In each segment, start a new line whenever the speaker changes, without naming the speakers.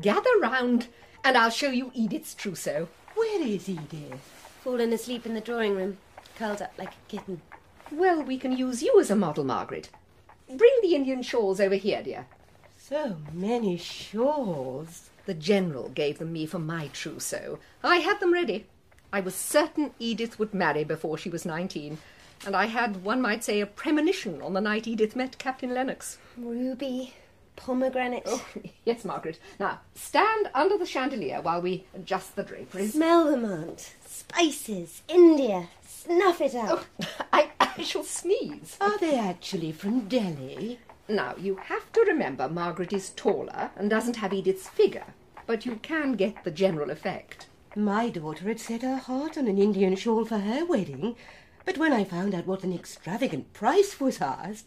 Gather round and I'll show you Edith's trousseau.
Where is Edith?
Fallen asleep in the drawing room, curled up like a kitten.
Well, we can use you as a model, Margaret. Bring the Indian shawls over here, dear.
So many shawls.
The General gave them me for my trousseau. I had them ready. I was certain Edith would marry before she was 19, and I had, one might say, a premonition on the night Edith met Captain Lennox. Oh,
Ruby, pomegranate.
Yes, Margaret. Now, stand under the chandelier while we adjust the draperies.
Smell them, Aunt. Spices, India. Snuff it
Oh,
out.
I, I shall sneeze.
Are they actually from Delhi?
Now, you have to remember Margaret is taller and doesn't have Edith's figure, but you can get the general effect.
My daughter had set her heart on an Indian shawl for her wedding, but when I found out what an extravagant price was asked,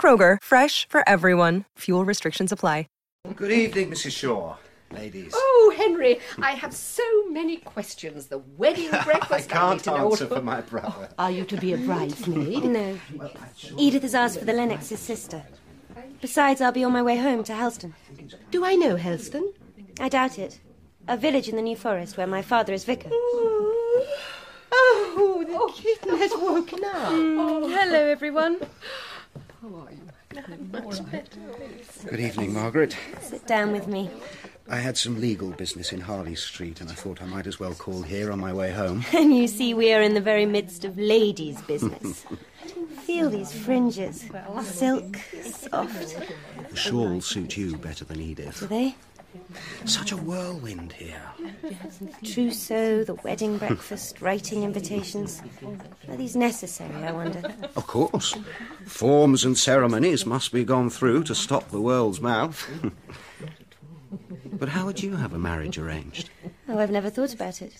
Kroger, fresh for everyone. Fuel restrictions apply.
Good evening, Mrs. Shaw, ladies.
Oh, Henry, I have so many questions. The wedding breakfast.
I
need
can't
to know
answer
all-
for my brother.
Are you to be a bridesmaid?
No. Edith has asked for the Lennox's sister. Besides, I'll be on my way home to Helston.
Do I know Helston?
I doubt it. A village in the New Forest where my father is vicar.
Oh, the kitten has woken up.
Mm. Hello, everyone.
Good evening, Margaret.
Sit down with me.
I had some legal business in Harley Street, and I thought I might as well call here on my way home.
And you see, we are in the very midst of ladies' business. Feel these fringes. Silk, soft.
The shawls suit you better than Edith.
Do they?
Such a whirlwind here.
Trousseau, the wedding breakfast, writing invitations. Are these necessary, I wonder?
Of course. Forms and ceremonies must be gone through to stop the world's mouth. but how would you have a marriage arranged?
Oh, I've never thought about it.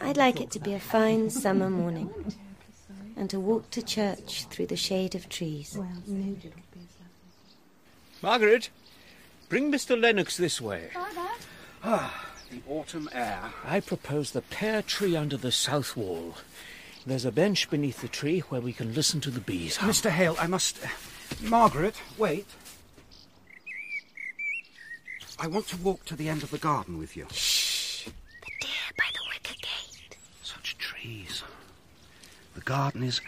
I'd like it to be a fine summer morning and to walk to church through the shade of trees.
Margaret, bring Mr. Lennox this way. Ah,
The autumn air.
I propose the pear tree under the south wall. There's a bench beneath the tree where we can listen to the bees. hum.
Mr. Hale, I must. uh, Margaret, wait. I want to walk to the end of the garden with you.
Dear by the wicker gate.
Such trees. The garden is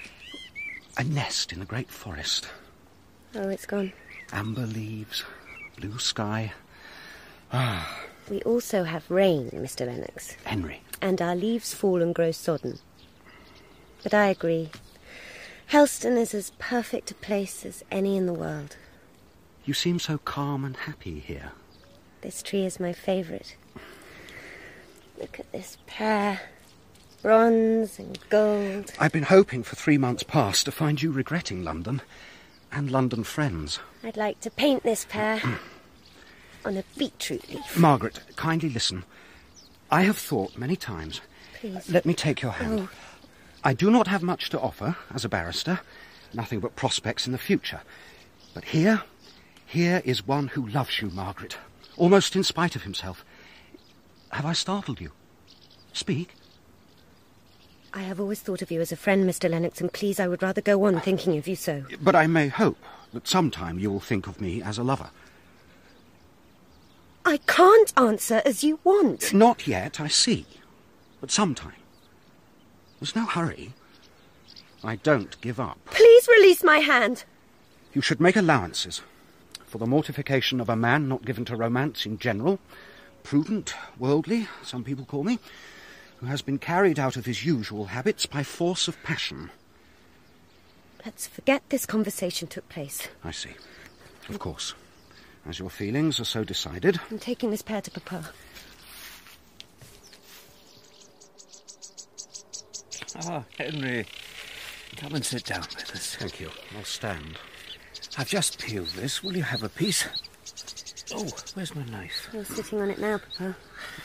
a nest in a great forest.
Oh, it's gone.
Amber leaves, blue sky. Ah,
We also have rain, Mr. Lennox,
Henry,
and our leaves fall and grow sodden. But I agree. Helston is as perfect a place as any in the world.
you seem so calm and happy here.
This tree is my favourite. Look at this pear. Bronze and gold.
I've been hoping for three months past to find you regretting London and London friends.
I'd like to paint this pear on a beetroot leaf.
Margaret, kindly listen. I have thought many times.
Please.
Let me take your hand. I do not have much to offer as a barrister, nothing but prospects in the future. But here, here is one who loves you, Margaret, almost in spite of himself. Have I startled you? Speak.
I have always thought of you as a friend, Mr. Lennox, and please, I would rather go on thinking of you so.
But I may hope that sometime you will think of me as a lover.
I can't answer as you want.
Not yet, I see. But sometime. There's no hurry. I don't give up.
Please release my hand.
You should make allowances for the mortification of a man not given to romance in general, prudent, worldly, some people call me, who has been carried out of his usual habits by force of passion.
Let's forget this conversation took place.
I see. Of course. As your feelings are so decided,
I'm taking this pear to Papa.
Ah, Henry, come and sit down with us.
thank you. I'll stand.
I've just peeled this. Will you have a piece? Oh, where's my knife?
You're sitting on it now, Papa.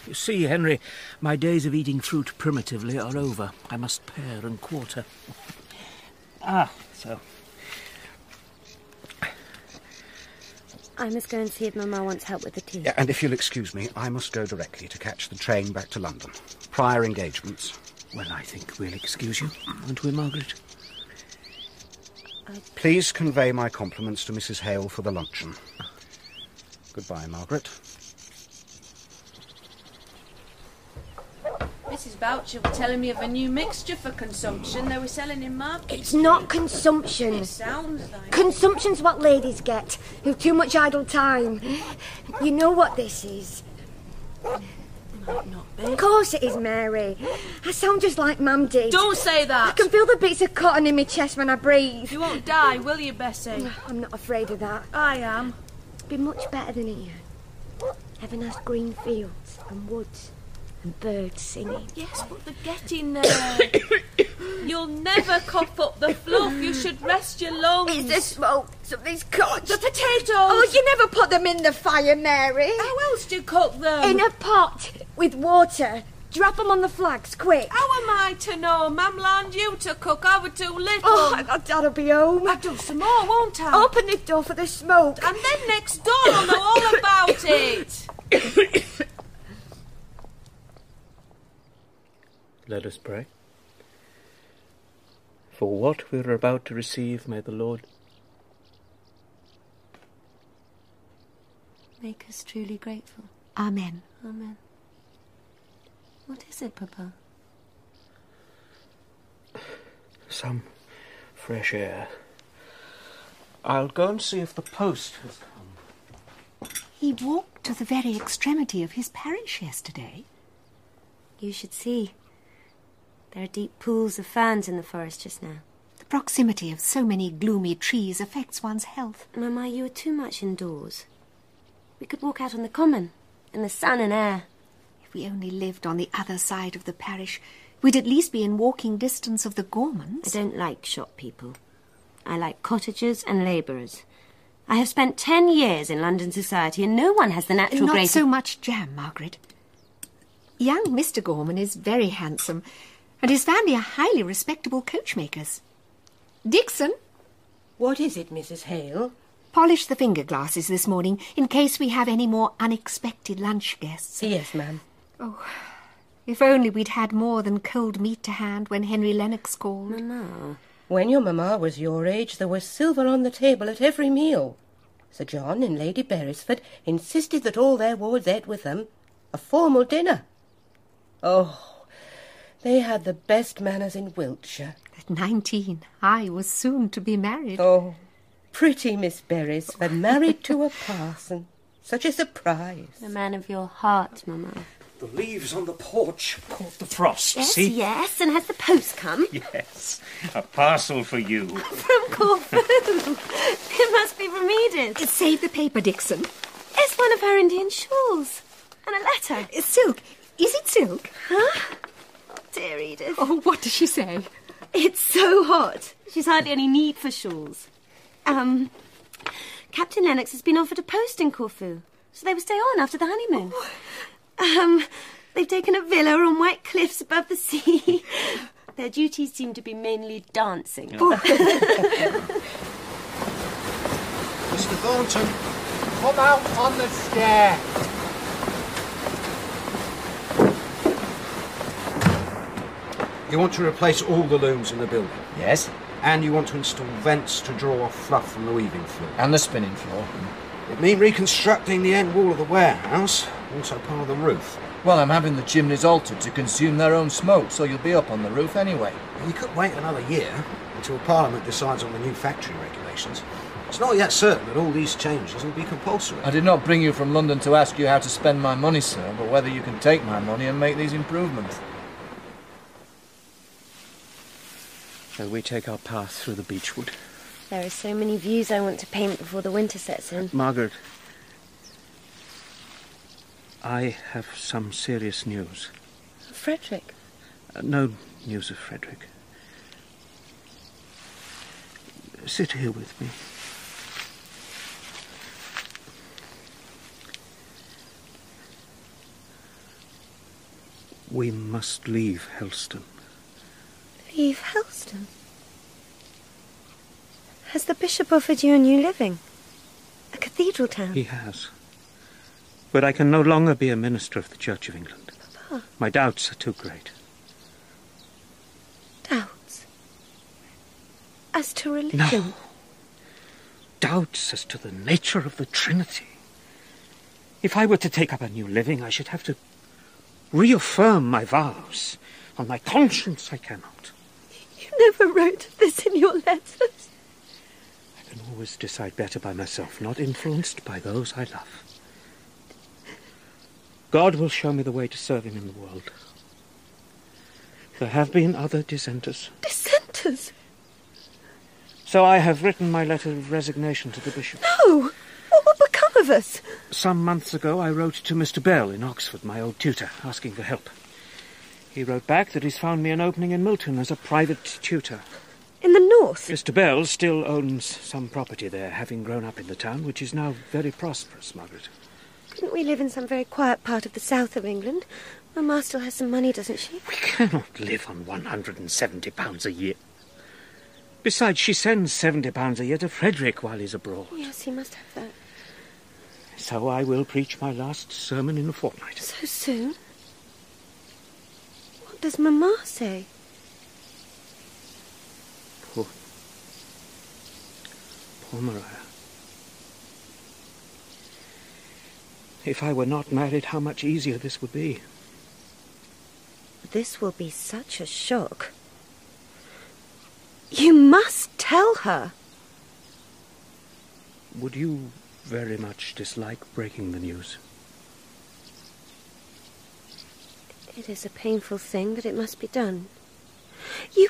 You see, Henry, my days of eating fruit primitively are over. I must pare and quarter. Ah, so.
I must go and see if Mama wants help with the tea.
Yeah, and if you'll excuse me, I must go directly to catch the train back to London. Prior engagements.
Well, I think we'll excuse you, won't we, Margaret?
Uh,
Please convey my compliments to Mrs. Hale for the luncheon. Goodbye, Margaret.
Mrs. Boucher was telling me of a new mixture for consumption they were selling in market.
It's not consumption.
It sounds like.
Consumption's what ladies get who've too much idle time. You know what this is.
not
Of course it is, Mary. I sound just like Mam did.
Don't say
I
that!
can feel the beats of cotton in my chest when I breathe.
You won't die, will you, Bessie?
I'm not afraid of that.
I am.
It'd be much better than here. Heaven has green fields and woods and birds singing.
Yes, but the getting there. You'll never cough up the fluff. You should rest your lungs.
It's the smokes of these cotton.
The potatoes!
Oh, you never put them in the fire, Mary.
How else do you cook them?
In a pot with water. Drop them on the flags, quick.
How am I to know? Mam learned you to cook. I were too little.
Oh, my God, Dad'll be home.
I'll do some more, won't I?
Open the door for the smoke.
And then next door, I'll know all about it.
Let us pray. For what we are about to receive, may the Lord
Make us truly grateful. Amen. Amen. What is it, Papa?
some fresh air. I'll go and see if the post has come.
He walked to the very extremity of his parish yesterday.
You should see. There are deep pools of ferns in the forest just now.
The proximity of so many gloomy trees affects one's health.
Mama, you are too much indoors. We could walk out on the common, in the sun and air.
If we only lived on the other side of the parish, we'd at least be in walking distance of the
I
Gormans.
don't like shop people. I like cottagers and labourers. I have spent ten years in London society, and no one has the natural
Not
grace.
so
of-
much jam, Margaret. Young Mr. Gorman is very handsome, and his family are highly respectable coachmakers. Dixon,
What is it, Mrs. Hale?
polish the finger glasses this morning in case we have any more unexpected lunch guests.
Yes, ma'am.
Oh.
If only we'd had more than cold meat to hand when Henry Lennox called.
Mama,
When your mamma was your age, there was silver on the table at every meal. Sir John and Lady Beresford insisted that all their wards ate with them a formal dinner. Oh, they had the best manners in Wiltshire.
At nineteen, I was soon to be married.
Oh, pretty Miss Beresford, married to a parson. Such a surprise.
the man of your heart, Mama.
The leaves on the porch caught the frost.
Yes,
see?
yes, and has the post come?
Yes. A parcel for you.
From Corfu. it must be from Edith.
Save the paper, Dixon.
It's one of her Indian shawls. And a letter.
It's silk. Is it silk?
Huh? Oh, dear Edith.
Oh, what does she say?
It's so hot. She's hardly any need for shawls. Um, Captain Lennox has been offered a post in Corfu, so they will stay on after the honeymoon.
Oh.
Um, they've taken a villa on white cliffs above the sea. Their duties seem to be mainly dancing.
Oh.
Mr. Thornton, come out on the stair.
You want to replace all the looms in the building,
Yes,
and you want to install vents to draw off fluff from the weaving floor.
and the spinning floor.
It mean reconstructing the end wall of the warehouse, also part of the roof.
Well, I'm having the chimneys altered to consume their own smoke, so you'll be up on the roof anyway.
You could wait another year until Parliament decides on the new factory regulations. It's not yet certain that all these changes will be compulsory.
I did not bring you from London to ask you how to spend my money, sir, but whether you can take my money and make these improvements.
Shall we take our path through the beechwood?
There are so many views I want to paint before the winter sets in.
Margaret, I have some serious news.
Frederick,
Uh, no news of Frederick. Sit here with me. We must leave Helston.
Leave Helston? Has the bishop offered you a new living? A cathedral town?
He has. But I can no longer be a minister of the Church of England.
Papa,
My doubts are too great.
doubts. As to religion?
No. Doubts as to the nature of the Trinity. If I were to take up a new living, I should have to reaffirm my vows. On my conscience, I cannot.
You never wrote this in your letters.
I can always decide better by myself, not influenced by those I love. God will show me the way to serve Him in the world. There have been other dissenters.
Dissenters?
So I have written my letter of resignation to the bishop.
No! What will become of us?
Some months ago I wrote to Mr. Bell in Oxford, my old tutor, asking for help. He wrote back that he's found me an opening in Milton as a private tutor.
In the north?
Mr. Bell still owns some property there, having grown up in the town, which is now very prosperous, Margaret.
Couldn't we live in some very quiet part of the south of England? My ma still has some money, doesn't she?
We cannot live on £170 a year. Besides, she sends £70 a year to Frederick while he's abroad.
Yes, he must have that.
So I will preach my last sermon in a fortnight.
So soon? What does Mamma say?
Poor. Poor Maria. If I were not married, how much easier this would be.
This will be such a shock. You must tell her.
Would you very much dislike breaking the news?
It is a painful thing, but it must be done. You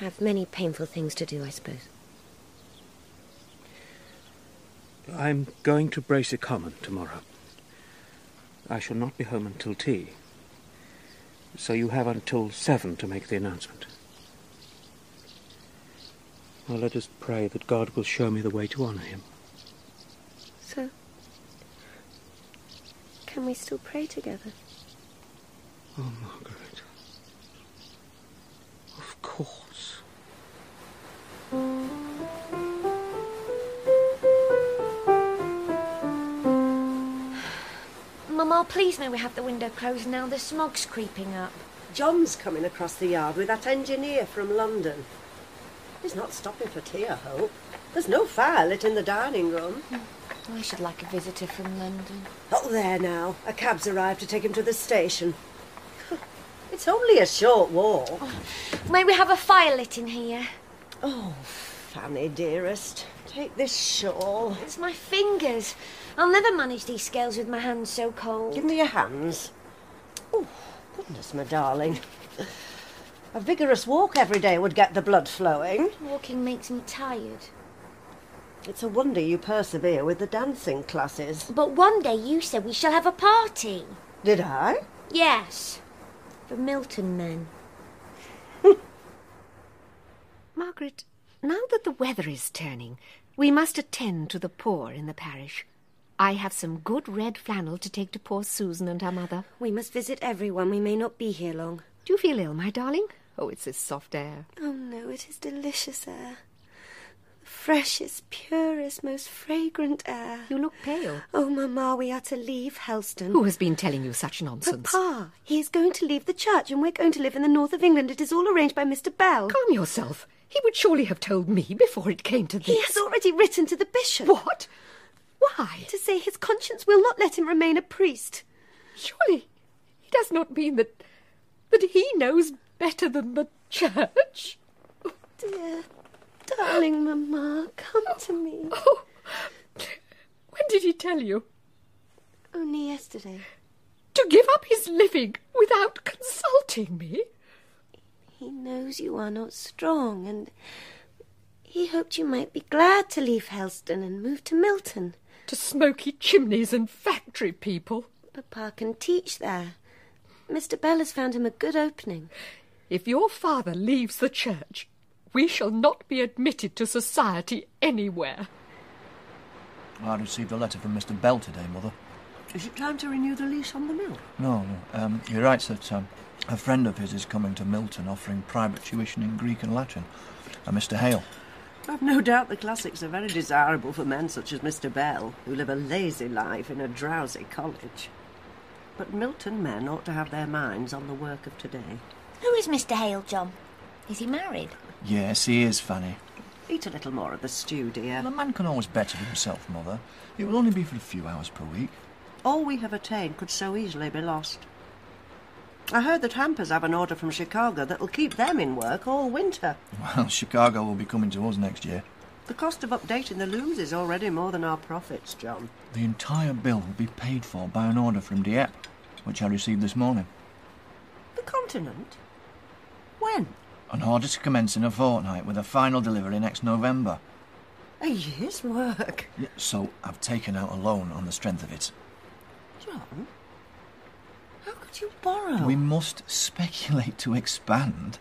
have many painful things to do, I suppose.
I'm going to Bracy Common tomorrow. I shall not be home until tea. So you have until seven to make the announcement. Well, let us pray that God will show me the way to honour him.
So, can we still pray together?
Oh, Margaret. Of course.
Mama, oh, please may we have the window closed now? The smog's creeping up.
John's coming across the yard with that engineer from London. He's not stopping for tea, I hope. There's no fire lit in the dining room.
Hmm. I should like a visitor from London.
Oh, there now. A cab's arrived to take him to the station. It's only a short walk.
Oh, May we have a fire lit in here?
Oh, Fanny, dearest, take this shawl.
It's my fingers. I'll never manage these scales with my hands so cold.
Give me your hands. Oh, goodness, my darling. A vigorous walk every day would get the blood flowing.
Walking makes me tired.
It's a wonder you persevere with the dancing classes.
But one day you said we shall have a party.
Did I?
Yes. For Milton men.
Margaret, now that the weather is turning, we must attend to the poor in the parish. I have some good red flannel to take to poor Susan and her mother.
We must visit everyone. We may not be here long.
Do you feel ill, my darling? Oh, it's this soft air.
Oh, no, it is delicious air. The freshest, purest, most fragrant air.
You look pale.
Oh, Mamma, we are to leave Helston.
Who has been telling you such nonsense?
Papa, he is going to leave the church and we're going to live in the north of England. It is all arranged by Mr. Bell.
Calm yourself. He would surely have told me before it came to this.
He has already written to the bishop.
What? Why?
To say his conscience will not let him remain a priest.
Surely he does not mean that that he knows better than the church.
Oh, Dear, darling Mamma, come to me.
Oh, when did he tell you
Only yesterday.
to give up his living without consulting me?
He knows you are not strong, and he hoped you might be glad to leave Helston and move to Milton.
To smoky chimneys and factory people.
Papa can teach there. Mr. Bell has found him a good opening.
If your father leaves the church, we shall not be admitted to society anywhere.
I received a letter from Mr. Bell today, Mother.
Is it time to renew the lease on the mill?
No, no. Um, he writes that um, a friend of his is coming to Milton offering private tuition in Greek and Latin, a Mr. Hale.
I've no doubt the classics are very desirable for men such as Mr. Bell, who live a lazy life in a drowsy college. But Milton men ought to have their minds on the work of today.
Who is Mr. Hale, John? Is he married?
Yes, he is, Fanny.
Eat a little more of the stew, dear.
Well, a man can always better himself, Mother. It will only be for a few hours per week.
All we have attained could so easily be lost. I heard that Hampers have an order from Chicago that'll keep them in work all winter.
Well, Chicago will be coming to us next year.
The cost of updating the looms is already more than our profits, John.
The entire bill will be paid for by an order from Dieppe, which I received this morning.
The continent? When?
An order to commence in a fortnight with a final delivery next November.
A year's work.
Y- So I've taken out a loan on the strength of it.
John? How could you borrow?
We must speculate to expand.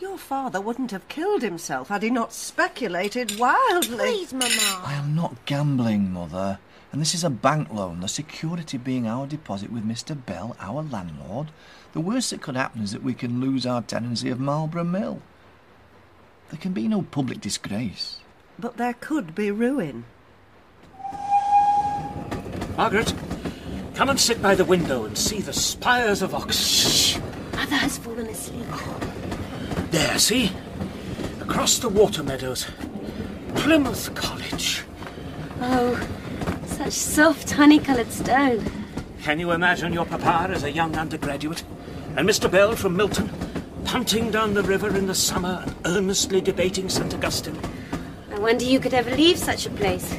Your father wouldn't have killed himself had he not speculated wildly. Please,
Mama.
I am not gambling, Mother. And this is a bank loan, the security being our deposit with Mr. Bell, our landlord. The worst that could happen is that we can lose our tenancy of Marlborough Mill. There can be no public disgrace.
But there could be ruin.
Margaret, come and sit by the window and see the spires of Oxford.
Mother has fallen asleep.
Oh,
There, see? Across the water meadows. Plymouth College.
Oh, such soft, honey coloured stone.
Can you imagine your papa as a young undergraduate and Mr. Bell from Milton punting down the river in the summer and earnestly debating St. Augustine?
I wonder you could ever leave such a place.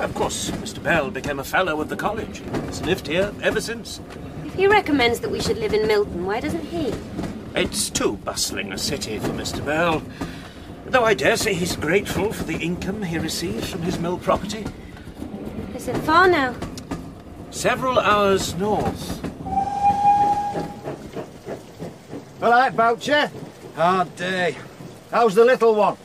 Of course, Mr. Bell became a fellow of the college. Has lived here ever since.
If he recommends that we should live in Milton, why doesn't he?
It's too bustling a city for Mr. Bell. Though I dare say he's grateful for the income he receives from his mill property.
Is it far now?
Several hours north.
All right, Boucher. Hard day. How's the little one?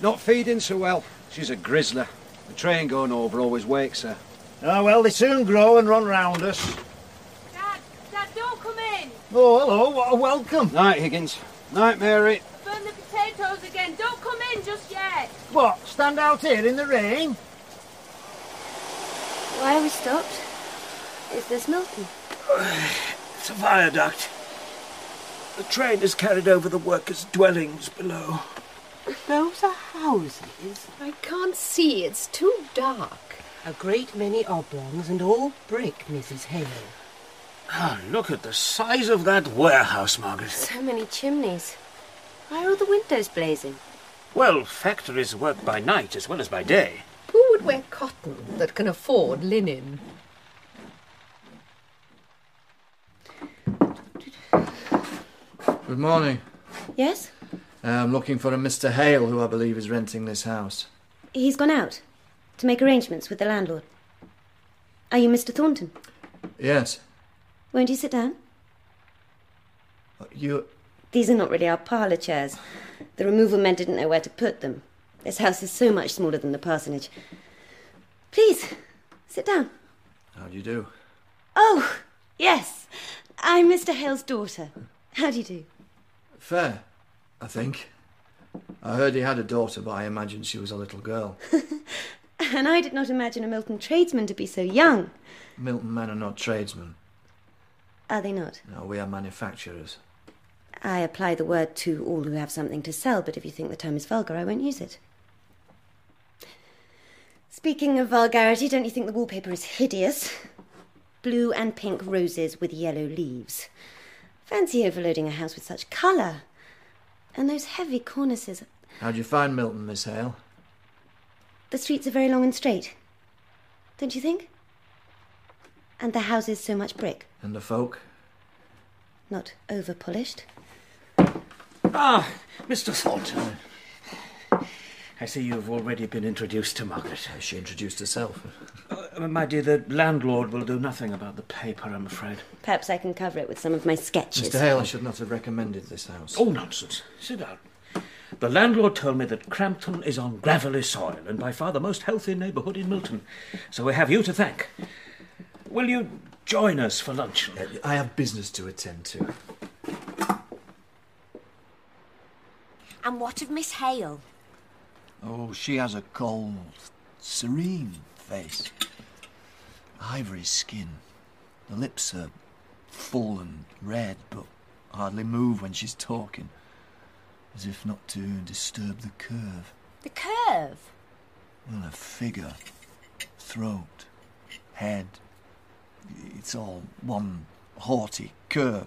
Not feeding so well.
She's a grizzler. The train going over always wakes her.
Ah, well, they soon grow and run round us.
Dad, Dad, don't come in.
Oh, hello. What a welcome. Night, Higgins. Night, Mary.
Burn the potatoes again. Don't come in just yet.
What? Stand out here in the rain?
Why are we stopped? Is this Milton?
It's a viaduct. The train is carried over the workers' dwellings below.
Those are houses.
I can't see. It's too dark.
A great many oblongs and all brick, Mrs. Hale.
Ah, look at the size of that warehouse, Margaret.
So many chimneys. Why are all the windows blazing?
Well, factories work by night as well as by day.
Who would wear cotton that can afford linen?
Good morning. Uh,
Yes?
I'm looking for a Mr. Hale, who I believe is renting this house.
He's gone out to make arrangements with the landlord. Are you Mr. Thornton?
Yes.
Won't you sit down?
You.
These are not really our parlour chairs. The removal men didn't know where to put them. This house is so much smaller than the parsonage. Please, sit down.
How do you do?
Oh, yes. I'm Mr. Hale's daughter. How do you do?
Fair, I think. I heard he had a daughter, but I imagined she was a little girl.
And I did not imagine a Milton tradesman to be so young.
Milton men are not tradesmen.
Are they not?
No, we are manufacturers.
I apply the word to all who have something to sell, but if you think the term is vulgar, I won't use it. Speaking of vulgarity, don't you think the wallpaper is hideous? Blue and pink roses with yellow leaves. Fancy overloading a house with such colour. And those heavy cornices.
How'd you find Milton, Miss Hale?
The streets are very long and straight. Don't you think? And the houses so much brick,
And the folk?
not over polished.
Ah, Mr. Thornton. I see you've already been introduced to Margaret.
She introduced herself.
Uh, my dear, the landlord will do nothing about the paper, I'm afraid.
Perhaps I can cover it with some of my sketches.
Mr. Hale, I should not have recommended this house.
Oh, nonsense. Sit down. The landlord told me that Crampton is on gravelly soil and by far the most healthy neighbourhood in Milton, so we have you to thank.
Will you join us for luncheon?
I have business to attend to.
And what of Miss Hale?
Oh, she has a cold, serene face. Ivory skin. The lips are full and red, but hardly move when she's talking, as if not to disturb the curve.
The curve?
Well, her figure, throat, head. It's all one haughty curve.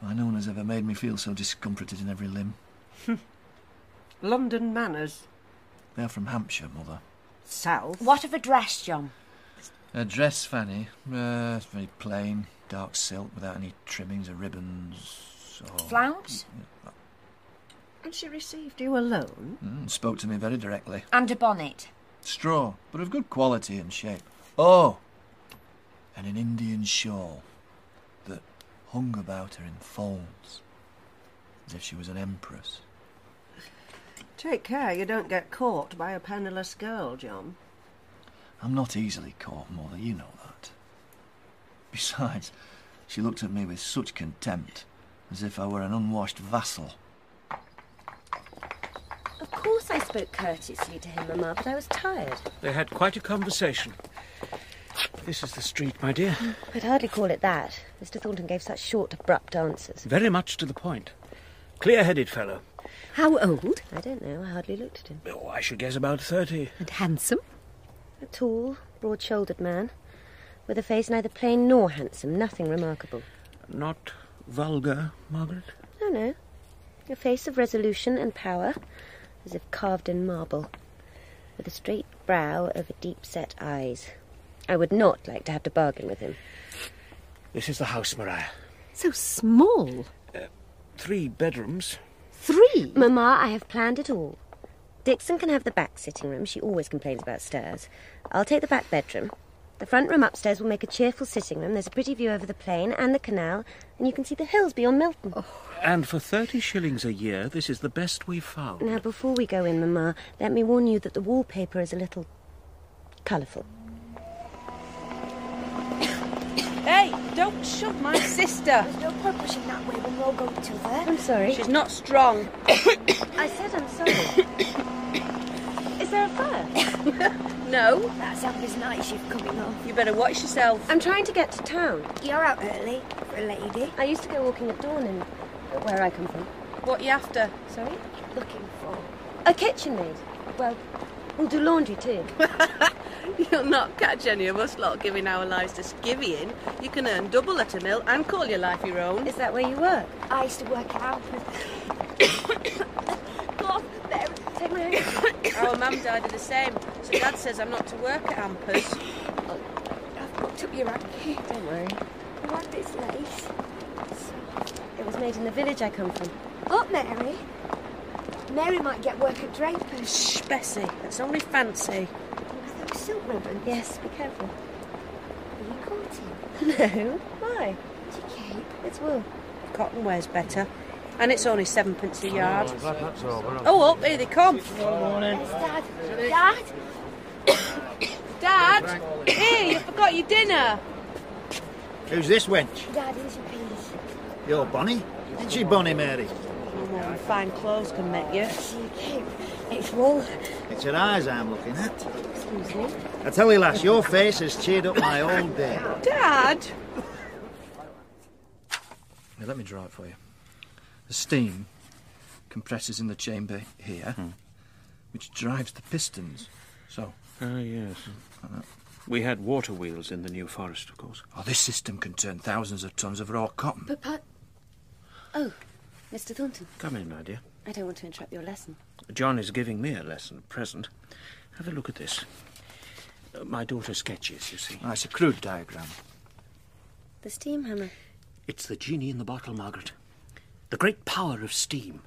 Why, no one has ever made me feel so discomforted in every limb.
London manners.
They're from Hampshire, Mother.
South.
What of a dress, John?
Her dress, Fanny, uh, it's very plain, dark silk without any trimmings or ribbons. Or...
Flounce?
And she received you alone?
Mm, spoke to me very directly.
And a bonnet.
Straw, but of good quality and shape. Oh! And an Indian shawl that hung about her in folds, as if she was an empress.
Take care you don't get caught by a penniless girl, John.
I'm not easily caught, Mother, you know that. Besides, she looked at me with such contempt, as if I were an unwashed vassal.
Of course I spoke courteously to him, Mamma, but I was tired.
They had quite a conversation. This is the street, my dear.
I'd hardly call it that. Mr. Thornton gave such short, abrupt answers.
Very much to the point. Clear headed fellow.
How old? I don't know. I hardly looked at him.
Oh, I should guess about 30.
And handsome? A tall, broad shouldered man, with a face neither plain nor handsome, nothing remarkable.
Not vulgar, Margaret?
No, no. A face of resolution and power, as if carved in marble, with a straight brow over deep set eyes. I would not like to have to bargain with him.
This is the house, Maria.
So small.
Three bedrooms.
Three? Mamma, I have planned it all. Dixon can have the back sitting room. She always complains about stairs. I'll take the back bedroom. The front room upstairs will make a cheerful sitting room. There's a pretty view over the plain and the canal, and you can see the hills beyond Milton.
And for 30 shillings a year, this is the best we've found.
Now, before we go in, Mamma, let me warn you that the wallpaper is a little colourful.
Hey, don't shove my sister.
There's no point pushing that way when we're all going to there.
I'm sorry. She's not strong.
I said I'm sorry. Is there a fire?
no.
That's Amber's night shift coming off.
You better watch yourself.
I'm trying to get to town. You're out early for a lady. I used to go walking at dawn in where I come from.
What you after?
Sorry? Looking for a kitchen maid. Well, we'll do laundry too.
You'll not catch any of us lot giving our lives to skivvying. You can earn double at a mill and call your life your own.
Is that where you work? I used to work in Alfred. Go on, there, take my hand.
Our mum died of the same, so Dad says I'm not to work at Ampers.
I've got up your racket. Don't worry.
I want this lace.
It was made in the village I come from.
Up, Mary. Mary might get work at Draper's.
Shh, Bessie, that's only fancy.
Those silk ribbons.
Yes, be careful.
Are you caught
No. Why?
It's a cape.
It's wool.
Cotton wears better. And it's only sevenpence a yard.
that's over.
Oh, up, here they come.
There's Dad. Dad?
Dad! Here, you forgot your dinner.
Who's this wench?
Dad, here's your peas.
Your Bonnie? Isn't she Bonnie Mary?
Oh, well, fine clothes can make you.
It's your cape. It's wool.
It's her eyes I'm looking at.
Excuse me.
I tell you, lass, your face has cheered up my whole day.
Dad!
Now, let me draw it for you. The steam compresses in the chamber here,
Hmm.
which drives the pistons. So,
Ah, yes. We had water wheels in the New Forest, of course.
oh, this system can turn thousands of tons of raw cotton.
But, but. Oh, Mr. Thornton,
Come in, my dear.
I don't want to interrupt your lesson.
John is giving me a lesson at present. Have a look at this. Uh, my daughter sketches, you see.
Ah, it's a crude diagram.
The steam hammer.
It's the genie in the bottle, Margaret. The great power of steam,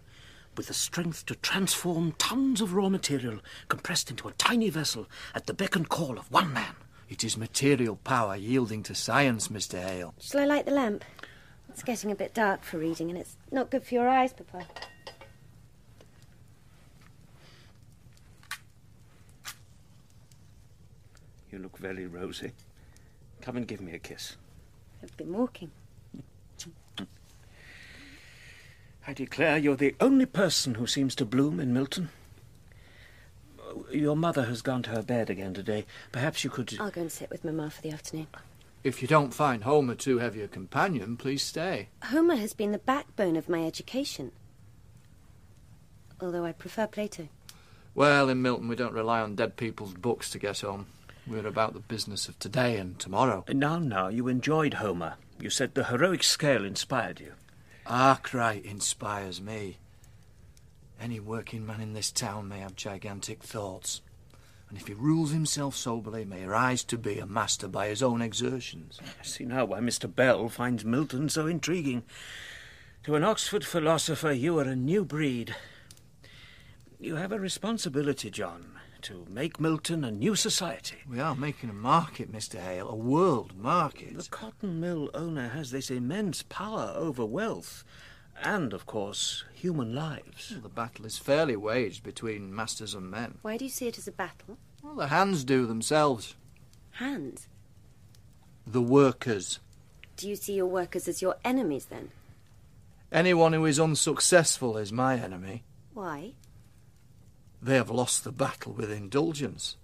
with the strength to transform tons of raw material compressed into a tiny vessel at the beck and call of one man.
It is material power yielding to science, Mr. Hale.
Shall I light the lamp? It's getting a bit dark for reading, and it's not good for your eyes, Papa.
You look very rosy. Come and give me a kiss.
I've been walking.
I declare you're the only person who seems to bloom in Milton. Uh, Your mother has gone to her bed again today. Perhaps you could.
Uh.
I'll go and sit with Mamma for the afternoon.
If you don't find Homer too heavy a companion, please stay.
Homer has been the backbone of my education. Although I prefer Plato.
Well, in Milton, we don't rely on dead people's books to get on. We're about the business of today and tomorrow.
Now, now, you enjoyed Homer. You said the heroic scale inspired you.
Arkwright inspires me. Any working man in this town may have gigantic thoughts, and if he rules himself soberly, may rise to be a master by his own exertions.
I see now why Mr. Bell finds Milton so intriguing. To an Oxford philosopher, you are a new breed. You have a responsibility, John, to make Milton a new society.
We are making a market, Mr. Hale, a world market.
The cotton mill owner has this immense power over wealth and, of course, human lives.
the battle is fairly waged between masters and men.
Why do you see it as a battle?
Well, the hands do themselves.
Hands.
The workers.
Do you see your workers as your enemies then?
Anyone who is unsuccessful is my enemy.
Why?
They have lost the battle with indulgence.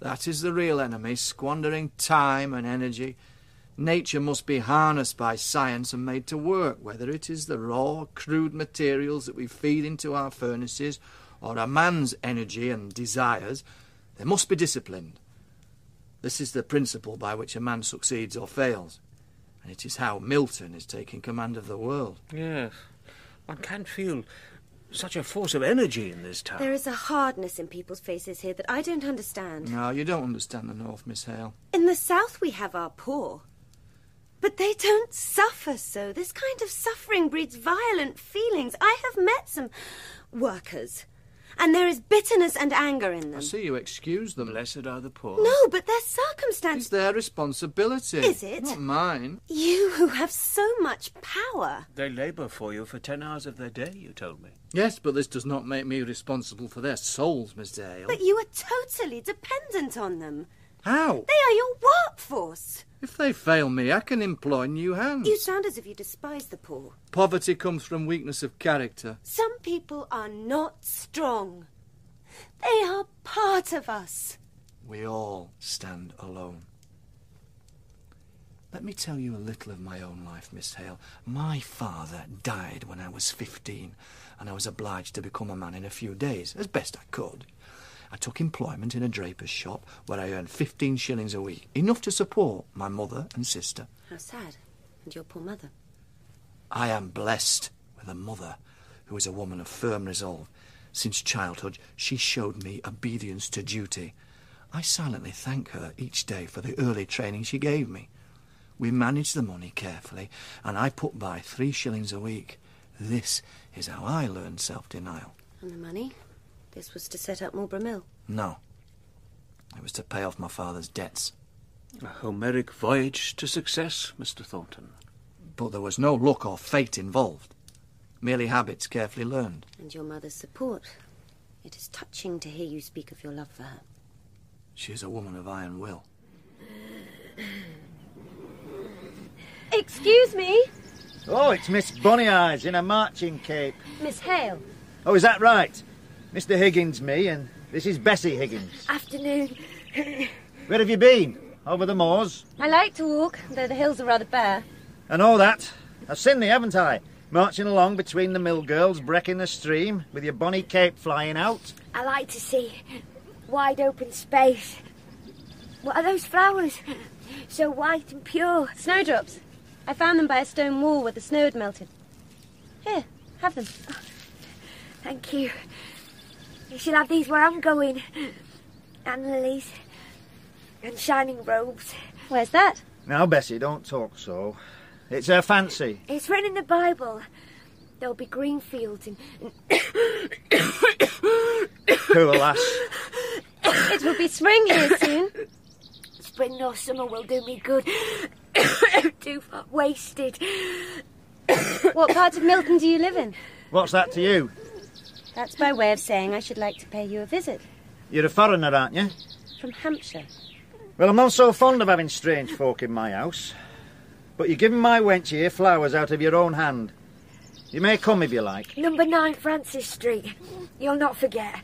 That is the real enemy, squandering time and energy. Nature must be harnessed by science and made to work, whether it is the raw, crude materials that we feed into our furnaces or a man's energy and desires. They must be disciplined. This is the principle by which a man succeeds or fails, and it is how Milton is taking command of the world.
Yes. One can feel such a force of energy in this
Ah.
town.
There is a hardness in people's faces here that I don't understand.
No, you don't understand the North, Miss Hale.
In the South, we have our poor. But they don't suffer so. This kind of suffering breeds violent feelings. I have met some workers, and there is bitterness and anger in them.
I see you excuse them.
Blessed are the poor.
No, but their circumstances.
It's their responsibility.
Is it?
Not mine.
You who have so much power.
They labour for you for ten hours of their day, you told me.
Yes, but this does not make me responsible for their souls, Miss Dale.
But you are totally dependent on them.
How?
They are your workforce.
If they fail me, I can employ new hands.
You sound as if you despise the poor.
Poverty comes from weakness of character.
Some people are not strong. They are part of us.
We all stand alone. Let me tell you a little of my own life, Miss Hale. My father died when I was 15, and I was obliged to become a man in a few days, as best I could. I took employment in a draper's shop where I earned 15 shillings a week, enough to support my mother and sister.
How sad. And your poor mother.
I am blessed with a mother who is a woman of firm resolve. Since childhood, she showed me obedience to duty. I silently thank her each day for the early training she gave me. We managed the money carefully, and I put by three shillings a week. This is how I learned self denial.
And the money? This was to set up Marlborough Mill.
No, it was to pay off my father's debts.
A
Oh.
Homeric voyage to success, Mr. Thornton.
But there was no luck or fate involved, merely habits carefully learned.
And your mother's support. It is touching to hear you speak of your love for her.
She is a woman of iron will.
Excuse me,
Oh, it's Miss Bonny Eyes in a marching cape.
Miss Hale.
Oh, is that right? Mr. Higgins, me, and this is Bessie Higgins.
Afternoon.
Where have you been? Over the moors?
I like to walk, though the hills are rather bare.
I know that. I've seen thee, haven't I? Marching along between the mill girls, brecking the stream, with your bonny cape flying out.
I like to see wide open space. What are those flowers? So white and pure.
Snowdrops. I found them by a stone wall where the snow had melted. Here, have them.
Thank you. You shall have these where I'm going. And lilies. And shining robes.
Where's that?
Now, Bessie, don't talk so. It's her fancy.
It's written in the Bible. There'll be green fields and, and
Poor lass.
It will be spring here soon.
spring or summer will do me good. Too far wasted.
What part of Milton do you live in?
What's that to you?
That's by way of saying I should like to pay you a visit.
You're a foreigner, aren't you?
From Hampshire.
Well, I'm not so fond of having strange folk in my house. But you're giving my wench here flowers out of your own hand. You may come if you like.
Number 9 Francis Street. You'll not forget.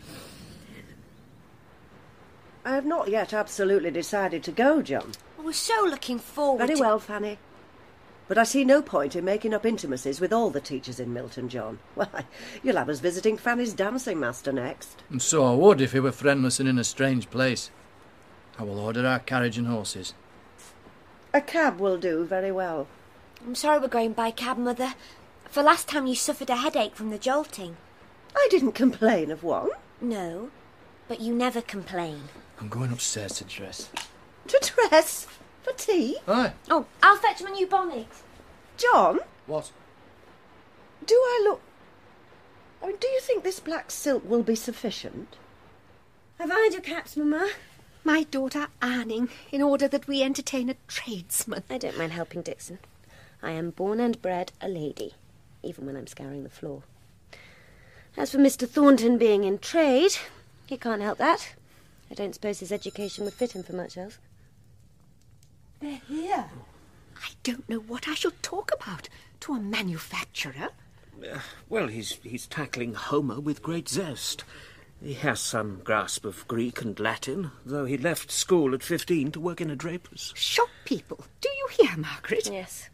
I have not yet absolutely decided to go, John.
We're so looking forward
Very
to...
well, Fanny. But I see no point in making up intimacies with all the teachers in Milton, John. Why, you'll have us visiting Fanny's dancing master next.
And so I would if we were friendless and in a strange place. I will order our carriage and horses.
A cab will do very well.
I'm sorry we're going by cab, Mother. For last time you suffered a headache from the jolting.
I didn't complain of one.
No,
But you never complain.
I'm going upstairs to dress.
To dress? For tea?
Aye.
Oh, I'll fetch my new bonnet.
John?
What?
Do I look. I mean, do you think this black silk will be sufficient?
Have I your caps, Mama?
My daughter Anning, in order that we entertain a tradesman.
I don't mind helping Dixon. I am born and bred a lady, even when I'm scouring the floor. As for Mr. Thornton being in trade, he can't help that. I don't suppose his education would fit him for much else.
They're here. I don't know what I shall talk about to a manufacturer.
Well, he's, he's tackling Homer with great zest. He has some grasp of Greek and Latin, though he left school at 15 to work in a draper's.
Shop people. Do you hear, Margaret?
Yes.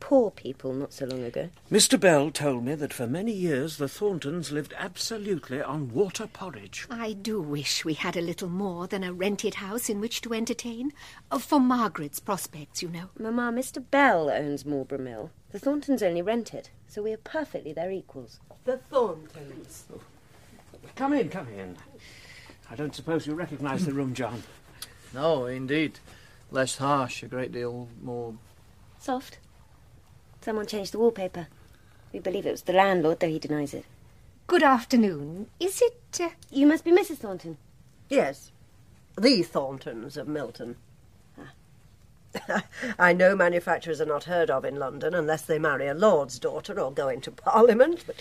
Poor people not so long ago.
Mr. Bell told me that for many years the Thorntons lived absolutely on water porridge.
I do wish we had a little more than a rented house in which to entertain. Oh, for Margaret's prospects, you know.
Mamma, Mr. Bell owns Marlborough Mill. The Thorntons only rent it, so we are perfectly their equals.
The Thorntons.
Come in, come in. I don't suppose you recognise the room, John.
No, indeed. Less harsh, a great deal more.
Soft. Someone changed the wallpaper. We believe it was the landlord, though he denies it.
Good afternoon. Is it. Uh...
You must be Mrs. Thornton.
Yes, the Thorntons of Milton. I know manufacturers are not heard of in London unless they marry a lord's daughter or go into Parliament, but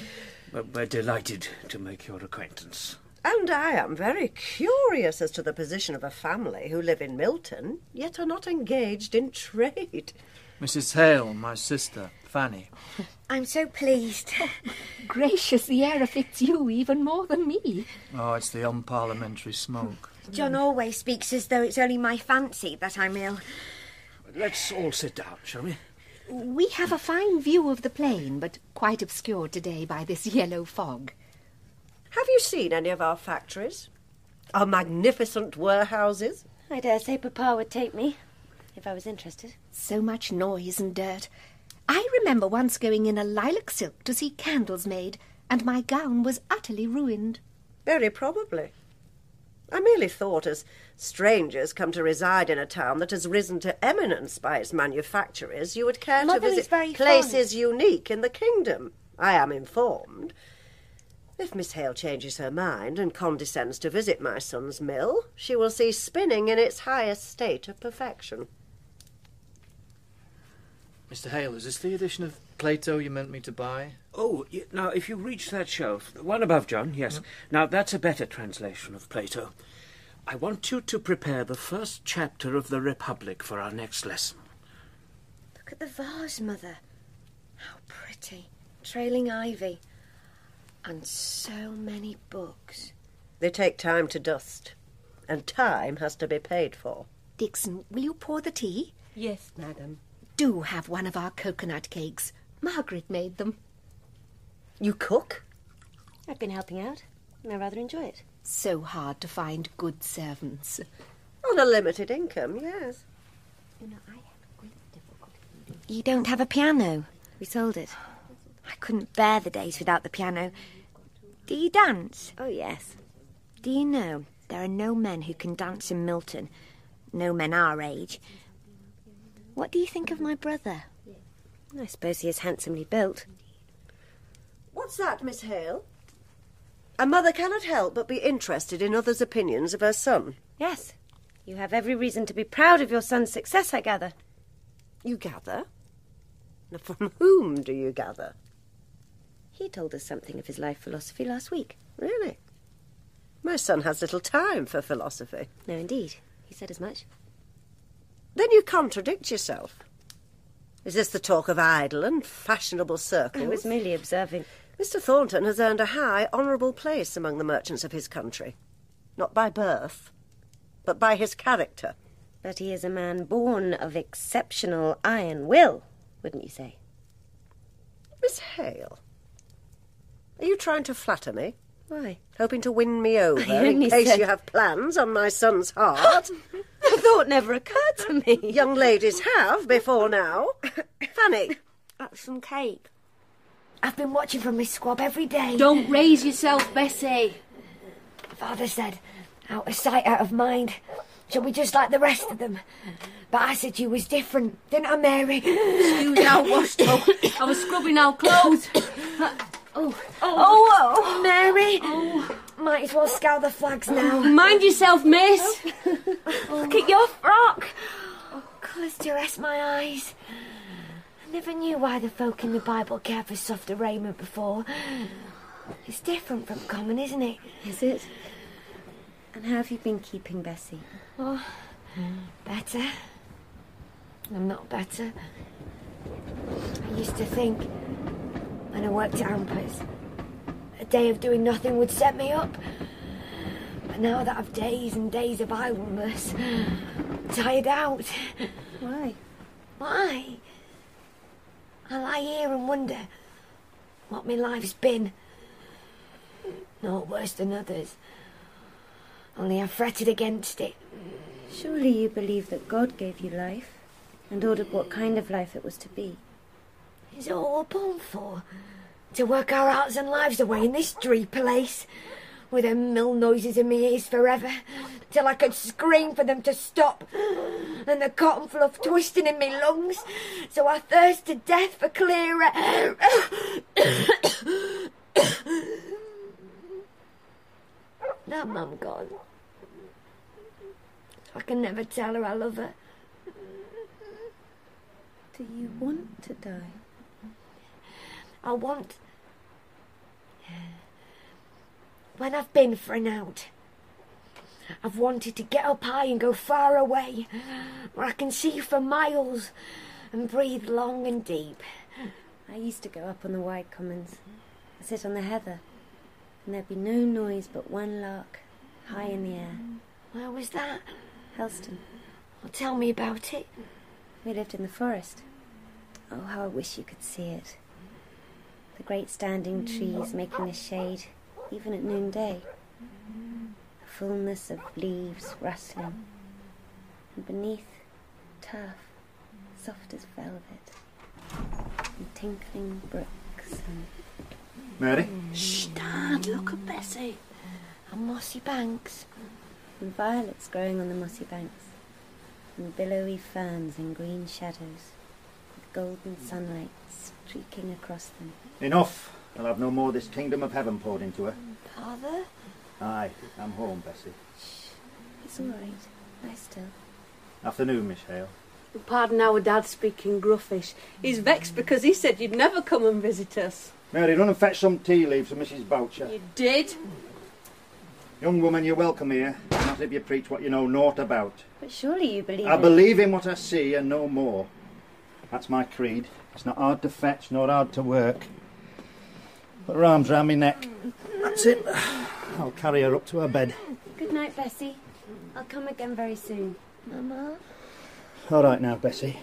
But we're delighted to make your acquaintance.
And I am very curious as to the position of a family who live in Milton, yet are not engaged in trade.
Mrs. Hale, my sister, Fanny.
I'm so pleased.
Oh, Gracious, the air affects you even more than me.
Oh, it's the unparliamentary smoke.
John always speaks as though it's only my fancy that I'm ill.
Let's all sit down, shall we?
We have a fine view of the plain, but quite obscured today by this yellow fog.
Have you seen any of our factories? Our magnificent warehouses?
I dare say Papa would take me, if I was interested.
So much noise and dirt. I remember once going in a lilac silk to see candles made, and my gown was utterly ruined.
Very probably. I merely thought as strangers come to reside in a town that has risen to eminence by its manufactories, you would care
Mother
to
is
visit
very
places unique in the kingdom. I am informed. If Miss Hale changes her mind and condescends to visit my son's mill, she will see spinning in its highest state of perfection.
Mr. Hale, is this the edition of Plato you meant me to buy?
Oh, y- now if you reach that shelf, the one above John, yes. Now that's a better translation of Plato. I want you to prepare the first chapter of the Republic for our next lesson.
Look at the vase, Mother. How pretty. Trailing ivy. And so many books.
They take time to dust, and time has to be paid for.
Dixon, will you pour the tea?
Yes, madam.
Do have one of our coconut cakes. Margaret made them.
You cook?
I've been helping out, and I rather enjoy it.
So hard to find good servants.
On a limited income, yes.
You don't have a piano?
We sold it.
I couldn't bear the days without the piano. Do you dance?
Oh, yes.
Do you know there are no men who can dance in Milton? No men our age. What do you think of my brother?
I suppose he is handsomely built.
What's that, Miss Hale? A mother cannot help but be interested in others' opinions of her son.
Yes. You have every reason to be proud of your son's success, I gather.
You gather? Now, from whom do you gather?
He told us something of his life philosophy last week.
Really? My son has little time for philosophy.
No, indeed. He said as much.
Then you contradict yourself. Is this the talk of idle and fashionable circles?
I was merely observing.
Mr. Thornton has earned a high, honourable place among the merchants of his country. Not by birth, but by his character.
But he is a man born of exceptional iron will, wouldn't you say?
Miss Hale, are you trying to flatter me?
Why?
Hoping to win me over
I
in
only
case
said-
you have plans on my son's heart? the
thought never occurred to me.
Young ladies have before now. Fanny.
That's some cake. I've been watching from my squab every day.
Don't raise yourself, Bessie.
Father said, out of sight, out of mind. Shall we just like the rest of them? But I said you was different, didn't I, Mary?
Excuse our washbowl. I was scrubbing our clothes.
Oh, oh,
Oh.
oh, Mary! Oh, Might as well scour the flags now.
Mind yourself, miss.
Look at your frock. Oh, colours duress my eyes. I never knew why the folk in the Bible cared for softer raiment before. It's different from common, isn't it?
Is it? And how have you been keeping Bessie?
Oh, better. I'm not better. I used to think, when I worked at Ampers, a day of doing nothing would set me up. But now that I've days and days of idleness, I'm tired out.
Why?
Why? I lie here and wonder what my life's been. Not worse than others. Only I've fretted against it.
Surely you believe that God gave you life and ordered what kind of life it was to be.
Is it all we're born for? To work our hearts and lives away in this dreary place? With their mill noises in my ears forever, till I could scream for them to stop, and the cotton fluff twisting in my lungs, so I thirst to death for clear air. now, Mum gone. I can never tell her I love her.
Do you want to die?
I want. When I've been for an out, I've wanted to get up high and go far away, where I can see for miles and breathe long and deep.
I used to go up on the wide commons, and sit on the heather, and there'd be no noise but one lark, high in the air.
Where was that?
Helston.
Well, tell me about it.
We lived in the forest. Oh, how I wish you could see it. The great standing trees making a shade, even at noonday. A fullness of leaves rustling. And beneath, turf, soft as velvet. And tinkling brooks and
Mary?
Shh,
Dad, look at Bessie.
And mossy banks.
And violets growing on the mossy banks. And billowy ferns in green shadows. With golden sunlight streaking across them.
Enough. I'll have no more of this kingdom of heaven poured into her.
Father?
Aye, I'm home, Bessie.
It's all right. Lie still.
Afternoon, Miss Hale.
Pardon our dad speaking gruffish. He's vexed because he said you'd never come and visit us.
Mary, run and fetch some tea leaves for Mrs. Boucher.
You did?
Young woman, you're welcome here. Not if you preach what you know naught about.
But surely you believe
I
it.
believe in what I see and no more. That's my creed. It's not hard to fetch nor hard to work. Put her arms round my neck. That's it. I'll carry her up to her bed.
Good night, Bessie. I'll come again very soon. Mama?
All right now, Bessie.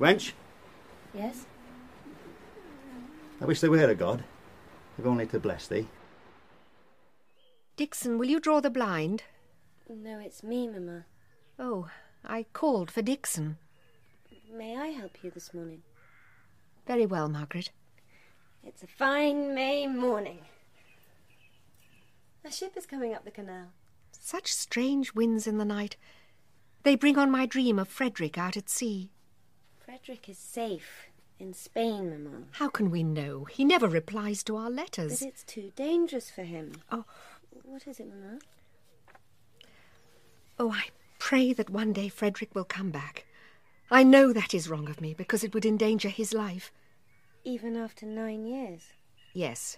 Wench,
Yes?
I wish there were a God, if only to bless thee.
Dixon, will you draw the blind?
No, it's me, Mama.
Oh, I called for Dixon.
May I help you this morning?
Very well, Margaret.
It's a fine May morning. A ship is coming up the canal.
Such strange winds in the night. They bring on my dream of Frederick out at sea.
Frederick is safe in Spain, Mama.
How can we know? He never replies to our
But
letters.
it's too dangerous for him.
Oh.
What is it, Mama?
Oh, I pray that one day Frederick will come back. I know that is wrong of me because it would endanger his life.
Even after nine years.
Yes,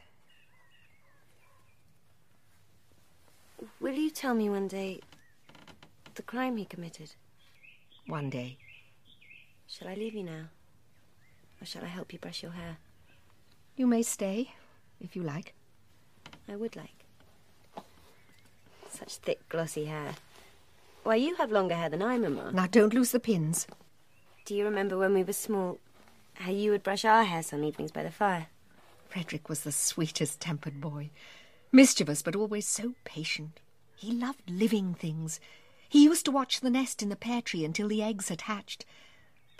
Will you tell me one day the crime he committed?
one day.
Shall I leave you now? Or shall I help you brush your hair?
You may stay, if you like.
I would like. Such thick, glossy hair. Why, you have longer hair than I, Mamma.
Now don't lose the pins.
Do you remember when we were small, how you would brush our hair some evenings by the fire?
Frederick was the sweetest tempered boy. Mischievous, but always so patient. He loved living things. He used to watch the nest in the pear tree until the eggs had hatched.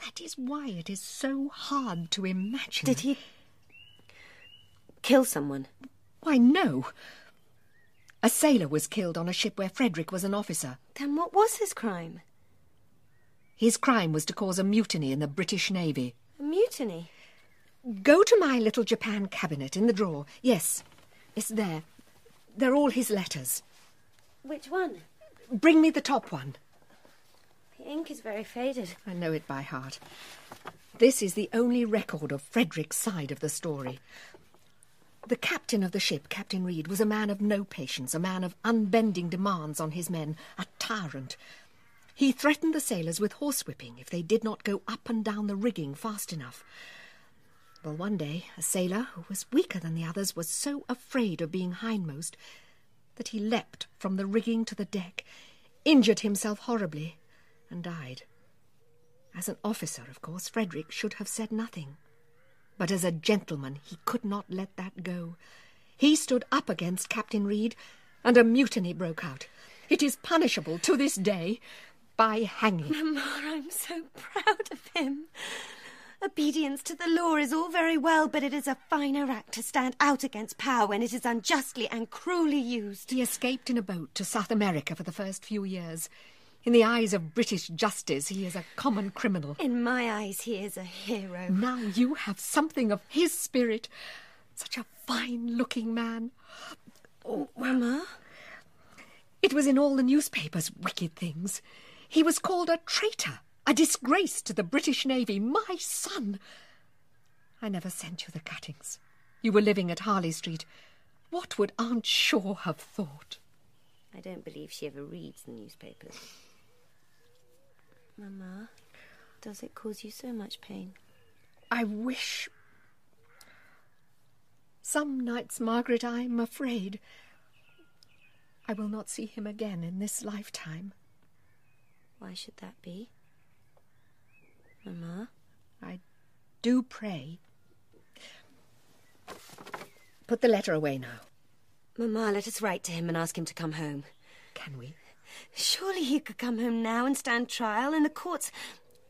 That is why it is so hard to imagine.
Did he kill someone?
Why, no. A sailor was killed on a ship where Frederick was an officer.
Then what was his crime?
His crime was to cause a mutiny in the British Navy.
A mutiny?
Go to my little Japan cabinet in the drawer. Yes, it's there. They're all his letters.
Which one?
Bring me the top one.
The ink is very faded.
I know it by heart. This is the only record of Frederick's side of the story. The captain of the ship, Captain Reed, was a man of no patience, a man of unbending demands on his men, a tyrant. He threatened the sailors with horsewhipping if they did not go up and down the rigging fast enough. Well, one day, a sailor who was weaker than the others was so afraid of being hindmost that he leapt from the rigging to the deck, injured himself horribly, and died. As an officer, of course, Frederick should have said nothing. But as a gentleman, he could not let that go. He stood up against Captain Reed, and a mutiny broke out. It is punishable to this day by hanging.
Mamma, I'm so proud of him. Obedience to the law is all very well, but it is a finer act to stand out against power when it is unjustly and cruelly used.
He escaped in a boat to South America for the first few years. In the eyes of British justice, he is a common criminal.
In my eyes, he is a hero.
Now you have something of his spirit. Such a fine looking man.
Oh, Mama?
It was in all the newspapers, wicked things. He was called a traitor, a disgrace to the British Navy. My son! I never sent you the cuttings. You were living at Harley Street. What would Aunt Shaw have thought?
I don't believe she ever reads the newspapers. Mamma, does it cause you so much pain?
I wish. Some nights, Margaret, I'm afraid I will not see him again in this lifetime.
Why should that be? Mamma?
I do pray. Put the letter away now.
Mamma, let us write to him and ask him to come home.
Can we?
Surely he could come home now and stand trial in the courts.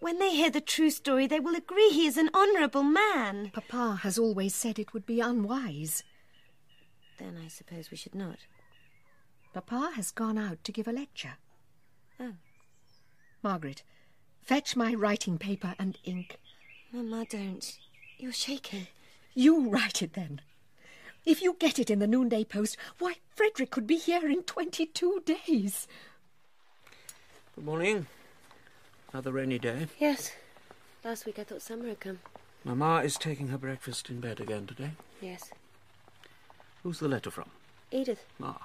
When they hear the true story, they will agree he is an honourable man.
Papa has always said it would be unwise.
Then I suppose we should not.
Papa has gone out to give a lecture.
Oh.
Margaret, fetch my writing paper and ink.
Mamma, don't. You're shaking.
You write it then. If you get it in the noonday post, why, Frederick could be here in 22 days.
Good morning. Another rainy day.
Yes. Last week I thought summer had come.
Mamma is taking her breakfast in bed again today.
Yes.
Who's the letter from?
Edith.
Ah.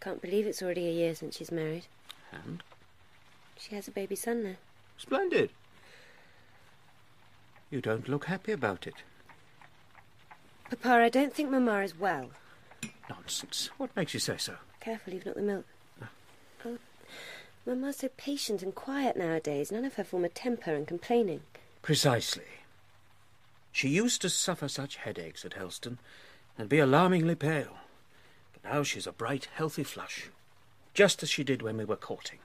Can't believe it's already a year since she's married.
And?
She has a baby son now.
Splendid. You don't look happy about it.
Papa, I don't think Mamma is well.
Nonsense. What makes you say so?
Careful, you've not the milk. Oh, Mamma's so patient and quiet nowadays. None of her former temper and complaining.
Precisely. She used to suffer such headaches at Helston and be alarmingly pale. But now she's a bright, healthy flush, just as she did when we were courting.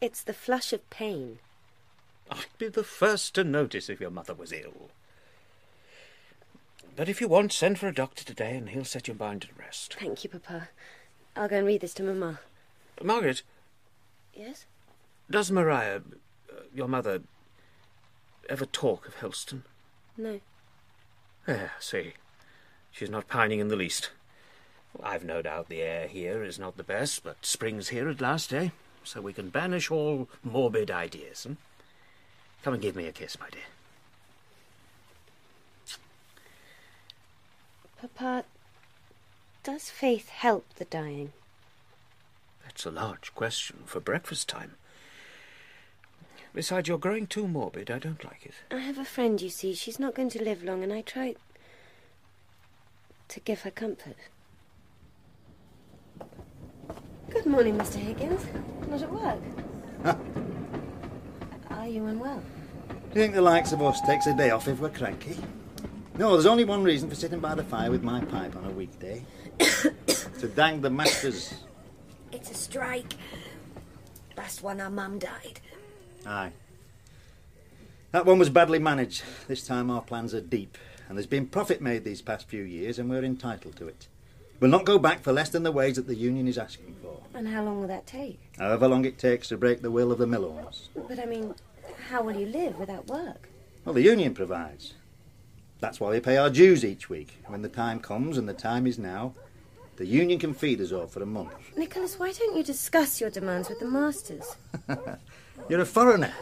It's the flush of pain.
I'd be the first to notice if your mother was ill. But if you want, send for a doctor today and he'll set your mind at rest.
Thank you, Papa. I'll go and read this to Mamma.
Margaret,
Yes?
does Maria, uh, your mother, ever talk of Helston?
No.
There, Eh, see. She's not pining in the least. I've no doubt the air here is not the best, but spring's here at last, eh? So we can banish all morbid ideas. Hmm? Come and give me a kiss, my dear.
Papa, does faith help the dying?
That's a large question for breakfast time. Besides, you're growing too morbid. I don't like it.
I have a friend, you see. She's not going to live long, and I try to give her comfort. Good morning, Mr. Higgins. Not at work. Are you unwell?
Do you think the likes of us takes a day off if we're cranky? No, there's only one reason for sitting by the fire with my pipe on a weekday. to dang the masters.
It's a strike. Last one, our mum died.
Aye. That one was badly managed. This time our plans are deep, and there's been profit made these past few years, and we're entitled to it. We'll not go back for less than the wage that the union is asking for,
And how long will that take?
however long it takes to break the will of the mill owners.
But I mean, how will you live without work?
Well, the union provides. That's why we pay our dues each week. When the time comes, and the time is now, the union can feed us all for a month.
Nicholas, why don't you discuss your demands with the masters?
You're a foreigner.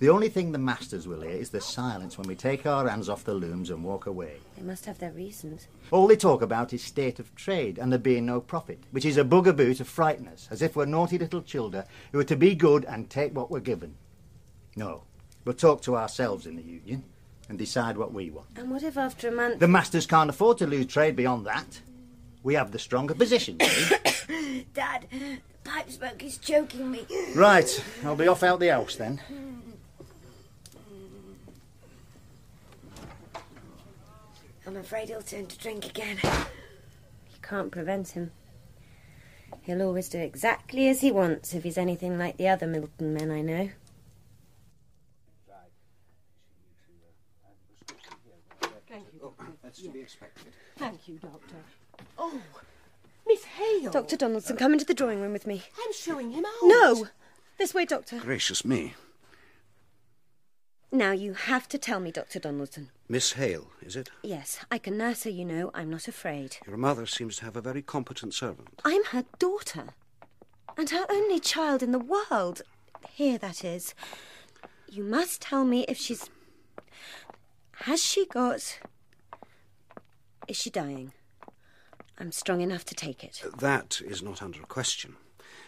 The only thing the masters will hear is the silence when we take our hands off the looms and walk away.
They must have their reasons.
All they talk about is state of trade and there being no profit, which is a bugaboo to frighten us, as if we're naughty little children who are to be good and take what we're given. No, we'll talk to ourselves in the union and decide what we want.
And what if after a month.
The masters can't afford to lose trade beyond that. We have the stronger position. see?
Dad, the pipe smoke is choking me.
right, I'll be off out the house then.
I'm afraid he'll turn to drink again.
You can't prevent him. He'll always do exactly as he wants if he's anything like the other Milton men I know.
Thank you.
Oh, That's to be expected.
Thank you, Doctor. Oh, Miss Hale.
Dr. Donaldson, come into the drawing room with me.
I'm showing him out.
No! This way, Doctor.
Gracious me.
Now you have to tell me, Dr. Donaldson.
Miss Hale, is it?
Yes, I can nurse her, you know. I'm not afraid.
Your mother seems to have a very competent servant.
I'm her daughter. And her only child in the world. Here, that is. You must tell me if she's. Has she got. Is she dying? I'm strong enough to take it.
That is not under question.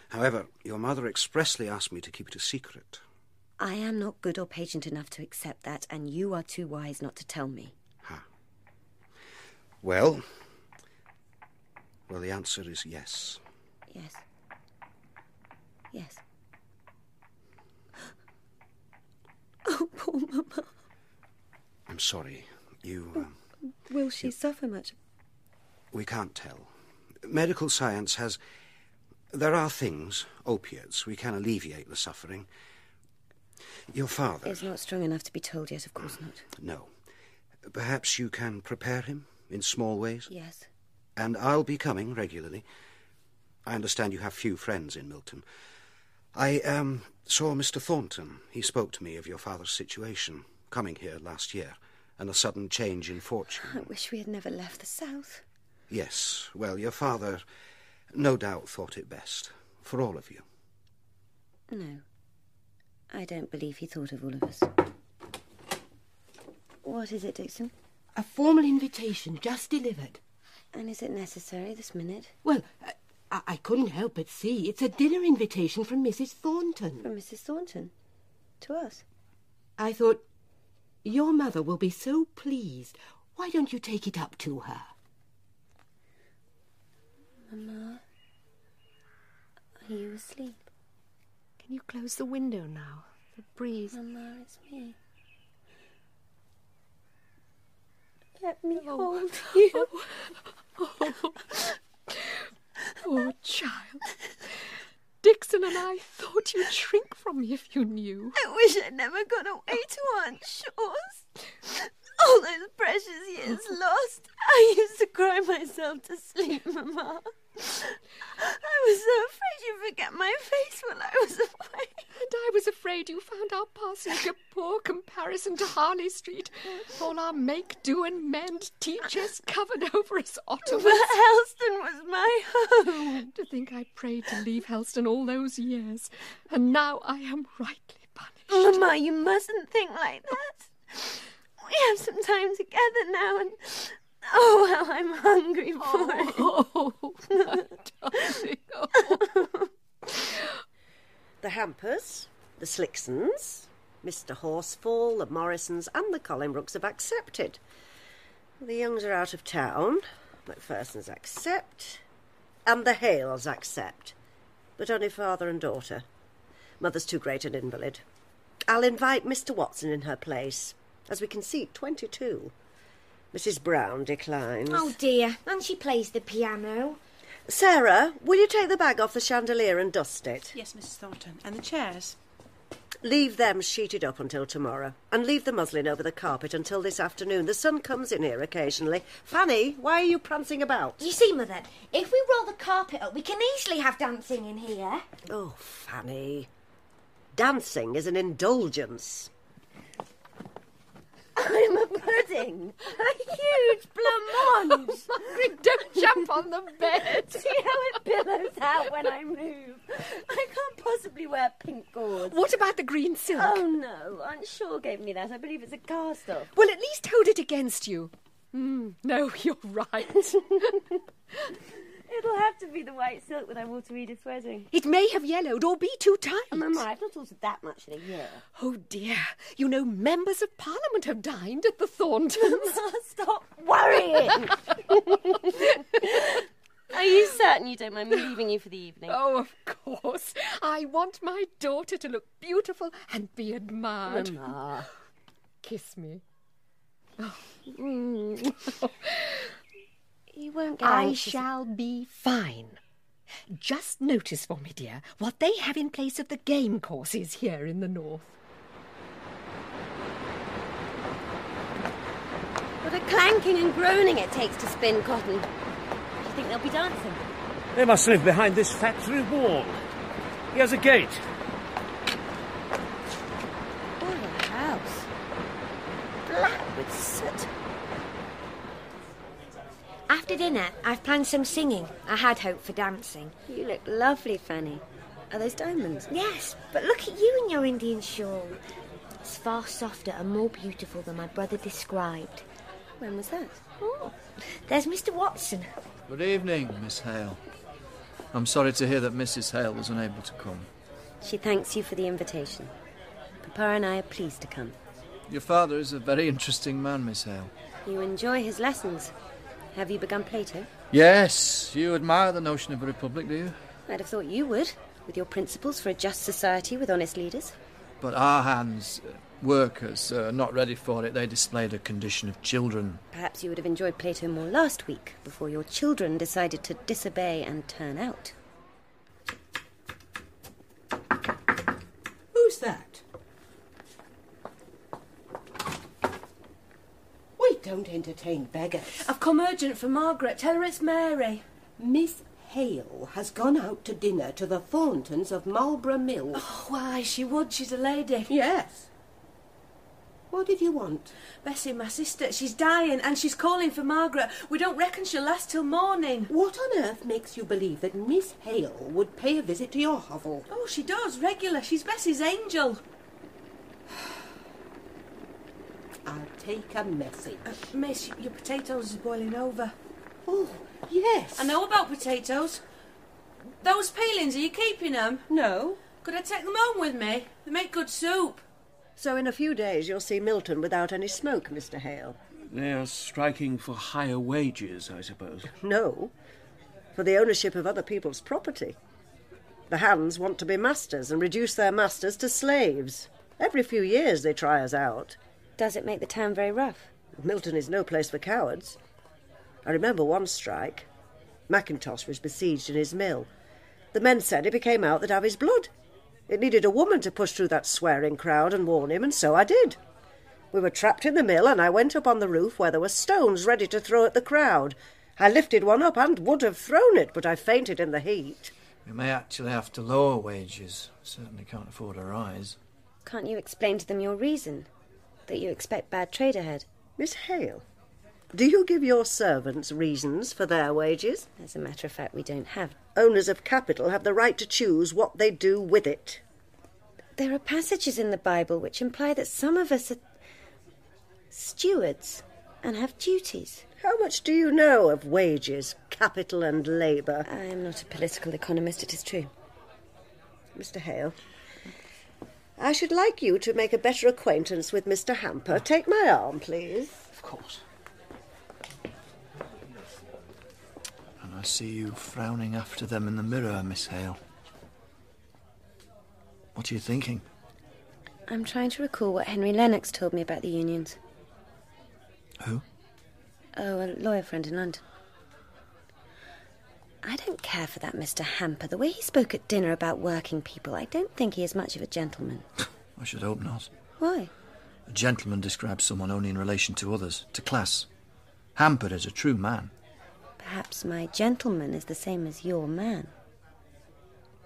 However, your mother expressly asked me to keep it a secret.
I am not good or patient enough to accept that, and you are too wise not to tell me.
Well, well, the answer is yes.
Yes. Yes. Oh, poor Mama.
I'm sorry. You, um,
Will she suffer much?
we can't tell. Medical science has. There are things, opiates, we can alleviate the suffering. Your father,
Is not strong enough to be told yet, of course not.
no. Perhaps you can prepare him in small ways?
Yes.
And I'll be coming regularly. I understand you have few friends in Milton. I um, saw Mr. Thornton. He spoke to me of your father's situation, coming here last year, and a sudden change in fortune.
I wish we had never left the South.
Yes, well, your father no doubt thought it best for all of you.
No. I don't believe he thought of all of us. What is it, Dixon?
A formal invitation just delivered.
And is it necessary this minute?
Well, uh, I, I couldn't help but see. It's a dinner invitation from Mrs. Thornton.
From Mrs. Thornton? To us?
I thought, your mother will be so pleased. Why don't you take it up to her?
Mama, are you asleep?
Can you close the window now? The breeze.
Mama, it's me. Let me hold you.
Oh, poor child. Dixon and I thought you'd shrink from me if you knew.
I wish I'd never gone away to Aunt Shaw's. All those precious years lost. I used to cry myself to sleep, Mama. I was so afraid you'd forget my face while I was away.
And I was afraid you found our passage a poor comparison to Harley Street. All our make, do, and mend teachers covered over us Ottomans.
But Helston was my home.
To think I prayed to leave Helston all those years, and now I am rightly punished.
Mama, you mustn't think like that. We have some time together now, and oh, how I'm hungry for it.
Oh,
The Hampers, the Slicksons, Mr. Horsefall, the Morrisons, and the Collinbrooks have accepted. The Youngs are out of town. Macpherson's accept. And the Hales accept. But only father and daughter. Mother's too great an invalid. I'll invite Mr. Watson in her place. As we can see, 22. Mrs. Brown declines.
Oh dear, and she plays the piano.
Sarah, will you take the bag off the chandelier and dust it?
Yes, Mrs. Thornton. And the chairs?
Leave them sheeted up until tomorrow, and leave the muslin over the carpet until this afternoon. The sun comes in here occasionally. Fanny, why are you prancing about?
You see, Mother, if we roll the carpet up, we can easily have dancing in here.
Oh, Fanny. Dancing is an indulgence.
I'm a pudding. A huge blancmange.
Margaret, don't jump on the bed.
See how it billows out when I move. I can't possibly wear pink gauze.
What about the green silk?
Oh, no. Aunt Shaw gave me that. I believe it's a cast off.
Well, at least hold it against you. Mm, no, you're right.
It'll have to be the white silk that I wore to Edith's wedding.
It may have yellowed or be too tight.
Oh, Mama, I've not altered that much in a year.
Oh dear, you know members of Parliament have dined at the Thorntons.
Mama, stop worrying.
Are you certain you don't mind me leaving you for the evening?
Oh, of course. I want my daughter to look beautiful and be admired.
Mama.
Kiss me. Oh. Mm.
You won't get
I
anxious.
shall be fine. Just notice for me, dear, what they have in place of the game courses here in the north.
What a clanking and groaning it takes to spin cotton. Do you think they'll be dancing?
They must live behind this factory wall. Here's a gate.
What a house. Black with soot.
After dinner, I've planned some singing. I had hoped for dancing.
You look lovely, Fanny. Are those diamonds?
Yes, but look at you in your Indian shawl. It's far softer and more beautiful than my brother described.
When was that?
Oh, there's Mr. Watson.
Good evening, Miss Hale. I'm sorry to hear that Mrs. Hale was unable to come.
She thanks you for the invitation. Papa and I are pleased to come.
Your father is a very interesting man, Miss Hale.
You enjoy his lessons. Have you begun Plato?
Yes, you admire the notion of a republic, do you?
I'd have thought you would, with your principles for a just society with honest leaders.
But our hands, uh, workers, uh, are not ready for it. They display the condition of children.
Perhaps you would have enjoyed Plato more last week, before your children decided to disobey and turn out.
Who's that? We don't entertain beggars.
I've come urgent for Margaret. Tell her it's Mary.
Miss Hale has gone out to dinner to the Thorntons of Marlborough Mill.
Oh, why, she would. She's a lady.
Yes. What did you want?
Bessie, my sister, she's dying and she's calling for Margaret. We don't reckon she'll last till morning.
What on earth makes you believe that Miss Hale would pay a visit to your hovel?
Oh, she does, regular. She's Bessie's angel.
I'll take a message.
Uh, miss, your potatoes is boiling over.
Oh, yes.
I know about potatoes. Those peelings, are you keeping them?
No.
Could I take them home with me? They make good soup.
So in a few days you'll see Milton without any smoke, Mr. Hale.
They are striking for higher wages, I suppose.
No, for the ownership of other people's property. The hands want to be masters and reduce their masters to slaves. Every few years they try us out.
Does it make the town very rough?
Milton is no place for cowards. I remember one strike. Mackintosh was besieged in his mill. The men said it became out that have his blood. It needed a woman to push through that swearing crowd and warn him, and so I did. We were trapped in the mill, and I went up on the roof where there were stones ready to throw at the crowd. I lifted one up and would have thrown it, but I fainted in the heat.
We may actually have to lower wages. Certainly can't afford a rise.
Can't you explain to them your reason? That you expect bad trade ahead?
Miss Hale, do you give your servants reasons for their wages?
As a matter of fact, we don't have.
Owners of capital have the right to choose what they do with it.
There are passages in the Bible which imply that some of us are stewards and have duties.
How much do you know of wages, capital, and labour?
I am not a political economist, it is true.
Mr. Hale, I should like you to make a better acquaintance with Mr. Hamper. Take my arm, please.
Of course.
And I see you frowning after them in the mirror, Miss Hale. What are you thinking?
I'm trying to recall what Henry Lennox told me about the unions.
Who?
Oh, a lawyer friend in London. I don't care for that Mr. Hamper. The way he spoke at dinner about working people, I don't think he is much of a gentleman.
I should hope not.
Why?
A gentleman describes someone only in relation to others, to class. Hampered is a true man.
Perhaps my gentleman is the same as your man.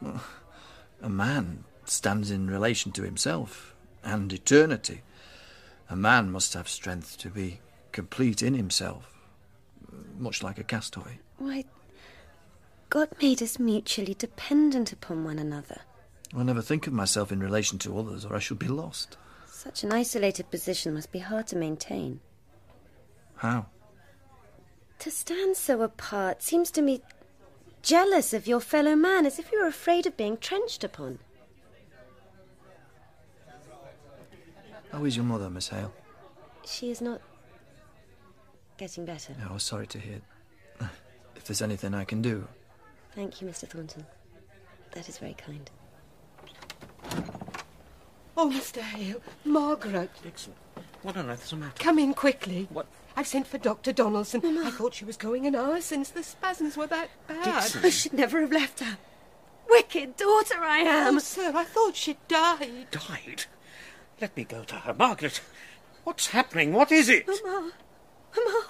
A man stands in relation to himself and eternity. A man must have strength to be complete in himself, much like a castaway.
Why, God made us mutually dependent upon one another.
I never think of myself in relation to others, or I should be lost.
Such an isolated position must be hard to maintain.
How?
To stand so apart seems to me jealous of your fellow man, as if you were afraid of being trenched upon.
How is your mother, Miss Hale?
She is not getting better.
Oh, I was sorry to hear. If there's anything I can do,
Thank you, Mr. Thornton. That is very kind.
Oh, Mr. Hale, Margaret.
Dixon, what on earth is the matter?
Come in quickly.
What?
I've sent for Dr. Donaldson. I thought she was going an hour since the spasms were that bad.
Dixon.
I should never have left her.
Wicked daughter I am.
Oh, sir, I thought she died.
Died? Let me go to her. Margaret, what's happening? What is it?
Mama. Mama.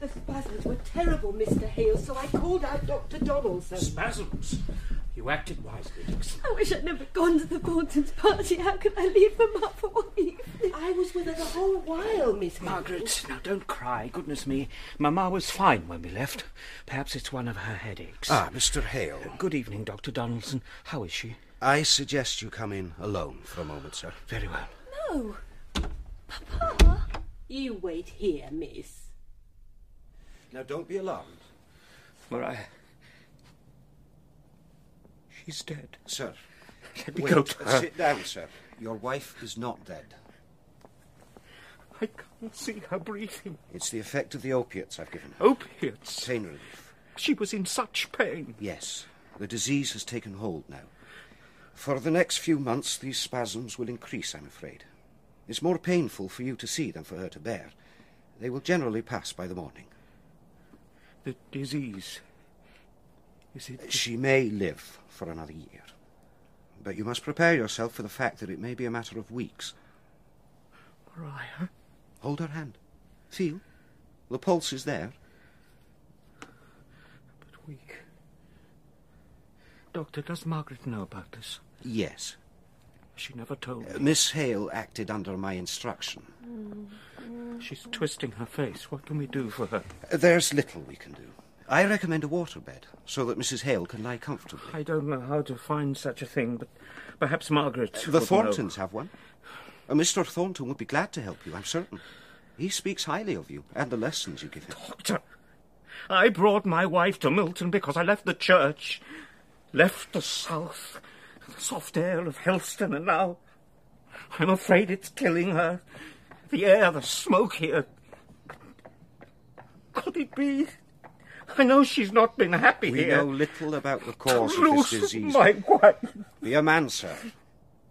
The spasms were terrible, Mr. Hale, so I called out Dr. Donaldson.
Spasms. You acted wisely, Dixon.
I wish I'd never gone to the Thorntons' party. How could I leave Mama for one evening?
I was with her the whole while, Miss
Margaret, now don't cry. Goodness me, Mamma was fine when we left. Perhaps it's one of her headaches.
Ah, Mr. Hale.
Good evening, Dr. Donaldson. How is she?
I suggest you come in alone for a moment, sir.
Very well.
No.
You wait here, miss.
Now, don't be alarmed.
Maria. She's dead.
Sir.
Let me
wait, Uh,
go to her.
Sit down, sir. Your wife is not dead.
I can't see her breathing.
It's the effect of the opiates I've given her.
Opiates?
Pain relief.
She was in such pain.
Yes. The disease has taken hold now. For the next few months, these spasms will increase, I'm afraid. It's more painful for you to see than for her to bear. They will generally pass by the morning.
The disease. Is it.
She may live for another year. But you must prepare yourself for the fact that it may be a matter of weeks.
Maria.
Hold her hand. Feel. The pulse is there.
Weak. Doctor, does Margaret know about this?
Yes.
She never told me.
Uh, Miss Hale acted under my instruction.
Mm-hmm. She's twisting her face. What can we do for her?
Uh, There's little we can do. I recommend a waterbed so that Mrs. Hale can lie comfortably.
I don't know how to find such a thing, but perhaps Margaret.
The
would
Thorntons
know.
have one. Uh, Mr. Thornton would be glad to help you, I'm certain. He speaks highly of you and the lessons you give him.
Doctor, I brought my wife to Milton because I left the church, left the south, the soft air of Helston, and now I'm afraid it's killing her. The air, the smoke here. Could it be? I know she's not been happy
We
here.
know little about the cause of this
Loose
disease.
my wife.
Be a man, sir,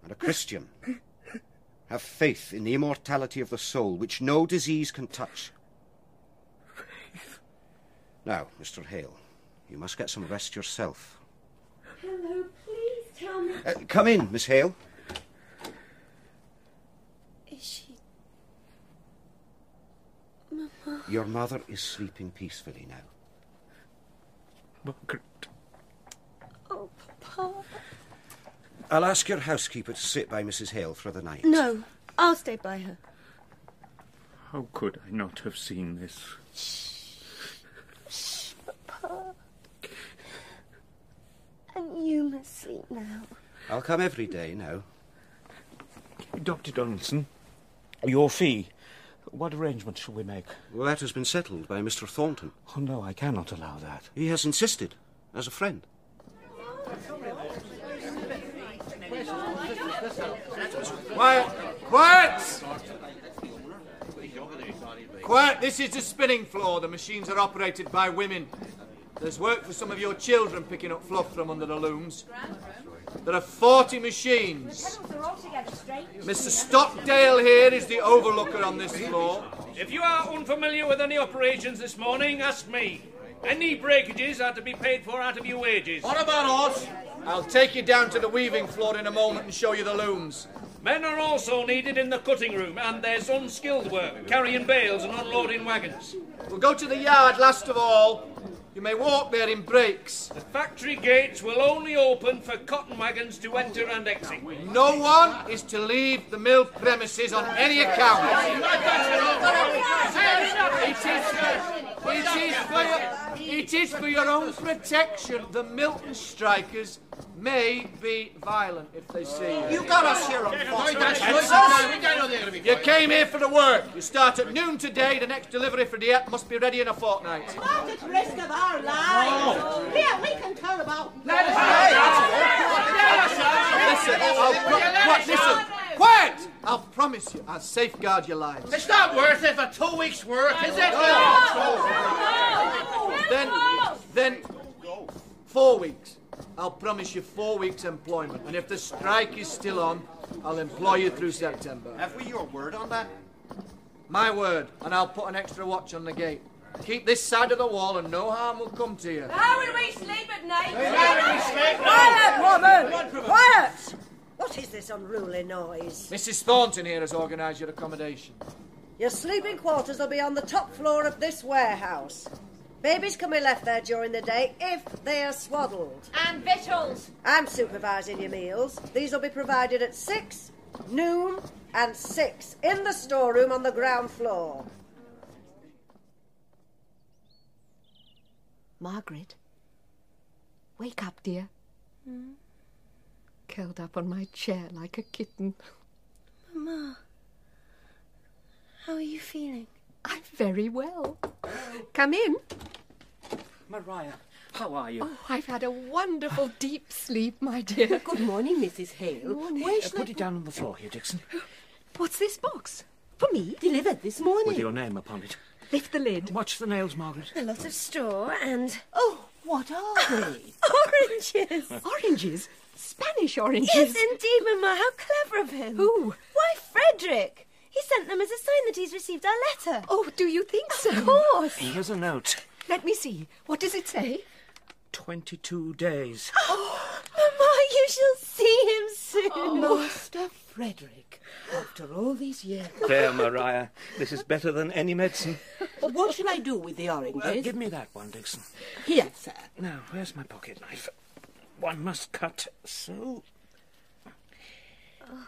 and a Christian. Have faith in the immortality of the soul, which no disease can touch. Now, Mr. Hale, you must get some rest yourself.
Hello, please tell me.
Uh, come in, Miss Hale.
Is she. Mama.
Your mother is sleeping peacefully now.
Margaret.
Oh, Papa.
I'll ask your housekeeper to sit by Mrs. Hale for the night.
No, I'll stay by her.
How could I not have seen this?
Papa. And you must sleep now.
I'll come every day now.
Dr. Donaldson, your fee. What arrangement shall we make?
Well, that has been settled by Mr. Thornton.
Oh, no, I cannot allow that.
He has insisted, as a friend.
Quiet! Quiet! Quiet! This is the spinning floor. The machines are operated by women. There's work for some of your children picking up fluff from under the looms. There are 40 machines.
They're all together straight.
Mr. Stockdale here is the overlooker on this floor.
If you are unfamiliar with any operations this morning, ask me. Any breakages are to be paid for out of your wages.
What about us? I'll take you down to the weaving floor in a moment and show you the looms.
Men are also needed in the cutting room, and there's unskilled work, carrying bales and unloading wagons.
We'll go to the yard last of all. You may walk there in breaks.
The factory gates will only open for cotton wagons to enter and exit.
No one is to leave the mill premises on any account. It is, for your, it is for your own protection. The Milton strikers may be violent if they see you.
You got us here on Foster.
You came here for the work. You start at noon today. The next delivery for the app must be ready in a fortnight.
What at risk of our lives?
Oh.
Here, we can tell about.
Let us Listen, I'll pro- what, listen. Quiet! I'll promise you, I'll safeguard your lives.
It's not worth it for two weeks' work, is it?
Then, then, four weeks. I'll promise you four weeks' employment, and if the strike is still on, I'll employ you through September.
Have we your word on that?
My word, and I'll put an extra watch on the gate. Keep this side of the wall, and no harm will come to you.
How will we sleep at night?
Quiet, woman! Quiet! What is this unruly noise?
Mrs. Thornton here has organised your accommodation.
Your sleeping quarters will be on the top floor of this warehouse. Babies can be left there during the day if they are swaddled.
And victuals.
I'm supervising your meals. These will be provided at six, noon, and six in the storeroom on the ground floor.
Margaret, wake up, dear.
Hmm?
Curled up on my chair like a kitten.
Mama, how are you feeling?
I'm very well. Come in.
Maria, how are you?
Oh, I've had a wonderful deep sleep, my dear.
Good morning, Mrs. Hale.
Morning.
Where
Uh,
shall
put
I
it down on the floor here, Dixon,
What's this box? For me?
Delivered this morning.
with your name upon it.
Lift the lid.
Watch the nails, Margaret.
A lot of straw and.
Oh, what are they?
oranges!
Oh, Oranges? Spanish oranges?
Yes, indeed, Mamma. How clever of him.
Who?
Why, Frederick. He sent them as a sign that he's received our letter.
Oh, do you think so?
Of course.
Here's a note.
Let me see. What does it say?
Twenty-two days.
Mamma, you shall see him soon.
Oh.
Master Frederick, after all these years.
There, Maria. This is better than any medicine.
What shall I do with the oranges?
Well, Uh, give me that one, Dixon.
Here, sir.
Now, where's my pocket knife? One must cut so.
Oh,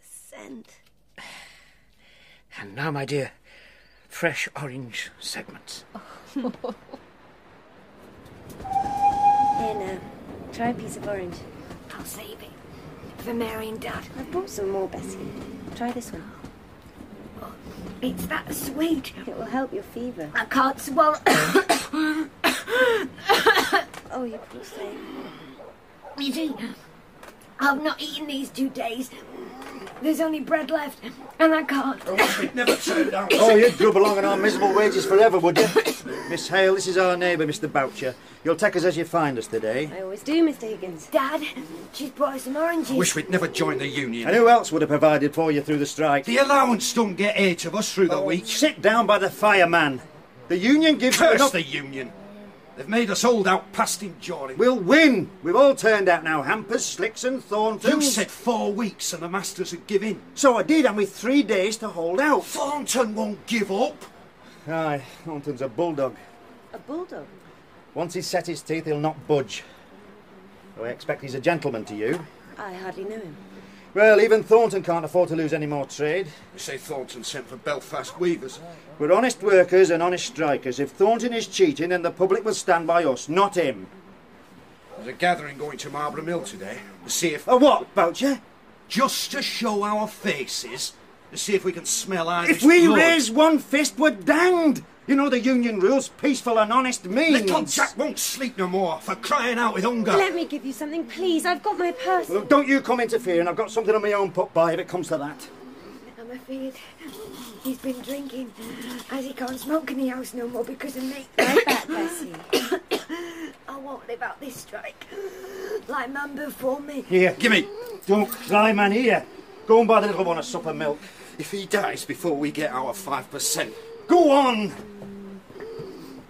Scent.
And now, my dear, fresh orange segments.
Here now, try a piece of orange.
I'll save it. For Mary and Dad.
I've brought some more, Bessie. Try this one.
Oh, It's that sweet.
It will help your fever.
I can't swallow.
Oh, you poor thing.
you see, I've not eaten these two days. There's only bread left, and I can't.
Never turn down. Oh, you'd grub along on our miserable wages forever, would you? Miss Hale, this is our neighbour, Mr. Boucher. You'll take us as you find us today.
I always do, Mr. Higgins.
Dad, she's brought us some oranges.
Wish
We'd never joined the union.
And who else would have provided for you through the strike? Oh,
The allowance don't get eight of us through the week.
Sit down by the fire, man. The union gives you
Curse
enough-
the union. They've made us hold out past enduring.
We'll win. We've all turned out now. Hampers, Slicks, and Thornton.
You said four weeks and the masters would give in.
So I did, and with three days to hold out.
Thornton won't give up.
Aye, Thornton's a bulldog.
A bulldog?
Once he's set his teeth, he'll not budge. Though I expect he's a gentleman to you.
I hardly know him.
Well, even Thornton can't afford to lose any more trade.
You say Thornton sent for Belfast weavers.
We're honest workers and honest strikers. If Thornton is cheating, then the public will stand by us, not him.
There's a gathering going to Marlborough Mill today to see if.
A what, Boucher?
Just to show our faces, to see if we can smell Irish
If we
blood.
raise one fist, we're danged. You know the union rules, peaceful and honest means.
Little Jack won't sleep no more for crying out with hunger.
Let me give you something, please. I've got my purse.
Well, don't you come interfering. I've got something on my own put by if it comes to that.
I'm afraid he's been drinking, as he can't smoke in the house no more because of me.
I bet, Bessie.
I won't live out this strike. Like man before me.
Here. Gimme. Don't cry, man, here. Go and buy the little one a sup of milk. If he dies before we get our 5%. Go on!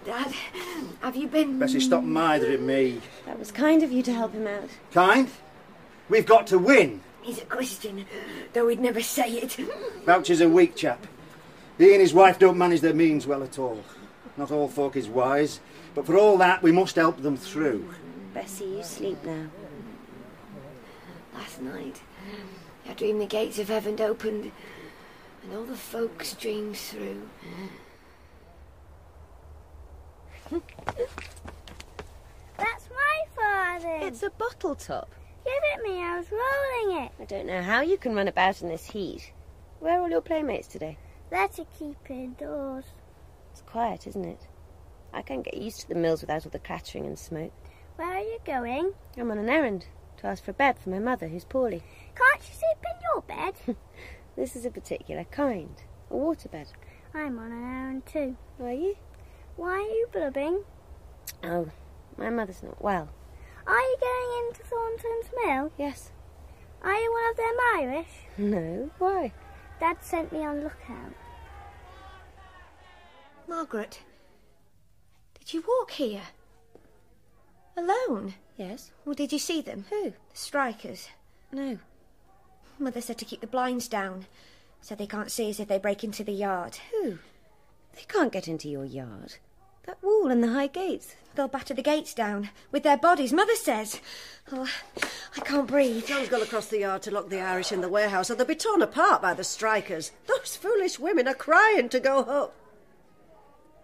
Dad, have you been.
Bessie, stop mithering me.
That was kind of you to help him out.
Kind? We've got to win.
He's a Christian, though he'd never say it.
Boucher's a weak chap. He and his wife don't manage their means well at all. Not all folk is wise, but for all that, we must help them through.
Bessie, you sleep now.
Last night, I dreamed the gates of heaven opened and all the folks streamed through.
That's my father.
It's a bottle top.
Give it me, I was rolling it.
I don't know how you can run about in this heat. Where are all your playmates today?
They're to keep indoors.
It's quiet, isn't it? I can't get used to the mills without all the clattering and smoke.
Where are you going?
I'm on an errand to ask for a bed for my mother, who's poorly.
Can't you sleep in your bed?
This is a particular kind, a waterbed.
I'm on an errand too.
Are you?
Why are you blubbing?
Oh, my mother's not well.
Are you going into Thornton's Mill?
Yes.
Are you one of them Irish?
No, why?
Dad sent me on lookout.
Margaret, did you walk here? Alone?
Yes.
Or did you see them?
Who? The
strikers.
No.
Mother said to keep the blinds down so they can't see us if they break into the yard.
Who? They can't get into your yard. That wall and the high gates.
They'll batter the gates down with their bodies, Mother says. Oh, I can't breathe.
John's gone across the yard to lock the Irish in the warehouse, or they'll be torn apart by the strikers. Those foolish women are crying to go home.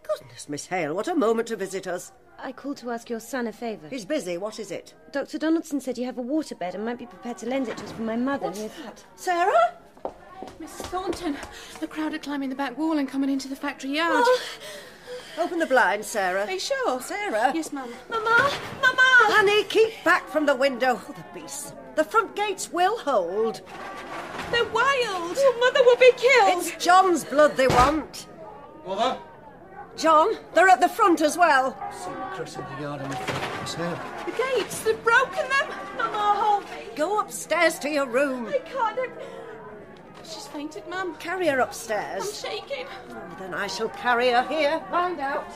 Goodness, Miss Hale, what a moment to visit us.
I called to ask your son a favour.
He's busy. What is it?
Dr. Donaldson said you have a waterbed and might be prepared to lend it to us for my mother.
What's
who-
that?
Sarah?
Mrs. Thornton, the crowd are climbing the back wall and coming into the factory yard.
Oh.
Open the blind, Sarah.
Are you sure?
Sarah?
Yes, Mum.
Mama! Mama! Annie, keep back from the window. Oh, the beasts. The front gates will hold.
They're wild. Your mother will be killed.
It's John's blood they want.
Mother?
John, they're at the front as well.
Someone crossing the yard on the front. It's her.
The gates, they've broken them. Mama, hold me.
Go upstairs to your room.
I can't. I'm... She's fainted, Mum.
Carry her
I'm
upstairs.
shaking.
Then I shall carry her here. Mind out.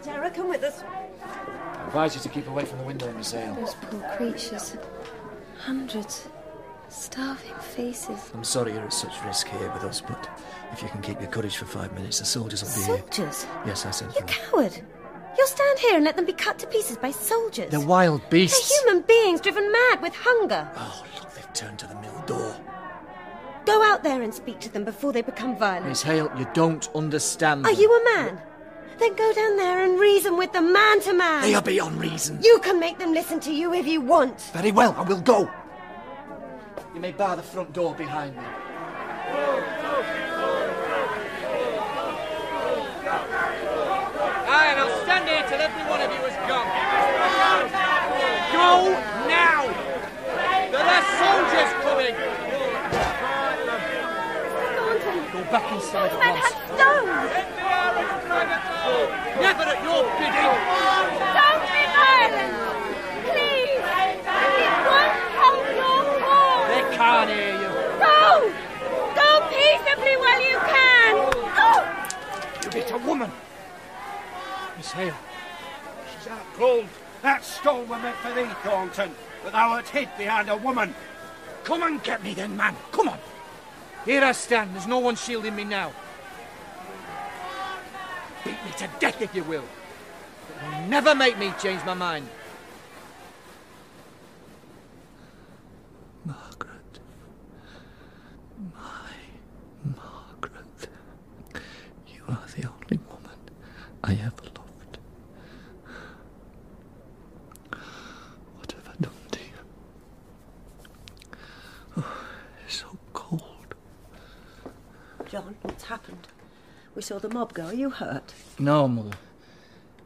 Sarah, come with us.
I advise you to keep away from the window, Miss Hale.
Those poor creatures. Hundreds. Starving faces.
I'm sorry you're at such risk here with us, but if you can keep your courage for five minutes, the soldiers will be
Soldiers?
here. Yes, I said. You
Coward! You'll stand here and let them be cut to pieces by soldiers.
They're wild beasts.
They're human beings driven mad with hunger.
Oh, look, they've turned to the mill door.
Go out there and speak to them before they become violent.
Miss Hale, you don't understand.
Are
them.
you a man? Then go down there and reason with them man to man.
They are beyond reason.
You can make them listen to you if you want.
Very well, I will go. You may bar the front door behind me.
Aye, and I'll stand here till every one of you has gone. Go now! There are soldiers coming!
Go back inside at once.
Never at your bidding!
Don't be violent! Please! It won't help your cause!
They can't hear you.
Go! Go peaceably while you can! Go!
You bit a woman. Miss Hale, she's out. Cold. That stone were meant for thee, Thornton, but thou art hid behind a woman. Come and get me then, man. Come on.
Here I stand, there's no one shielding me now. Beat me to death if you will. But you'll never make me change my mind.
Margaret. My Margaret. You are the only woman I ever loved. What have I done to you? Oh, it's so cold.
John, what's happened? We saw the mob go. Are you hurt?
No, Mother.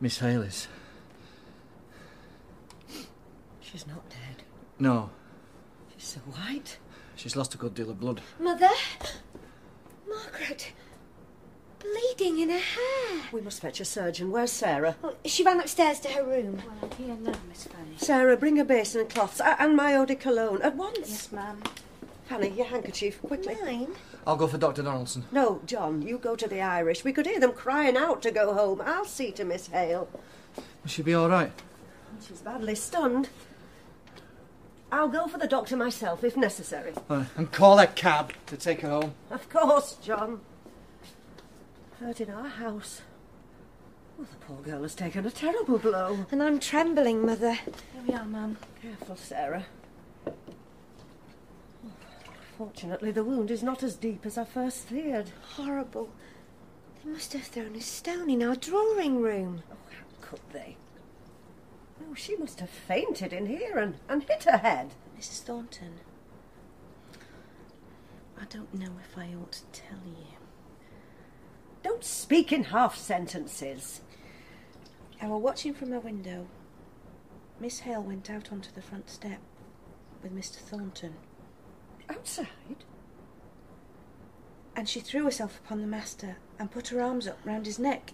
Miss Hale is.
She's not dead.
No,
She's so white.
she's lost a good deal of blood.
Mother? Margaret? Bleeding in her hair. We must fetch a surgeon. Where's Sarah? She ran upstairs to her room.
Well, I'm here now, Oh, Miss Fanny.
Sarah, bring a basin and cloths a- and my eau de cologne at once.
Yes, ma'am.
Fanny, your handkerchief, quickly. Mine?
I'll go for Dr. Donaldson.
No, John, you go to the Irish. We could hear them crying out to go home. I'll see to Miss Hale.
Will she be all right?
She's badly stunned. I'll go for the doctor myself if necessary.
Uh, And call a cab to take her home.
Of course, John. Hurt in our house. Well, the poor girl has taken a terrible blow.
And I'm trembling, Mother.
Here we are, ma'am. Careful, Sarah. Fortunately, the wound is not as deep as I first feared.
Horrible. They must have thrown a stone in our drawing room.
Oh, Could they? Oh, she must have fainted in here and, and hit her head.
Mrs. Thornton, I don't know if I ought to tell you.
Don't speak in half sentences.
I were watching from my window. Miss Hale went out onto the front step with Mr. Thornton,
Outside?
and she threw herself upon the master and put her arms up round his neck.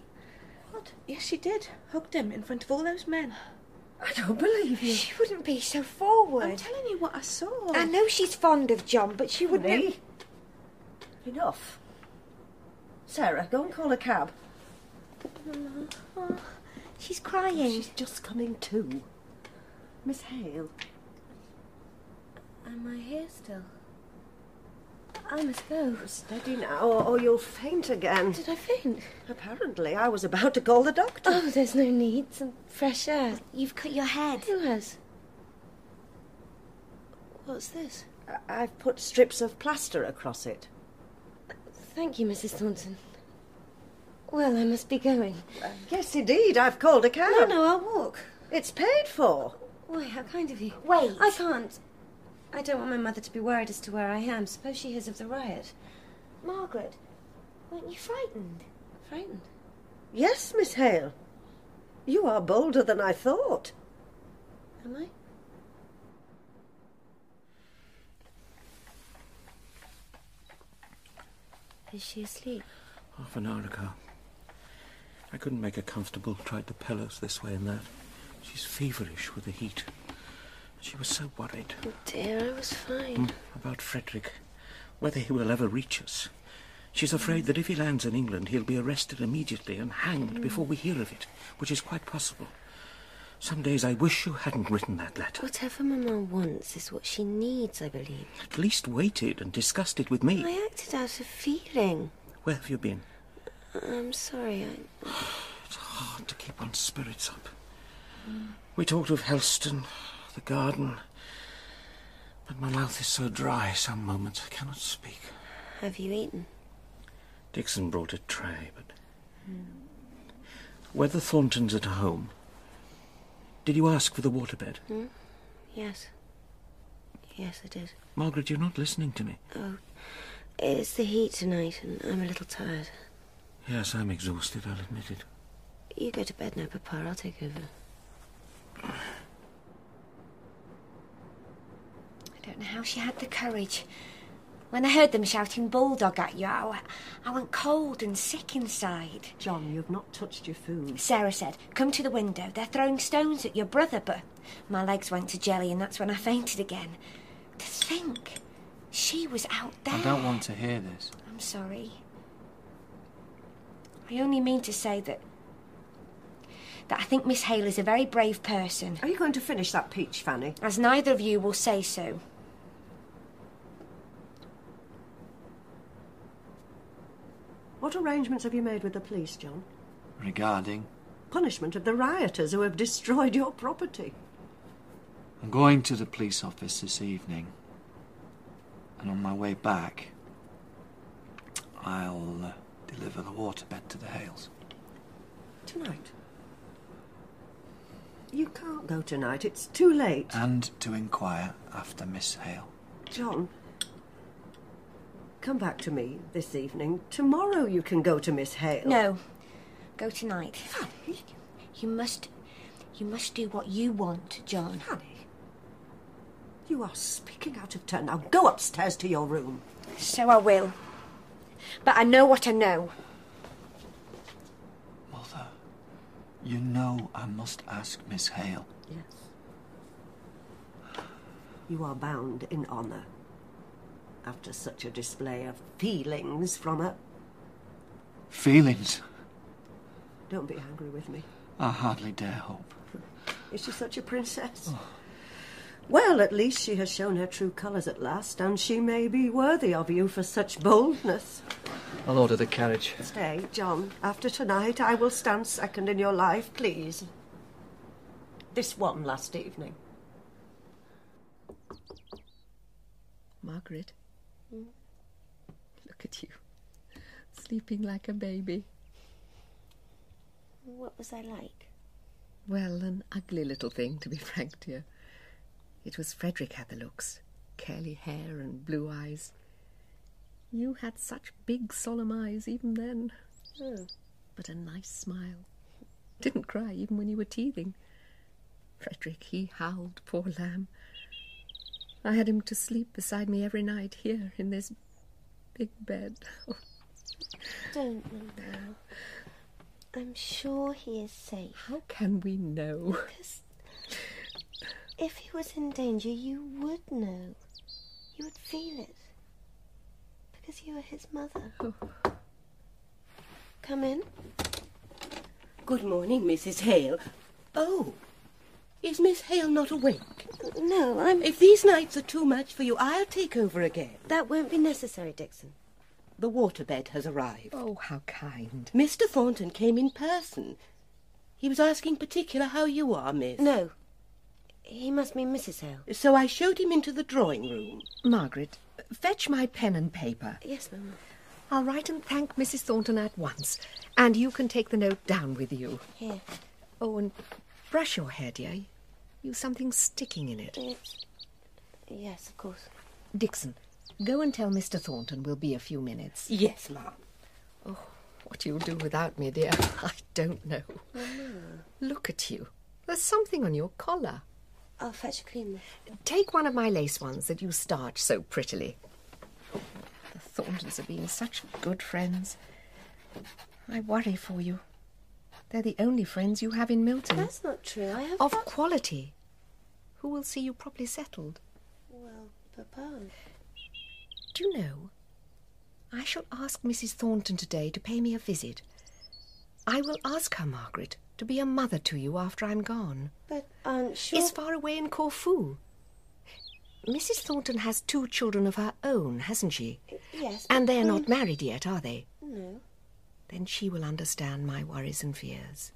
What?
Yes, she did. Hugged him in front of all those men.
I don't believe you.
She wouldn't be so forward.
I'm
telling you what I saw.
I
know she's fond of John, but she
wouldn't have- Enough. Sarah, go and call a cab.
she's crying.
She's just coming to. Miss Hale.
Am I here still? I must go.
Steady now, or, or you'll faint again. Did I faint? Apparently, I was about to call the doctor.
Oh, there's no need. Some fresh air. You've cut your head. Who has? What's this?
I- I've put strips of plaster across it.
Thank you, Mrs. Thornton. Well, I must be going.
Yes, indeed, I've called a cab.
No, no, I'll walk.
It's paid for.
Why, how kind of you. Wait. I can't. I don't want my mother to be worried as to where I am. Suppose she hears of the riot. Margaret, weren't you frightened? Frightened?
Yes, Miss Hale. You are bolder than I thought.
Am I? Is she asleep?
Half an hour ago. I couldn't make her comfortable, tried the pillows this way and that. She's feverish with the heat. She was so worried.
Oh dear, I was fine.
Mm, about Frederick. Whether he will ever reach us. She's afraid that if he lands in England, he'll be arrested immediately and hanged
Mm.
before we hear of it, which is quite possible. Some days I wish you hadn't written that letter.
Whatever Mamma wants is what she needs, I believe.
At least waited and discussed it with me.
I acted out of feeling.
Where have you been?
I'm sorry. I...
It's hard to keep one's spirits up. We talked of Helston, the garden, but my mouth is so dry some moments I cannot speak.
Have you eaten?
Dixon brought a tray, but. Whether Thornton's at home. Did you ask for the waterbed?
Hmm? Yes. Yes, I did.
Margaret, you're not listening to me.
Oh, it's the heat tonight, and I'm a little tired.
Yes, I'm exhausted, I'll admit it.
You go to bed now, Papa. I'll take over.
I don't know how she had the courage. When I heard them shouting bulldog at you, I, I went cold and sick inside.
John, you've not touched your food.
Sarah said, Come to the window. They're throwing stones at your brother, but my legs went to jelly, and that's when I fainted again. To think, she was out there.
I don't want to hear this.
I'm sorry. I only mean to say that. that I think Miss Hale is a very brave person.
Are you going to finish that peach, Fanny?
As neither of you will say so.
What arrangements have you made with the police, John?
Regarding,
Punishment of the rioters who have destroyed your property.
I'm going to the police office this evening. And on my way back, I'll uh, deliver the waterbed to the Hales.
Tonight? You can't go tonight. It's too late.
And to inquire after Miss Hale.
John, Come back to me this evening. Tomorrow you can go to Miss Hale.
No. Go tonight. Fanny. You must you must do what you want, John.
Fanny. You are speaking out of turn. Now go upstairs to your room.
So I will. But I know what I know.
Mother, you know I must ask Miss Hale.
Yes. You are bound in honour. After such a display of feelings from her.
Feelings?
Don't be angry with me.
I hardly dare hope.
Is she such a princess? Well, at least she has shown her true colours at last, and she may be worthy of you for such boldness.
I'll order the carriage.
Stay, John. After tonight, I will stand second in your life, please. This one last evening.
Margaret, Hmm? look at you, sleeping like a baby.
What was I like?
Well, an ugly little thing, to be frank, dear. It was Frederick had the looks curly hair and blue eyes. You had such big, solemn eyes even then.
Oh.
But a nice smile. Didn't cry even when you were teething. Frederick, he howled, poor lamb. I had him to sleep beside me every night here in this big bed. Oh,
Don't we know? I'm sure he is safe.
How can we know?
Because if he was in danger, you would know. You would feel it. Because you are his mother. Come in.
Good morning, Mrs. Hale. Oh, is Miss Hale not awake?
No, I'm.
If these nights are too much for you, I'll take over again.
That won't be necessary, Dixon.
The waterbed has arrived.
Oh, how kind.
Mr. Thornton came in person. He was asking particular how you are, miss.
No. He must mean Mrs. Hale.
So I showed him into the drawing room.
Margaret, fetch my pen and paper.
Yes, ma'am.
I'll write and thank Mrs. Thornton at once, and you can take the note down with you.
Here.
Oh, and brush your hair, dear. You've something sticking in it.
Yes, of course.
Dixon, go and tell Mr. Thornton we'll be a few minutes.
Yes, ma'am.
Oh, what you'll do without me, dear, I don't know. Look at you. There's something on your collar.
I'll fetch a clean this.
Take one of my lace ones that you starch so prettily. The Thorntons have been such good friends. I worry for you. They're the only friends you have in Milton.
That's not true. I have.
of quality. Who will see you properly settled?
Well, Papa.
Do you know? I shall ask Mrs. Thornton today to pay me a visit. I will ask her, Margaret, to be a mother to you after I'm gone.
But Aunt sure.
Is far away in Corfu. Mrs. Thornton has two children of her own, hasn't she?
Yes.
And
but
they're not
when-
married yet, are they?
No.
Then she will understand my worries and fears.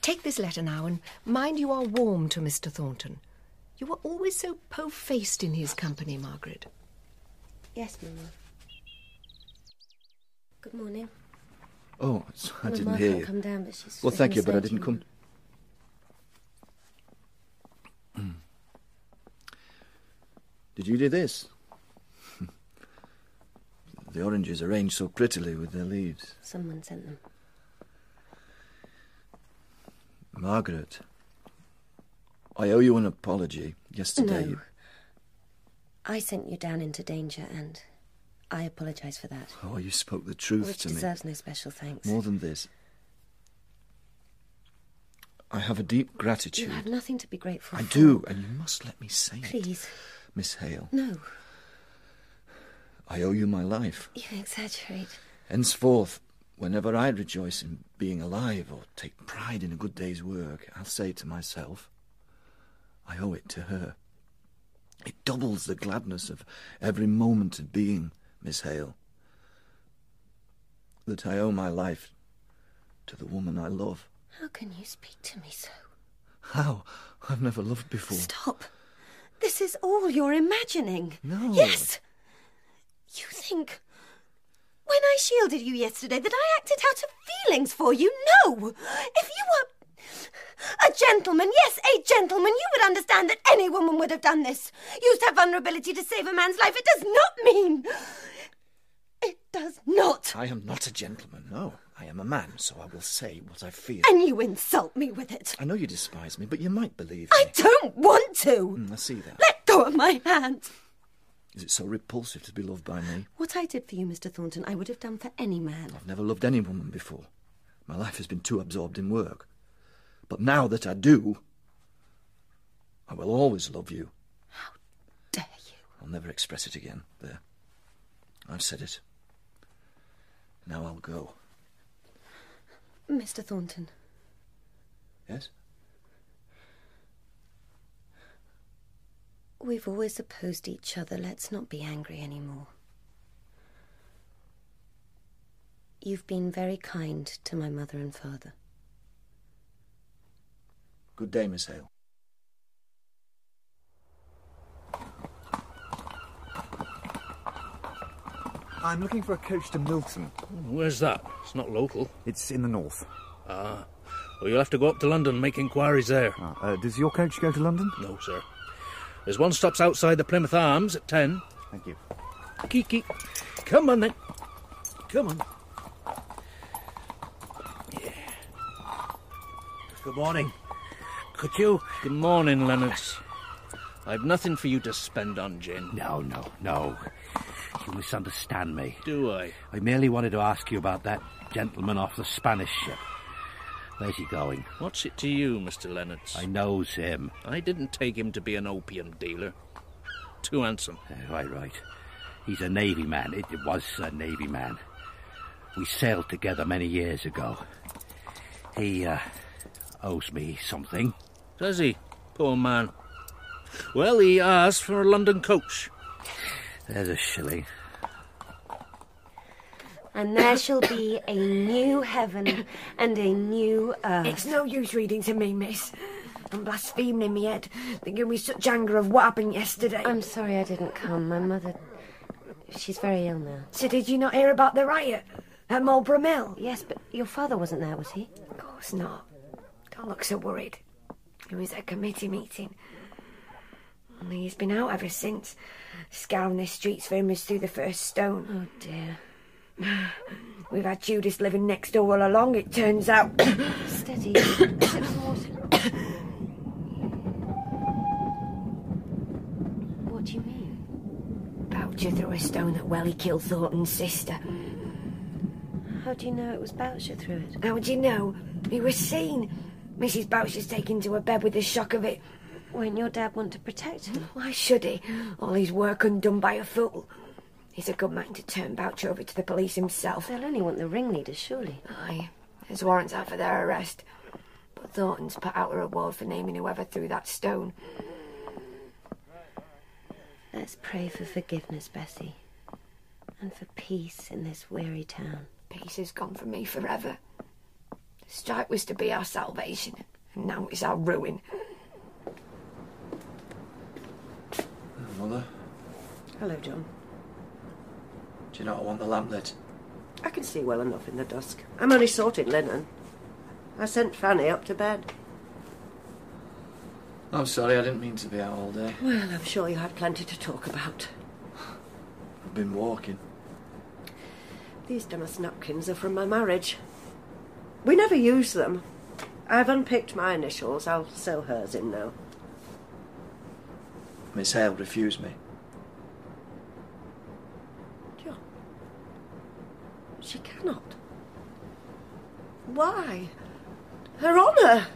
Take this letter now, and mind you are warm to Mr. Thornton. You were always so po-faced in his company, Margaret.
Yes, Mama. Good morning.
Oh, it's, I
Well,
didn't
Margaret
hear
will
you.
come down, but she's
well,
sick
thank
and
you, but I
sent
didn't
you.
come. Did you do this? the oranges arranged so prettily with their leaves.
Someone sent them.
Margaret, I owe you an apology. Yesterday.
No. I sent you down into danger, and I apologise for that.
Oh, you spoke the truth
which
to me.
deserves no special thanks.
More than this. I have a deep
you
gratitude.
have nothing to be grateful
I
for.
do, and you must let me say it.
Please,
Miss Hale,
no.
I owe you my life.
You exaggerate.
Henceforth, whenever I rejoice in being alive or take pride in a good day's work, I'll say to myself, I owe it to her. It doubles the gladness of every moment of being, Miss Hale. That I owe my life to the woman I love.
How can you speak to me so?
How? I've never loved before.
Stop. This is all you're imagining.
No.
Yes. You think. When I shielded you yesterday, that I acted out of feelings for you? No! If you were. A gentleman, yes, a gentleman. You would understand that any woman would have done this. Used her vulnerability to save a man's life. It does not mean. It does not.
I am not a gentleman, no. I am a man, so I will say what I feel.
And you insult me with it.
I know you despise me, but you might believe
I don't want to.
Mm, I see that.
Let go of my hand.
Is it so repulsive to be loved by me?
What I did for you, Mr. Thornton, I would have done for any man.
I've never loved any woman before. My life has been too absorbed in work. But now that I do, I will always love you. How
dare
you? I'll never express it again. There. I've said it. Now I'll go.
Mr. Thornton,
Yes?
we've always opposed each other. Let's not be angry anymore. You've been very kind to my mother and father.
Good day, Miss Hale.
I'm looking for a coach to Milton.
Where's that? It's not local.
It's in the north.
Ah. Well, you'll have to go up to London and make inquiries there.
Uh, does your coach go to London?
No, sir. There's one stops outside the Plymouth Arms at 10.
Thank you.
Kiki. Come on then. Come on. Yeah. Good morning. Could you? Good morning, Lennox. I've nothing for you to spend on gin.
No, no, no. You misunderstand me.
Do I?
I merely wanted to ask you about that gentleman off the Spanish ship. Where's he going?
What's it to you, Mr. Lennox?
I knows him.
I didn't take him to be an opium dealer. Too handsome.
Uh, Right, right. He's a Navy man. It was a Navy man. We sailed together many years ago. He uh, owes me something.
Does he? Poor man. Well, he asked for a London coach.
There's a shilling.
And there shall be a new heaven and a new earth.
It's no use reading to me, miss. I'm blaspheming in my head, thinking with such anger of what happened yesterday.
I'm sorry I didn't come. My mother. She's very ill now.
So did you not hear about the riot at Marlborough Mill?
Yes, but your father wasn't there, was he?
Of course not. Don't look so worried. It was a committee meeting. Only he's been out ever since, scouring the streets for him as through the first stone.
Oh dear.
We've had Judas living next door all along, it turns out.
Steady. What do you mean?
Boucher threw a stone at Welly killed Thornton's sister.
How do you know it was Boucher through it?
How do you know? He was seen. Mrs. Boucher's taken to her bed with the shock of it.
Won't your dad want to protect him?
Why should he? All his work undone by a fool. He's a good man to turn Boucher over to the police himself.
They'll only want the ringleaders, surely.
Aye. There's warrants out for their arrest. But Thornton's put out a reward for naming whoever threw that stone.
Let's pray for forgiveness, Bessie. And for peace in this weary town.
Peace is gone from me forever. The strike was to be our salvation, and now it's our ruin.
Oh, Mother,
Hello, John.
do you know I want the lamp lit?
I can see well enough in the dusk. I'm only sorting linen. I sent Fanny up to bed.
I'm sorry, I didn't mean to be out all day.
Well, I'm sure you had plenty to talk about.
I've been walking.
These
Damask napkins are from my marriage. We never use them. I've unpicked my initials. I'll sew hers in now.
Miss Hale refused me.
John. She cannot. Why? Her honour.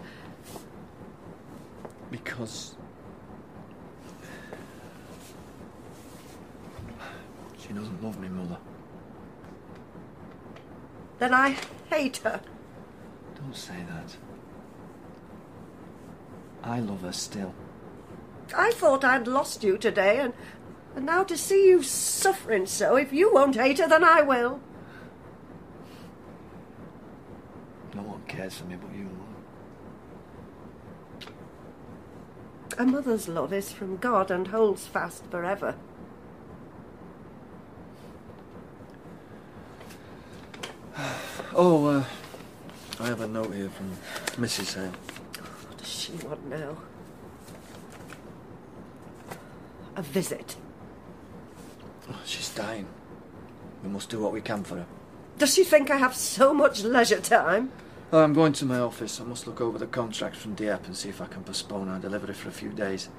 Because. She doesn't love me, Mother.
Then I hate her.
Don't say that. I love her still.
I thought I'd lost you today, and, and now to see you suffering so, if you won't hate her, then I will.
No one cares for me but you, Mother.
A mother's love is from God and holds fast forever.
Oh, uh, I have a note here from Mrs. Hale.
What does she want now? A visit.
Oh, she's dying. We must do what we can for her.
Does she think I have so much leisure time?
Oh, I'm going to my office. I must look over the contracts from Dieppe and see if I can postpone our delivery for a few days.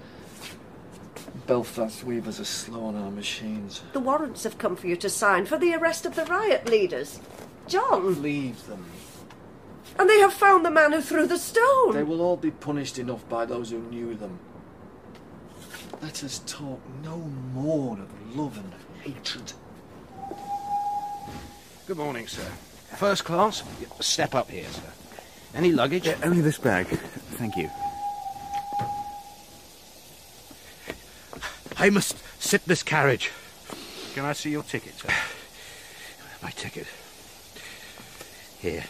Belfast weavers are slow on our machines.
The warrants have come for you to sign for the arrest of the riot leaders. John!
Leave them.
And they have found the man who threw the stone!
They will all be punished enough by those who knew them. Let us talk no more of love and hatred.
Good morning, sir. First class? Step up here, sir. Any luggage?
Uh, Only this bag. Thank you.
I must sit this carriage. Can I see your ticket, sir? My ticket. Here.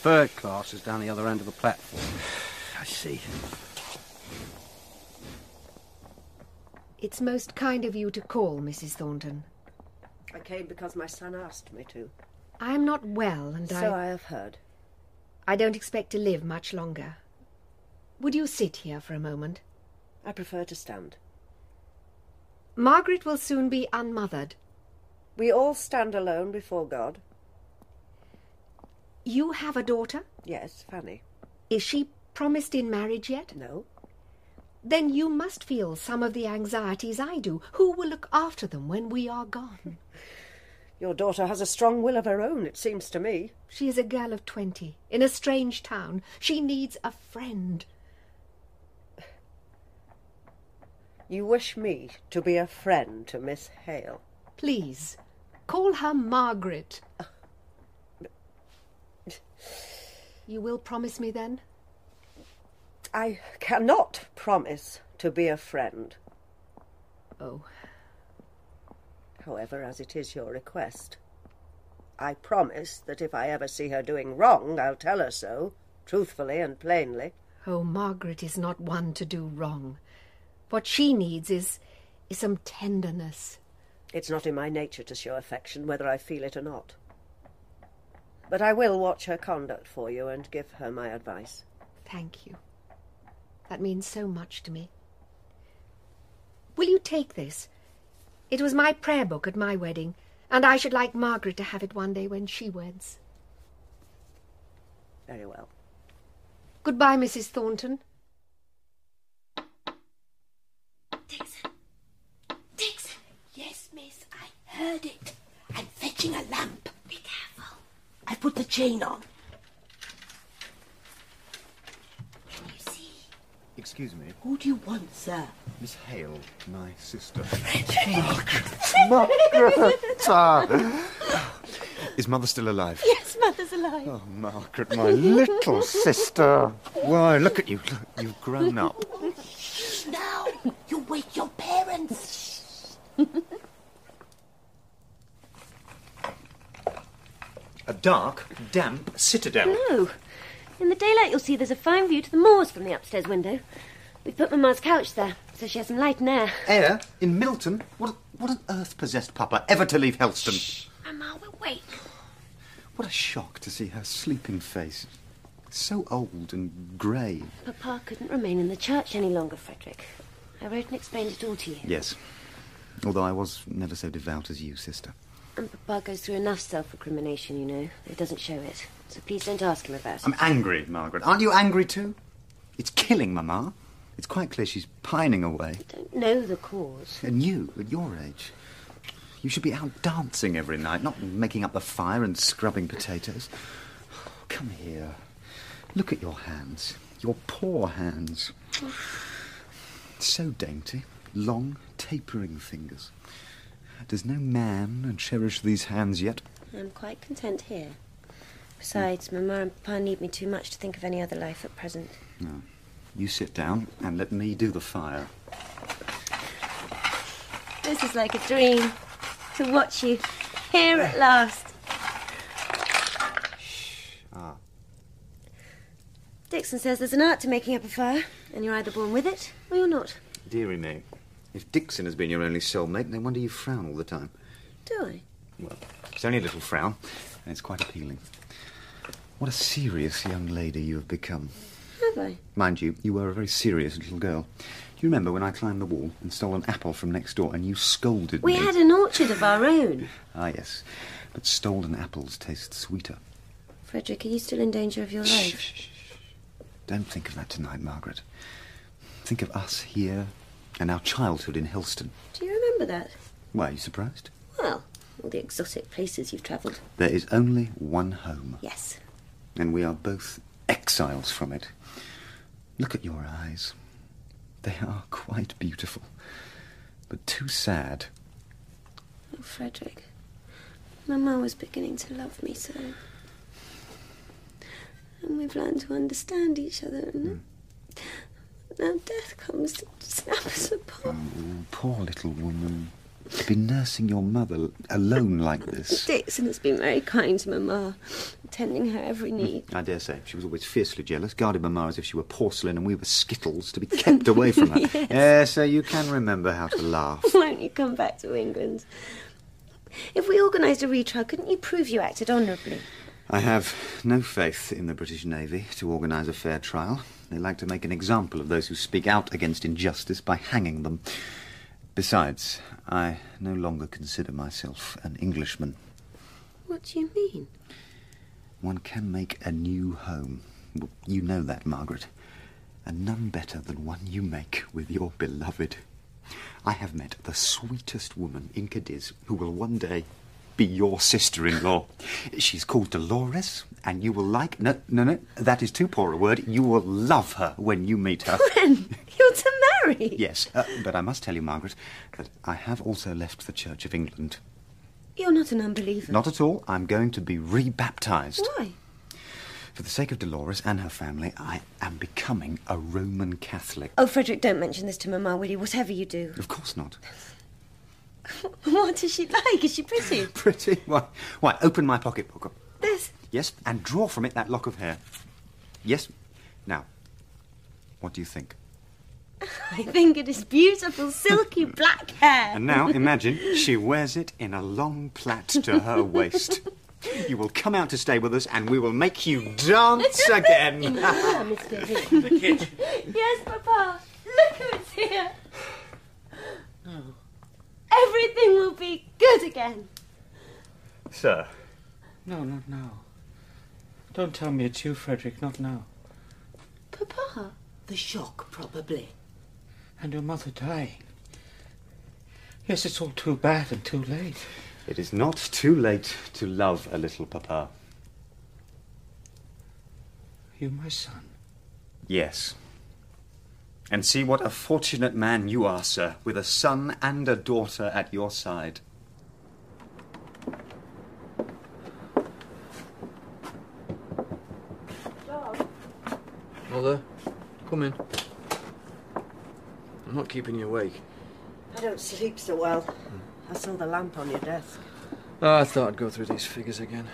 Third class is down the other end of the platform. I see.
It's most kind of you to call, Mrs. Thornton.
I came because my son asked me to.
I'm not well, and I.
So I have heard.
I don't expect to live much longer. Would you sit here for a moment?
I prefer to stand.
Margaret will soon be unmothered.
We all stand alone before God.
You have a daughter?
Yes, Fanny.
Is she promised in marriage yet?
No.
Then you must feel some of the anxieties I do. Who will look after them when we are gone?
Your daughter has a strong will of her own, it seems to me.
She is a girl of twenty, in a strange town. She needs a friend.
You wish me to be a friend to Miss Hale.
Please, call her Margaret. You will promise me then?
I cannot promise to be a friend.
Oh.
However, as it is your request, I promise that if I ever see her doing wrong, I'll tell her so, truthfully and plainly.
Oh, Margaret is not one to do wrong. What she needs is, is some tenderness.
It's not in my nature to show affection, whether I feel it or not. But I will watch her conduct for you and give her my advice.
Thank you. That means so much to me. Will you take this? It was my prayer book at my wedding, and I should like Margaret to have it one day when she weds.
Very well.
Goodbye, Mrs. Thornton.
Dixon. Dixon. Yes, miss, I heard it. I'm fetching a lamp. Be careful. I put the chain on. Can you see?
Excuse me.
Who do you want, sir?
Miss Hale, my sister. Margaret! Is mother still alive?
Yes, mother's alive.
Oh, Margaret, my little sister. Why, look at you. Look, you've grown up.
Shh, now. You wake your parents.
A dark, damp citadel.
No. In the daylight, you'll see there's a fine view to the moors from the upstairs window. We've put Mamma's couch there, so she has some light and air.
Air in Milton? What, what on earth possessed Papa ever to leave Helston?
Mama, we're awake.
What a shock to see her sleeping face. So old and grey.
Papa couldn't remain in the church any longer, Frederick. I wrote and explained it all to you.
Yes. Although I was never so devout as you, sister.
And Papa goes through enough self recrimination, you know. He doesn't show it. So please don't ask him about it.
I'm angry, Margaret. Aren't you angry too? It's killing Mamma. It's quite clear she's pining away.
Know the cause.
And you, at your age, you should be out dancing every night, not making up the fire and scrubbing potatoes. Come here. Look at your hands. Your poor hands. So dainty. Long, tapering fingers. Does no man cherish these hands yet?
I'm quite content here. Besides, Mamma and Papa need me too much to think of any other life at present.
No. You sit down and let me do the fire.
This is like a dream. To watch you here at last.
Ah.
Dixon says there's an art to making up a fire, and you're either born with it or you're not.
Deary me. If Dixon has been your only soulmate, no wonder you frown all the time.
Do I?
It's only a little frown, and it's quite appealing. What a serious young lady you have become.
Have I?
Mind you, you were a very serious little girl. Do you remember when I climbed the wall and stole an apple from next door and you scolded
We
me?
had an orchard of our own.
Ah, yes. But stolen apples taste sweeter.
Frederick, are you still in danger of your life?
Don't think of that tonight, Margaret. Think of us here and our childhood in Helston.
Do you remember that?
Why, are you surprised?
Well, all the exotic places you've travelled.
There is only one home,
Yes.
and we are both exiles from it. Look at your eyes. They are quite beautiful, but too sad.
Oh, Frederick. Mama was beginning to love me so. And we've learned to understand each other, and now death comes to snap us apart.
Oh, poor little woman. To be nursing your mother alone like this.
Dixon has been very kind to Mama, tending her every need.
I dare say. She was always fiercely jealous, guarded Mamma as if she were porcelain and we were skittles, to be kept away from her.
Yes.
so you can remember how to laugh.
Won't you come back to England?
If we organised a retrial, couldn't you prove you acted honourably?
I have no faith in the British Navy to organise a fair trial. They like to make an example of those who speak out against injustice by hanging them. Besides, I no longer consider myself an Englishman.
What do you mean?
One can make a new home. W- You know that, Margaret. And none better than one you make with your beloved. I have met the sweetest woman in Cadiz who will one day be your sister in law. She's called Dolores, and you will like. No, no, no, that is too poor a word. You will love her when you meet her.
You're to marry?
Yes, uh, but I must tell you, Margaret, that I have also left the Church of England.
You're not an unbeliever.
Not at all. I'm going to be rebaptized.
Why?
For the sake of Dolores and her family, I am becoming a Roman Catholic.
Oh, Frederick, don't mention this to Mama, will you? Whatever you do.
Of course not.
What is she like? Is she pretty?
Pretty? Why, why, open my pocketbook.
This?
Yes, and draw from it that lock of hair. Yes? Now, what do you think?
I think it is beautiful, silky black hair.
And now imagine she wears it in a long plait to her waist. You will come out to stay with us and we will make you dance again.
the Yes, Papa. Look who's here.
Oh.
Everything will be good again.
Sir.
No, not now. Don't tell me it's you, Frederick, not now.
Papa.
The shock, probably. And your mother dying. Yes, it's all too bad and too late.
It is not too late to love a little papa.
You, my son.
Yes. And see what a fortunate man you are, sir, with a son and a daughter at your side.
Mother, come in. I'm not keeping you awake.
I don't sleep so well. I saw the lamp on your desk.
Oh, I thought I'd go through these figures again.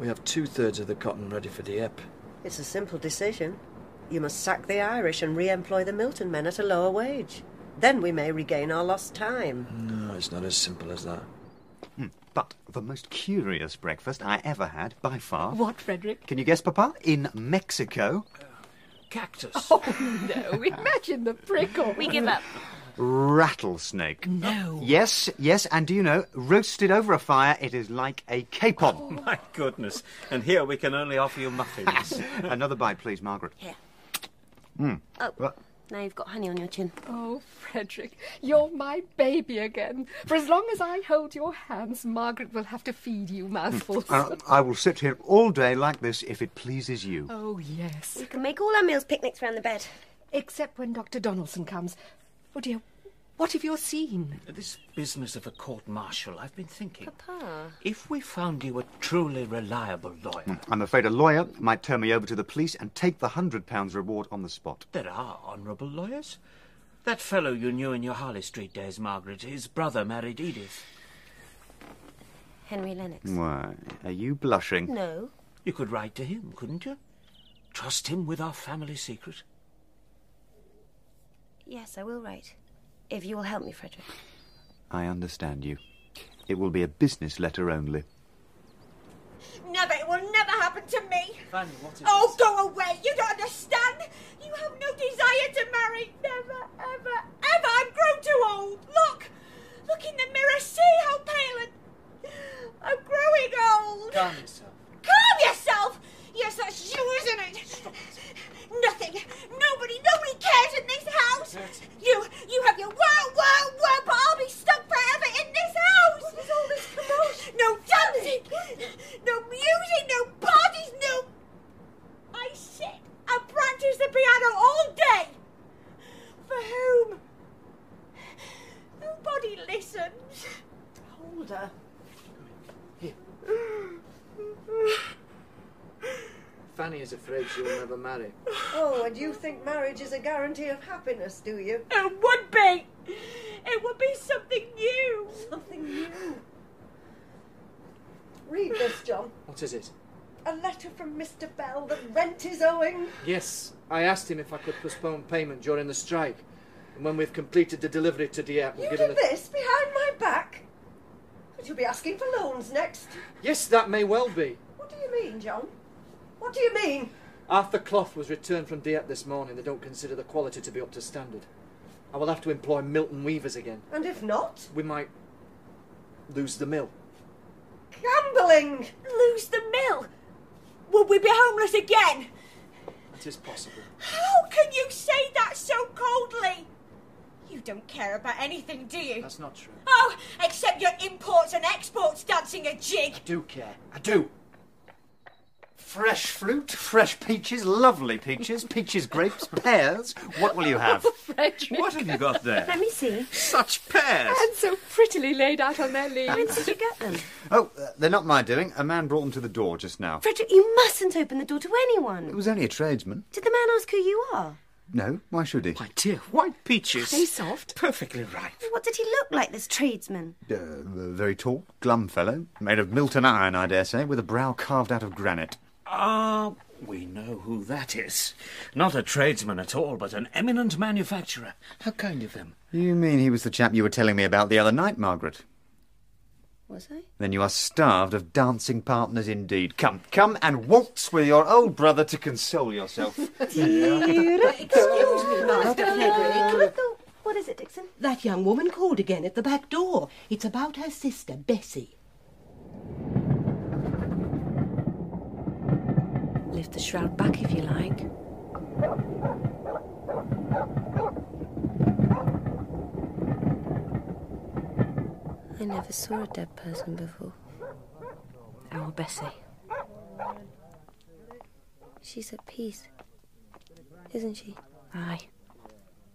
We have two thirds of the cotton ready for Dieppe.
It's a simple decision. You must sack the Irish and re employ the Milton men at a lower wage. Then we may regain our lost time.
No, it's not as simple as that.
Hmm, But the most curious breakfast I ever had, by far.
What, Frederick?
Can you guess, Papa? In Mexico.
Cactus.
Oh,
No, imagine the prickle. We give up.
Rattlesnake. No. Yes, yes, and do you know, roasted over a fire, it is like a capon.
Oh, My goodness. And here we can only offer you muffins.
Another bite, please, Margaret.
Here.
Mm.
Oh.
Well,
Now you've got honey on your chin.
Oh, Frederick, you're my baby again. For as long as I hold your hands, Margaret will have to feed you mouthfuls.
Mm. I- Hmm. Uh, I will sit here all day like this if it pleases you.
oh, yes.
We can make all our meals picnics round the bed.
Except when Dr. Donaldson comes. Oh, dear, what have you seen?
This business of a court martial, I've been thinking.
Papa.
If we found you a truly reliable lawyer,
Hmm. I'm afraid a lawyer might turn me over to the police and take the hundred pounds reward on the spot.
there are honourable lawyers. That fellow you knew in your Harley Street days, Margaret, his brother married Edith.
Henry Lennox.
Why, are you blushing?
No.
You could write to him, couldn't you? Trust him with our family secret.
Yes, I will write. If you will help me, Frederick.
I understand you. It will be a business letter only.
Never, it will never happen to me.
Fanny, what is
Oh, go away! You don't understand! You have no desire to marry! Never, ever, ever! I'm grown too old! Look! Look in the mirror! See how pale and. I'm growing old!
Calm yourself.
Calm yourself! Yes, that's you, isn't it? Nothing. Nobody, nobody cares in this house. You, you have your world, world, world, but I'll be stuck forever in this house. What is all this commotion? No dancing, no music, no parties, no. I sit and practice the piano all day. For whom? Nobody listens. Hold her.
Fanny is afraid she will never marry.
Oh, and you think marriage is a guarantee of happiness, do you?
It would be. It would be something new.
Something new. Read this, John.
What is it?
A letter from Mr. Bell that rent is owing.
Yes, I asked him if I could postpone payment during the strike. And when we've completed the delivery to Dieppe, we'll
You
give
did
him the...
this behind my back. But you'll be asking for loans next.
Yes, that may well be.
What do you mean, John? What do you mean?
Half the cloth was returned from Dieppe this morning. They don't consider the quality to be up to standard. I will have to employ Milton weavers again.
And if not,
We might lose the mill.
gambling.
Lose the mill. Would we be homeless again?
That is possible.
How can you say that so coldly? You don't care about anything, do you?
That's not true.
Oh, except your imports and exports dancing a jig.
I do care.
I do. Fresh fruit, fresh peaches, lovely peaches, peaches, grapes, pears. What will you have?
Frederick.
What have you got there? Let
me see.
Such pears!
And so prettily laid out on their leaves.
When did
you get them?
Oh, uh, they're not my doing. A man brought them to the door just now.
Frederick, you mustn't open the door to anyone.
It was only a tradesman.
Did the man ask who you are?
No, why should he?
My dear, white peaches.
Are they soft?
Perfectly right.
What did he look like, this tradesman?
Uh, very tall, glum fellow, made of Milton iron, I dare say, with a brow carved out of granite.
Ah, we know who that is. Not a tradesman at all, but an eminent manufacturer. How kind of him.
You mean he was the chap you were telling me about the other night, Margaret?
Was I?
Then you are starved of dancing partners indeed. Come, come and waltz with your old brother to console yourself.
Excuse me, Master Frederick.
What is it, Dixon?
That young woman called again at the back door. It's about her sister, Bessie.
Lift the shroud back if you like.
I never saw a dead person before.
Our Bessie.
She's at peace, isn't she?
Aye.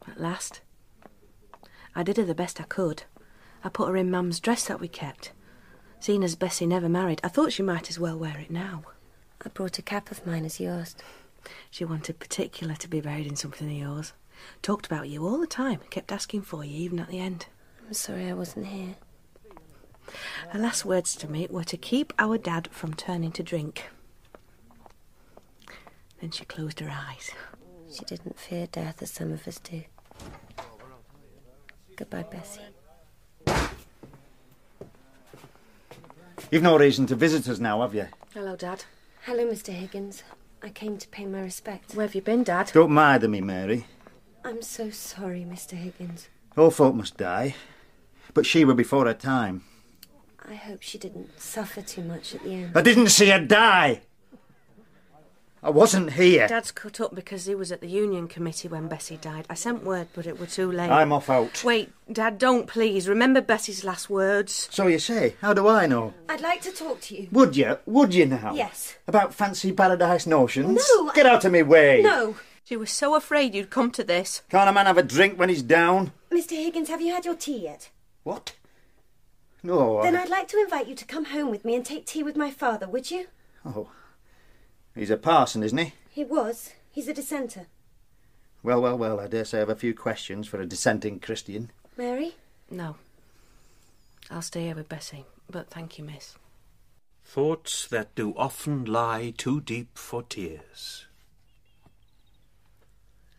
At last. I did her the best I could. I put her in Mum's dress that we kept. Seeing as Bessie never married, I thought she might as well wear it now. I brought a cap of mine as you asked. She wanted particular to be buried in something of yours. Talked about you all the time, kept asking for you even at the end.
I'm sorry I wasn't here.
Her last words to me were to keep our dad from turning to drink. Then she closed her eyes.
She didn't fear death as some of us do. Goodbye, Bessie.
You've no reason to visit us now, have you?
Hello, Dad. Hello, Mr. Higgins. I came to pay my respects.
Where have you been, Dad?
Don't mither me, Mary.
I'm so sorry, Mr. Higgins.
All folk must die. But she were before her time.
I hope she didn't suffer too much at the end.
I didn't see her die. I wasn't here.
Dad's cut up because he was at the union committee when Bessie died. I sent word, but it were too late.
I'm off out.
Wait, Dad, don't please. Remember Bessie's last words.
So you say, how do I know?
I'd like to talk to you.
Would you? Would you now?
Yes.
About fancy paradise notions?
No,
Get out of me way.
No. She was so afraid you'd come to this.
Can't a man have a drink when he's down?
Mr. Higgins, have you had your tea yet?
What? No. I-
Then I'd like to invite you to come home with me and take tea with my father, would you?
Oh. He's a parson, isn't he?
He was. He's a dissenter.
Well, well, well, I dare say I have a few questions for a dissenting Christian.
Mary? No. I'll stay here with Bessie, but thank you, miss.
Thoughts that do often lie too deep for tears.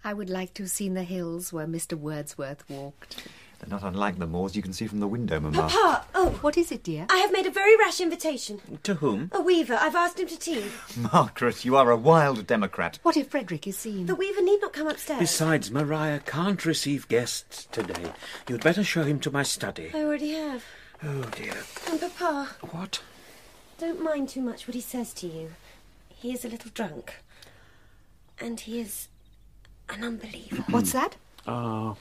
I would like to have seen the hills where Mr. Wordsworth walked.
They're not unlike the moors you can see from the window, Mamma.
Papa! Oh!
Uh, What is it, dear?
I have made a very rash invitation.
To whom?
A weaver. I've asked him to tea.
Margaret, you are a wild Democrat.
What if Frederick is seen?
The weaver need not come upstairs.
Besides, Maria can't receive guests today. You'd better show him to my study.
I already have.
Oh, dear.
And Papa.
What?
Don't mind too much what he says to you. He is a little drunk. And he is an unbeliever.
What's that?
Ah,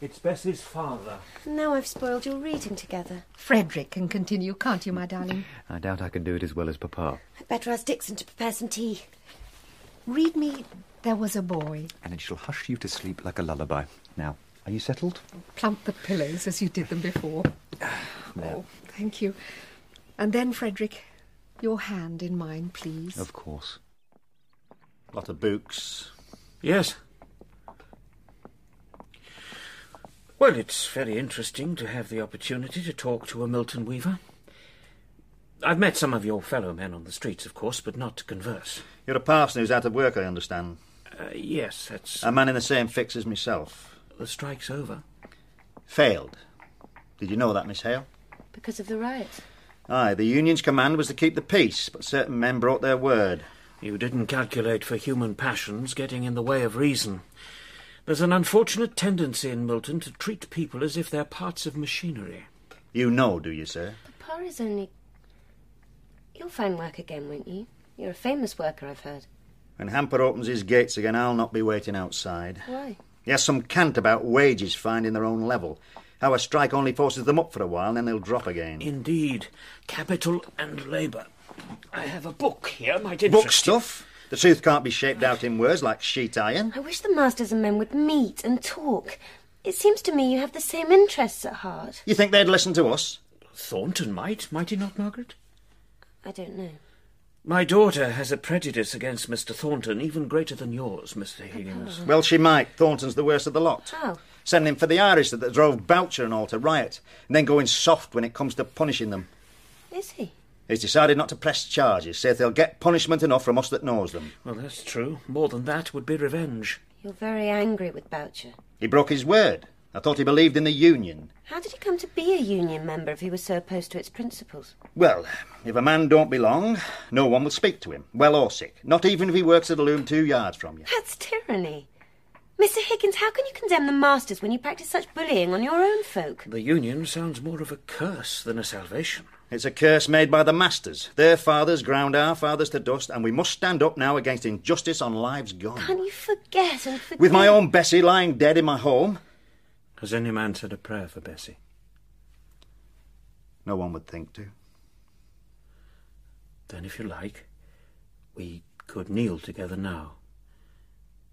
it's Bess's father.
Now I've spoiled your reading together.
Frederick can continue, can't you, my darling?
I doubt I can do it as well as Papa.
I'd better ask Dixon to prepare some tea.
Read me There Was a Boy.
And it shall hush you to sleep like a lullaby. Now, are you settled?
Plump the pillows as you did them before.
No.
Thank you. And then, Frederick, your hand in mine, please.
Of course.
Lot of books. Yes. Well, it's very interesting to have the opportunity to talk to a Milton Weaver. I've met some of your fellow men on the streets, of course, but not to converse.
You're a parson who's out of work, I understand.
Uh, yes, that's.
A man in the same fix as myself.
The strike's over.
Failed. Did you know that, Miss Hale?
Because of the riot.
Aye, the union's command was to keep the peace, but certain men brought their word.
You didn't calculate for human passions getting in the way of reason. There's an unfortunate tendency in Milton to treat people as if they're parts of machinery.
You know, do you, sir?
Papa is only. You'll find work again, won't you? You're a famous worker, I've heard.
When Hamper opens his gates again, I'll not be waiting outside.
Why?
He has some cant about wages finding their own level. How a strike only forces them up for a while, and then they'll drop again.
Indeed. Capital and labour. I have a book here, might interest
Book stuff? The truth can't be shaped out in words like sheet iron.
I wish the masters and men would meet and talk. It seems to me you have the same interests at heart.
You think they'd listen to us?
Thornton might, might he not, Margaret?
I don't know.
My daughter has a prejudice against Mr. Thornton even greater than yours, Mr. Higgins.
Well, she might. Thornton's the worst of the lot.
How?
Send him for the Irish that drove Boucher and all to riot, and then going soft when it comes to punishing them.
Is he?
He's decided not to press charges, says they'll get punishment enough from us that knows them.
Well, that's true. More than that would be revenge.
You're very angry with Boucher.
He broke his word. I thought he believed in the union.
How did he come to be a union member if he was so opposed to its principles?
Well, if a man don't belong, no one will speak to him, well or sick, not even if he works at a loom two yards from you.
That's tyranny. Mr. Higgins, how can you condemn the masters when you practice such bullying on your own folk?
The union sounds more of a curse than a salvation.
It's a curse made by the masters. Their fathers ground our fathers to dust, and we must stand up now against injustice on lives gone.
Can't you forget and forget?
With my own Bessie lying dead in my home?
Has any man said a prayer for Bessie?
No one would think to.
Then, if you like, we could kneel together now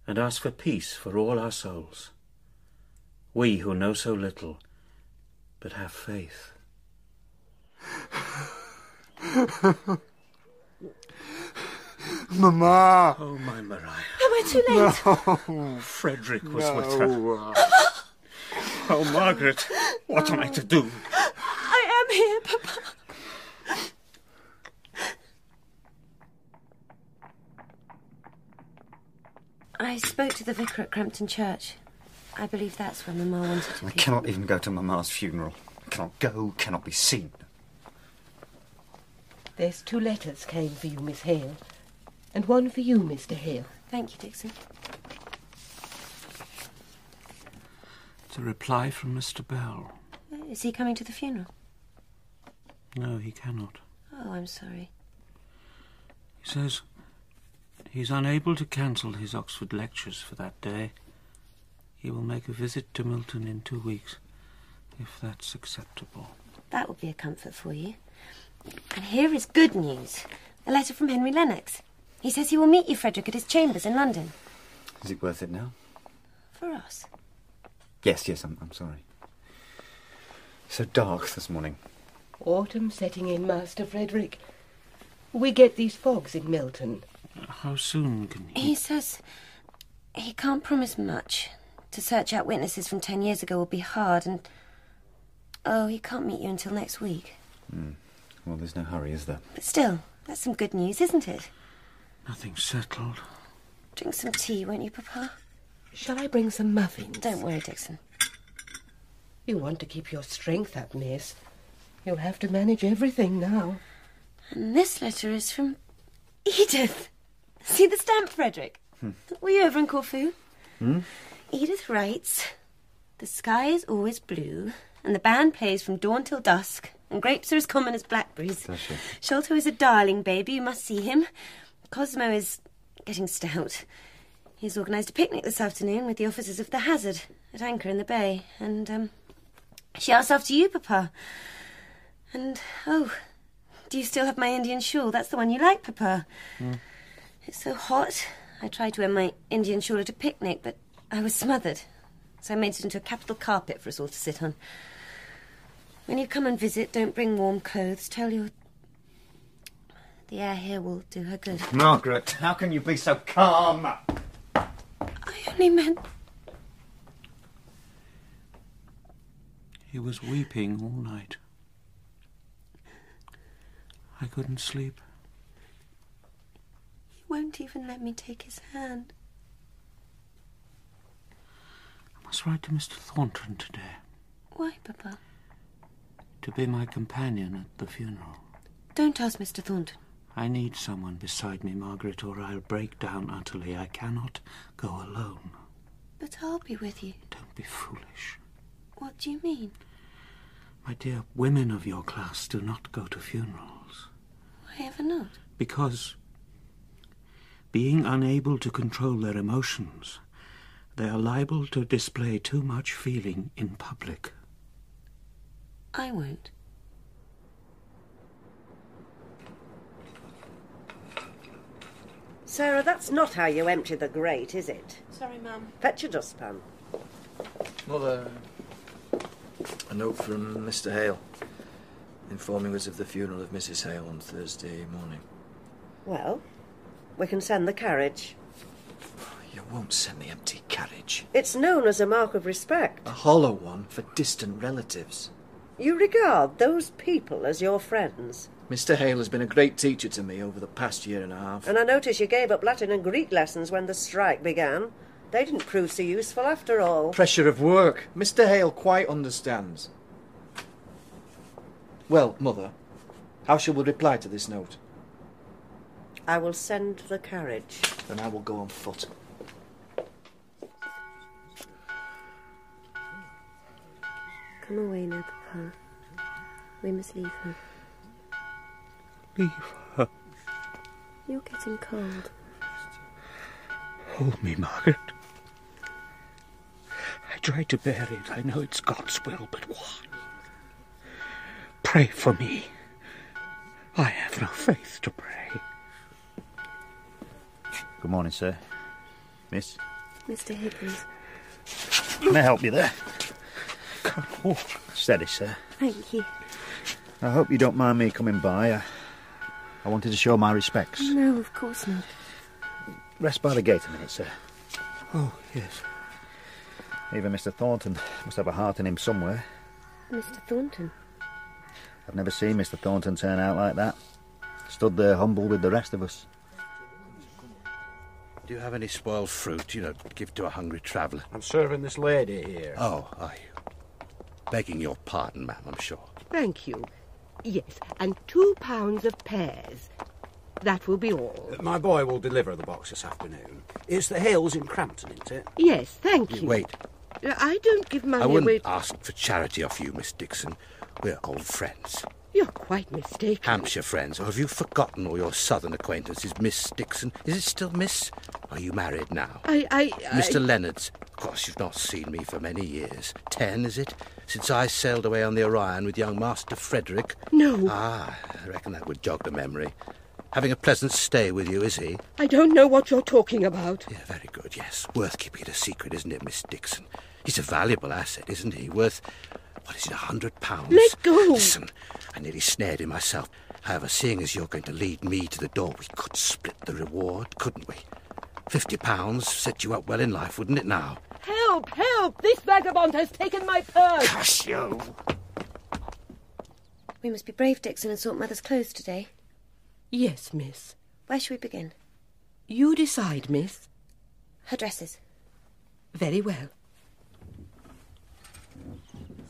and ask for peace for all our souls. We who know so little, but have faith.
Mamma!
Oh, my Maria.
Am I too late?
No.
Frederick was
no.
with her. Oh, Margaret, what am I to do?
I am here, Papa. I spoke to the vicar at Crampton Church. I believe that's where Mamma wanted to
I
be.
cannot even go to Mamma's funeral. Cannot go, cannot be seen.
There's two letters came for you, Miss Hale, and one for you, Mr. Hale.
Thank you, Dixon.
It's a reply from Mr. Bell.
Is he coming to the funeral?
No, he cannot.
Oh, I'm sorry.
He says he's unable to cancel his Oxford lectures for that day. He will make a visit to Milton in two weeks, if that's acceptable.
That would be a comfort for you. And here is good news a letter from Henry Lennox. He says he will meet you, Frederick, at his chambers in London.
Is it worth it now?
For us.
Yes, yes, I'm, I'm sorry. So dark this morning.
Autumn setting in, Master Frederick. We get these fogs in Milton.
How soon can he?
He says he can't promise much. To search out witnesses from ten years ago will be hard, and. Oh, he can't meet you until next week.
Hmm. Well, there's no hurry, is there?
But still, that's some good news, isn't it?
Nothing's settled.
Drink some tea, won't you, Papa?
Shall I bring some muffins?
Don't worry, Dixon.
You want to keep your strength up, miss. You'll have to manage everything now.
And this letter is from Edith. See the stamp, Frederick?
Hmm.
Were you over in Corfu?
Hmm?
Edith writes The sky is always blue, and the band plays from dawn till dusk, and grapes are as common as blackberries.
Does she?
Sholto is a darling baby, you must see him. Cosmo is getting stout. He's organised a picnic this afternoon with the officers of the Hazard at anchor in the bay, and um, she asked after you, Papa. And oh, do you still have my Indian shawl? That's the one you like, Papa. It's so hot. I tried to wear my Indian shawl at a picnic, but I was smothered. So I made it into a capital carpet for us all to sit on. When you come and visit, don't bring warm clothes. Tell your. The air here will do her good.
Margaret, how can you be so calm?
I only meant.
He was weeping all night. I couldn't sleep.
He won't even let me take his hand.
I must write to Mr. Thornton today
Why, Papa?
to be my companion at the funeral.
Don't ask Mr. Thornton.
I need someone beside me, Margaret, or I'll break down utterly. I cannot go alone.
But I'll be with you.
Don't be foolish.
What do you mean?
My dear, women of your class do not go to funerals
Why ever not?
because, being unable to control their emotions, they are liable to display too much feeling in public.
I won't.
Sarah, that's not how you empty the grate, is it?
Sorry, Mum.
Fetch your dustpan.
Mother, a note from Mr. Hale informing us of the funeral of Mrs. Hale on Thursday morning.
Well, we can send the carriage.
You won't send the empty carriage.
It's known as a mark of respect.
A hollow one for distant relatives.
You regard those people as your friends.
Mr. Hale has been a great teacher to me over the past year and a half.
And I notice you gave up Latin and Greek lessons when the strike began. They didn't prove so useful after all.
Uh, Pressure of work. Mr. Hale quite understands. Well, Mother, how shall we reply to this note?
I will send the carriage.
Then I will go on foot.
Come away now, Papa. We must leave her.
Leave her.
You're getting cold.
Hold me, Margaret. I try to bear it. I know it's God's will, but why? Pray for me. I have no faith to pray.
Good morning, sir. Miss?
Mr. Higgins,
Can I help you there?
Can't walk.
Steady, sir.
thank you.
I hope you don't mind me coming by. I, I wanted to show my respects.
No, of course not.
Rest by the gate a minute, sir.
Oh, yes.
Even Mr. Thornton must have a heart in him somewhere.
Mr. Thornton.
I've never seen Mr. Thornton turn out like that. Stood there humble with the rest of us.
Do you have any spoiled fruit, you know, to give to a hungry traveller?
I'm serving this lady here.
Oh, are you? Begging your pardon, ma'am, I'm sure.
Thank you. Yes, and two pounds of pears. That will be all.
My boy will deliver the box this afternoon. It's the Hales in Crampton, isn't it?
Yes, thank you.
Wait,
Uh, I don't give money
I wouldn't
away.
ask for charity off you, Miss Dixon. We're old friends.
You're quite mistaken.
Hampshire friends. Or have you forgotten all your southern acquaintances, Miss Dixon? Is it still Miss? Are you married now?
I, I, I-
Mr. Leonard's. Of course, you've not seen me for many years. Ten, is it? Since I sailed away on the Orion with young Master Frederick.
No.
Ah, I reckon that would jog the memory. Having a pleasant stay with you, is he?
I don't know what you're talking about.
Yeah, very good, yes. Worth keeping it a secret, isn't it, Miss Dixon? He's a valuable asset, isn't he? Worth, what is it, a hundred pounds?
Let go.
Listen, I nearly snared him myself. However, seeing as you're going to lead me to the door, we could split the reward, couldn't we? Fifty pounds set you up well in life, wouldn't it now?
Help, help! This vagabond has taken my purse.
Cuss you!
We must be brave, Dixon, and sort Mother's clothes today.
Yes, miss.
Where shall we begin?
You decide, miss.
Her dresses.
Very well.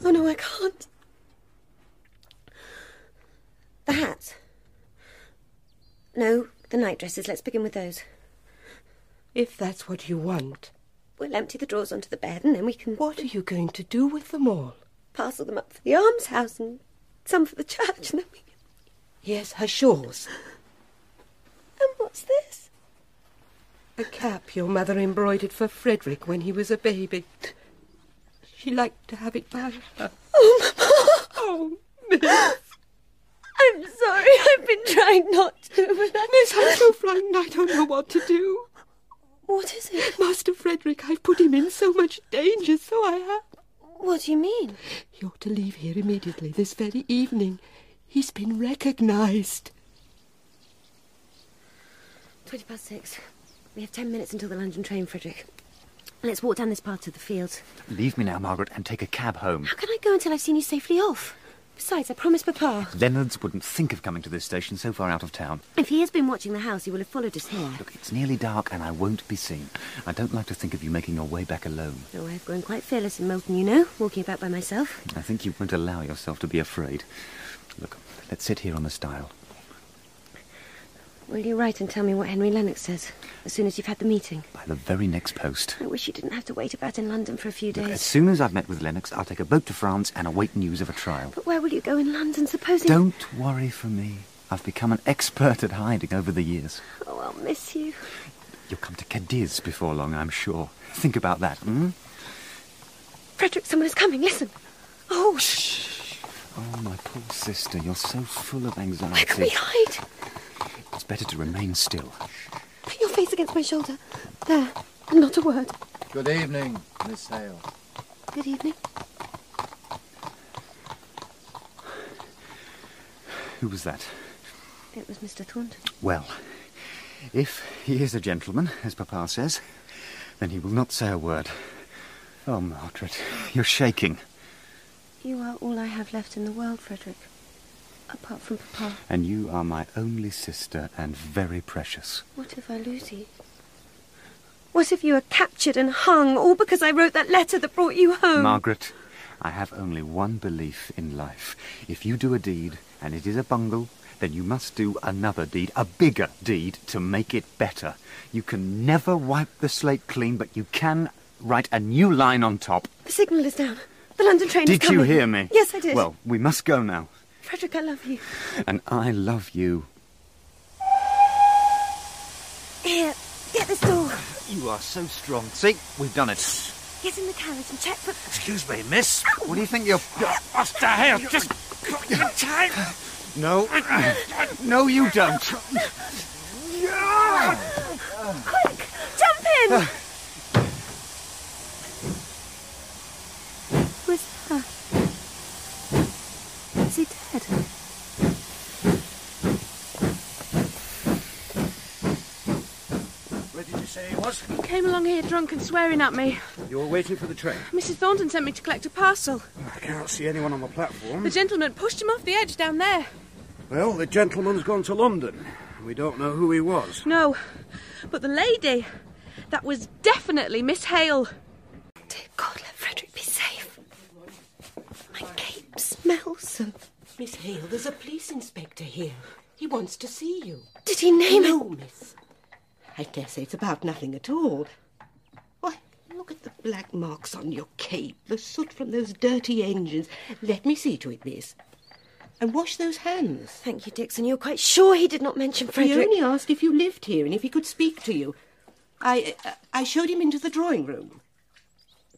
Oh no, I can't. The hats. No, the night dresses. Let's begin with those.
If that's what you want.
We'll empty the drawers onto the bed and then we can.
What are you going to do with them all?
Parcel them up for the almshouse and some for the church and then we.
Yes, her shawls.
And what's this?
A cap your mother embroidered for Frederick when he was a baby. She liked to have it by her.
Oh, Mama!
Oh,
I'm sorry, I've been trying not to, but I...
Miss Hasselfrank, I don't know what to do.
What is it?
Master Frederick, I've put him in so much danger, so I have.
What do you mean?
He ought to leave here immediately, this very evening. He's been recognized.
Twenty past six. We have ten minutes until the London train, Frederick. Let's walk down this part of the fields.
Leave me now, Margaret, and take a cab home.
How can I go until I've seen you safely off? Besides, I promised Papa.
Leonards wouldn't think of coming to this station so far out of town.
If he has been watching the house, he will have followed us here.
Look, it's nearly dark and I won't be seen. I don't like to think of you making your way back alone.
Oh, I've grown quite fearless in Milton, you know, walking about by myself.
I think you won't allow yourself to be afraid. Look, let's sit here on the stile.
Will you write and tell me what Henry Lennox says as soon as you've had the meeting?
By the very next post.
I wish you didn't have to wait about in London for a few
Look, as
days.
soon as I've met with Lennox, I'll take a boat to France and await news of a trial.
But where will you go in London, supposing.
Don't worry for me. I've become an expert at hiding over the years.
Oh, I'll miss you.
You'll come to Cadiz before long, I'm sure. Think about that, hmm?
Frederick, someone is coming. Listen. Oh, shh.
Oh, my poor sister, you're so full of anxiety.
Where can we hide?
It's better to remain still.
Put your face against my shoulder. There. And not a word.
Good evening, Miss Hale.
Good evening.
Who was that?
It was Mr. Thornton.
Well, if he is a gentleman, as Papa says, then he will not say a word. Oh, Margaret, you're shaking.
You are all I have left in the world, Frederick. Apart from Papa.
And you are my only sister and very precious.
What if I lose you? What if you are captured and hung, all because I wrote that letter that brought you home?
Margaret, I have only one belief in life. If you do a deed and it is a bungle, then you must do another deed, a bigger deed, to make it better. You can never wipe the slate clean, but you can write a new line on top.
The signal is down. The London train is
Did
coming.
you hear me?
Yes, I did.
Well, we must go now.
Frederick, I love you.
And I love you.
Here, get this door.
You are so strong. See, we've done it.
Get in the carriage and check for.
Excuse me, miss. What do you think you're.
Master Hale, just got your time.
No. No, you don't.
Quick, jump in.
Ah.
Where's her? Is he dead?
Where did you say he was?
He came along here drunk and swearing at me.
You were waiting for the train.
Mrs. Thornton sent me to collect a parcel.
I can't see anyone on the platform.
The gentleman pushed him off the edge down there.
Well, the gentleman's gone to London. We don't know who he was.
No, but the lady, that was definitely Miss Hale.
Dear God, let Frederick be safe. My cape smells of.
Miss Hale, there's a police inspector here. He wants to see you.
Did he name it?
no, miss. I dare say it's about nothing at all. Why, look at the black marks on your cape, the soot from those dirty engines. Let me see to it, miss. And wash those hands.
Thank you, Dixon. You're quite sure he did not mention Frederick.
He only asked if you lived here and if he could speak to you. I, uh, I showed him into the drawing room.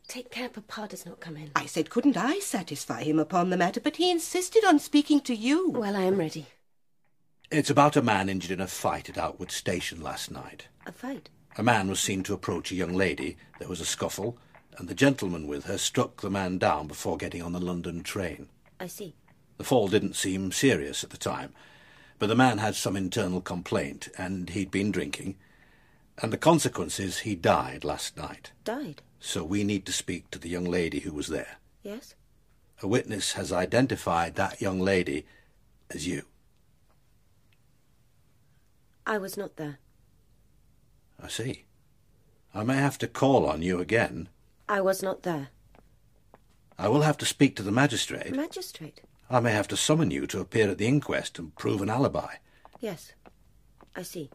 Take care, Papa does not come in.
I said, couldn't I satisfy him upon the matter, but he insisted on speaking to you.
Well, I am ready.
It's about a man injured in a fight at Outwood Station last night.
A fight.
A man was seen to approach a young lady. There was a scuffle, and the gentleman with her struck the man down before getting on the London train.
I see.
The fall didn't seem serious at the time, but the man had some internal complaint, and he'd been drinking. And the consequences, he died last night.
Died.
So we need to speak to the young lady who was there.
Yes.
A witness has identified that young lady as you.
I was not there.
I see. I may have to call on you again.
I was not there.
I will have to speak to the magistrate.
Magistrate?
I may have to summon you to appear at the inquest and prove an alibi.
Yes. I see.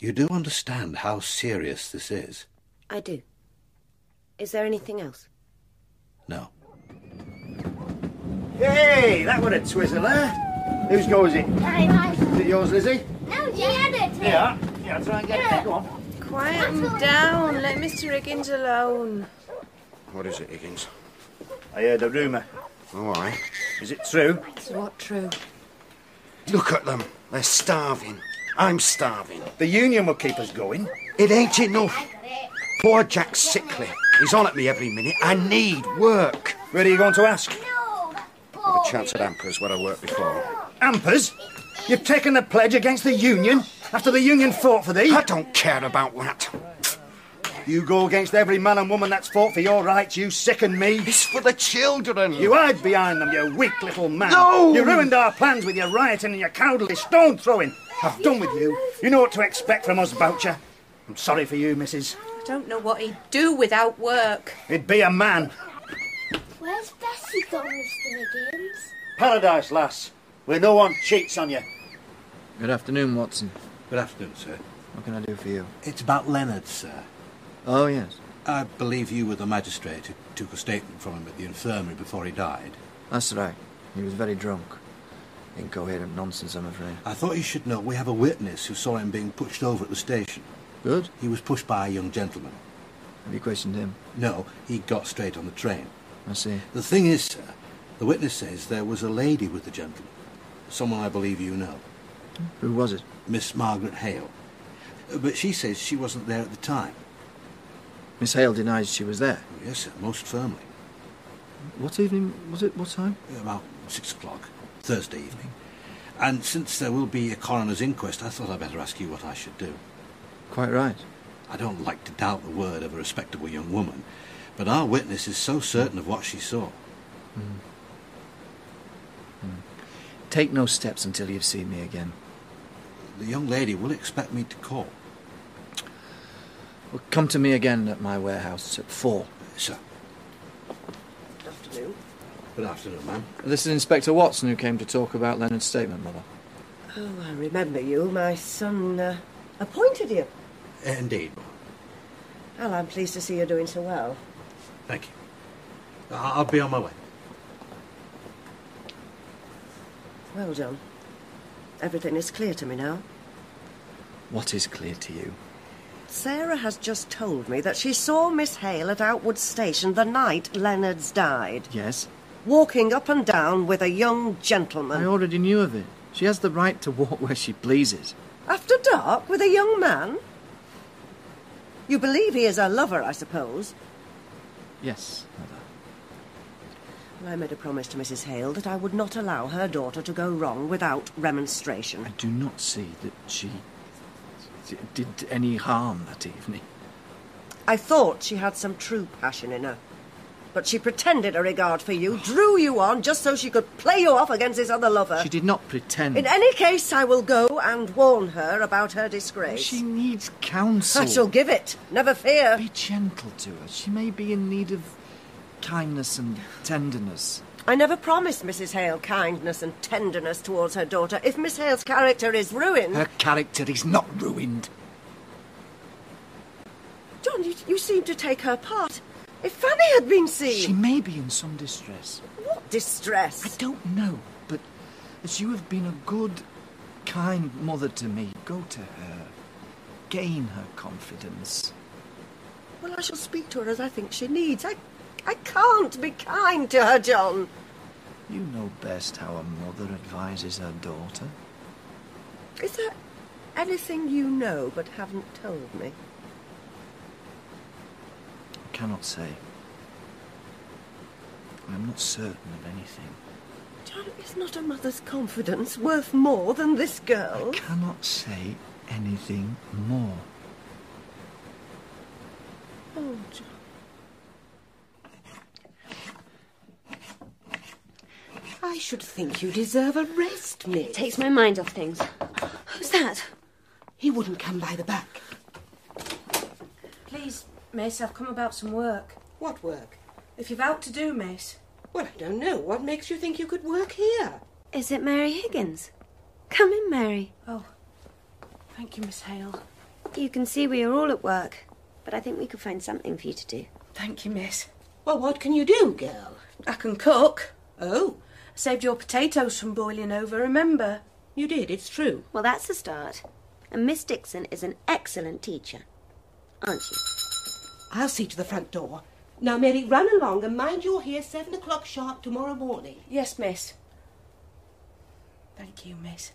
You do understand how serious this is?
I do. Is there anything else?
No.
Hey, that were a twizzle, eh? Whose goes it? Is it yours, Lizzie?
No, he had it.
Yeah. Yeah, try and get it. Go on.
Quiet him down. Let Mr. Higgins alone.
What is it, Higgins?
I heard a rumour.
Oh, aye. Is it true?
What true?
Look at them. They're starving. I'm starving.
The union will keep us going.
It ain't enough. Poor Jack's sickly. He's on at me every minute. I need work. Where are you going to ask?
Oh.
Have a chance at Ampers where I worked before.
Ampers? You've taken a pledge against the union after the union fought for thee?
I don't care about that.
You go against every man and woman that's fought for your rights, you sicken me.
It's for the children.
You hide behind them, you weak little man.
No!
You ruined our plans with your rioting and your cowardly stone throwing. I've done with you. You know what to expect from us, Boucher. I'm sorry for you, missus.
I don't know what he'd do without work.
It'd be a man.
Where's Bessie gone, Mr. Higgins?
Paradise, lass, where no one cheats on you.
Good afternoon, Watson.
Good afternoon, sir.
What can I do for you?
It's about Leonard, sir.
Oh, yes.
I believe you were the magistrate who took a statement from him at the infirmary before he died.
That's right. He was very drunk. Incoherent nonsense, I'm afraid.
I thought you should know we have a witness who saw him being pushed over at the station.
Good.
He was pushed by a young gentleman.
Have you questioned him?
No, he got straight on the train.
I see.
The thing is, sir, the witness says there was a lady with the gentleman. Someone I believe you know.
Who was it?
Miss Margaret Hale. Uh, But she says she wasn't there at the time.
Miss Hale denies she was there.
Yes, sir, most firmly.
What evening was it? What time?
About six o'clock, Thursday evening. And since there will be a coroner's inquest, I thought I'd better ask you what I should do.
Quite right.
I don't like to doubt the word of a respectable young woman, but our witness is so certain of what she saw.
Take no steps until you've seen me again.
The young lady will expect me to call.
Well, come to me again at my warehouse at four.
Sir.
Afternoon.
Good afternoon, ma'am.
This is Inspector Watson who came to talk about Leonard's statement, Mother.
Oh, I remember you. My son uh, appointed you.
Eh, Indeed.
Well, I'm pleased to see you're doing so well.
Thank you. I- I'll be on my way.
Well done. Everything is clear to me now.
What is clear to you?
Sarah has just told me that she saw Miss Hale at Outwood Station the night Leonard's died,
Yes.
walking up and down with a young
I
gentleman.
already knew of it. She has the right to walk where she pleases.
After dark with a young man? You believe he is her lover, I suppose.
Yes, Mother.
Well, I made a promise to Mrs. Hale that I would not allow her daughter to go wrong without remonstration.
I do not see that she d- did any harm that evening.
I thought she had some true passion in her. But she pretended a regard for you, drew you on just so she could play you off against his other lover.
She did not pretend.
In any case, I will go and warn her about her disgrace.
She needs counsel.
I shall give it. Never fear.
Be gentle to her. She may be in need of kindness and tenderness.
I never promised Mrs. Hale kindness and tenderness towards her daughter. If Miss Hale's character is ruined.
Her character is not ruined.
John, you, you seem to take her part. If Fanny had been seen.
She may be in some distress.
What distress?
I don't know, but as you have been a good, kind mother to me, go to her. Gain her confidence.
Well, I shall speak to her as I think she needs. I, I can't be kind to her, John.
You know best how a mother advises her daughter.
Is there anything you know but haven't told me?
I cannot say. I am not certain of anything.
John, is not a mother's confidence worth more than this girl?
Cannot say anything more.
Oh, John.
I should think you deserve a rest, miss.
Takes my mind off things. Who's that?
He wouldn't come by the back.
Please, Miss, I've come about some work.
What work?
If you've out to do, Miss.
Well, I don't know. What makes you think you could work here?
Is it Mary Higgins? Come in, Mary.
Oh, thank you, Miss Hale.
You can see we are all at work, but I think we could find something for you to do.
Thank you, miss.
Well, what can you do, girl?
I can cook.
Oh.
Saved your potatoes from boiling over, remember?
You did, it's true.
Well, that's a start. And Miss Dixon is an excellent teacher, aren't you?
I'll see to the front door. Now, Mary, run along and mind you're here seven o'clock sharp tomorrow morning.
Yes, miss. Thank you, miss.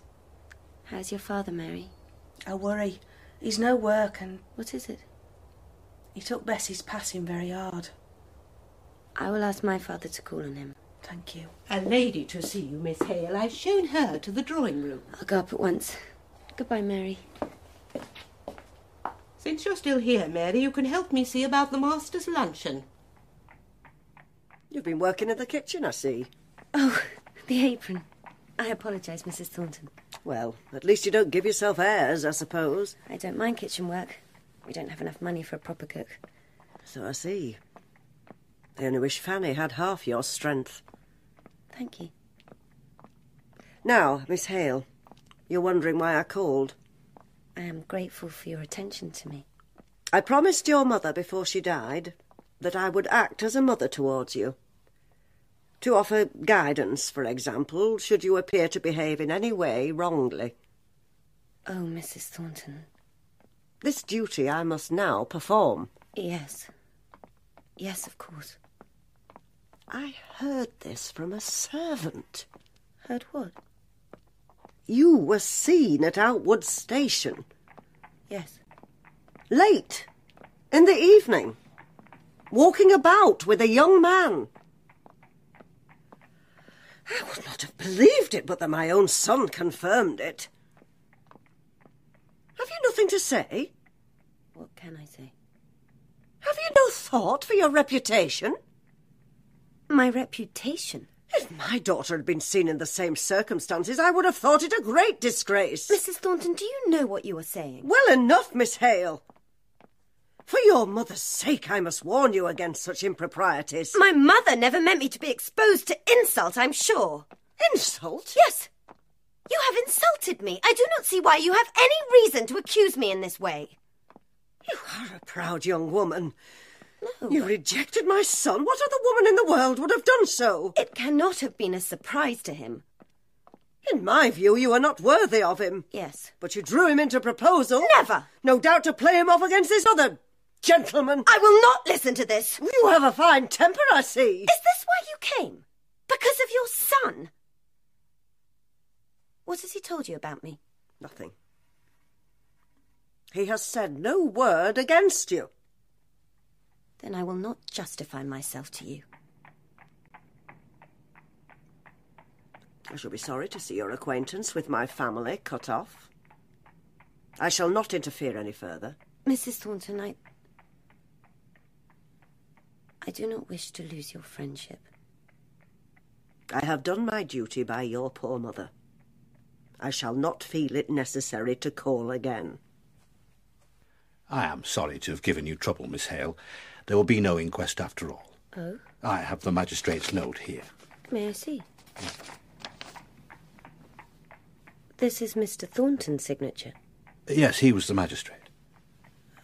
How's your father, Mary?
I worry. He's no work and.
What is it?
He took Bessie's passing very hard.
I will ask my father to call on him.
Thank you.
A lady to see you, Miss Hale. I've shown her to the drawing room.
I'll go up at once. Goodbye, Mary.
Since you're still here, Mary, you can help me see about the master's luncheon.
You've been working in the kitchen, I see.
The apron. I apologise, Mrs. Thornton.
Well, at least you don't give yourself airs, I suppose.
I don't mind kitchen work. We don't have enough money for a proper cook.
So I see. I only wish Fanny had half your strength.
Thank you.
Now, Miss Hale, you're wondering why I called.
I am grateful for your attention to me.
I promised your mother before she died that I would act as a mother towards you. To offer guidance, for example, should you appear to behave in any way wrongly.
Oh, Mrs. Thornton.
This duty I must now perform.
Yes. Yes, of course.
I heard this from a servant.
Heard what?
You were seen at Outwood Station.
Yes.
Late. In the evening. Walking about with a young man. I would not have believed it but that my own son confirmed it. Have you nothing to say?
What can I say?
Have you no thought for your reputation?
My reputation?
If my daughter had been seen in the same circumstances, I would have thought it a great disgrace.
Mrs. Thornton, do you know what you are saying?
Well enough, Miss Hale. For your mother's sake, I must warn you against such improprieties.
My mother never meant me to be exposed to insult, I'm sure.
Insult?
Yes. You have insulted me. I do not see why you have any reason to accuse me in this way.
You are a proud young woman.
No.
You rejected my son. What other woman in the world would have done so?
It cannot have been a surprise to him.
In my view, you are not worthy of him.
Yes.
But you drew him into proposal.
Never.
No doubt to play him off against this other gentleman.
I will not listen to this.
You have a fine temper, I see.
Is this why you came? Because of your son? What has he told you about me?
Nothing. He has said no word against you.
Then I will not justify myself to you.
I shall be sorry to see your acquaintance with my family cut off. I shall not interfere any further.
Mrs. Thornton, I. I do not wish to lose your friendship.
I have done my duty by your poor mother. I shall not feel it necessary to call again.
I am sorry to have given you trouble, Miss Hale. There will be no inquest after all.
Oh?
I have the magistrate's note here.
May I see? This is Mr. Thornton's signature.
Yes, he was the magistrate.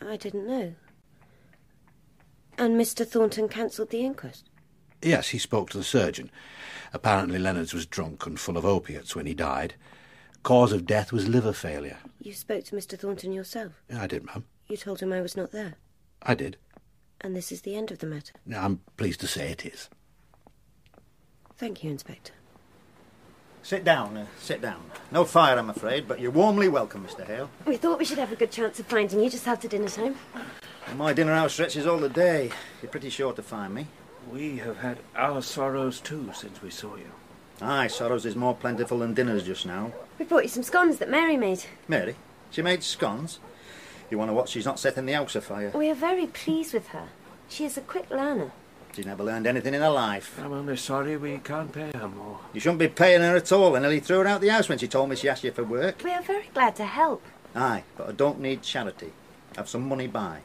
I didn't know. And Mr. Thornton cancelled the inquest.
Yes, he spoke to the surgeon. Apparently, Leonards was drunk and full of opiates when he died. Cause of death was liver failure.
You spoke to Mr. Thornton yourself.
I did, ma'am.
You told him I was not there.
I did.
And this is the end of the matter.
Now, I'm pleased to say it is.
Thank you, Inspector.
Sit down, uh, sit down. No fire, I'm afraid, but you're warmly welcome, Mr. Hale.
We thought we should have a good chance of finding you just after dinner time.
My dinner hour stretches all the day. You're pretty sure to find me.
We have had our sorrows too since we saw you.
Aye, sorrows is more plentiful than dinners just now.
We brought you some scones that Mary made.
Mary, she made scones. You want to watch she's not setting the house afire.
We are very pleased with her. She is a quick learner.
She never learned anything in her life.
I'm only sorry we can't pay her more.
You shouldn't be paying her at all. I nearly threw her out the house when she told me she asked you for work.
We are very glad to help.
Aye, but I don't need charity. Have some money by.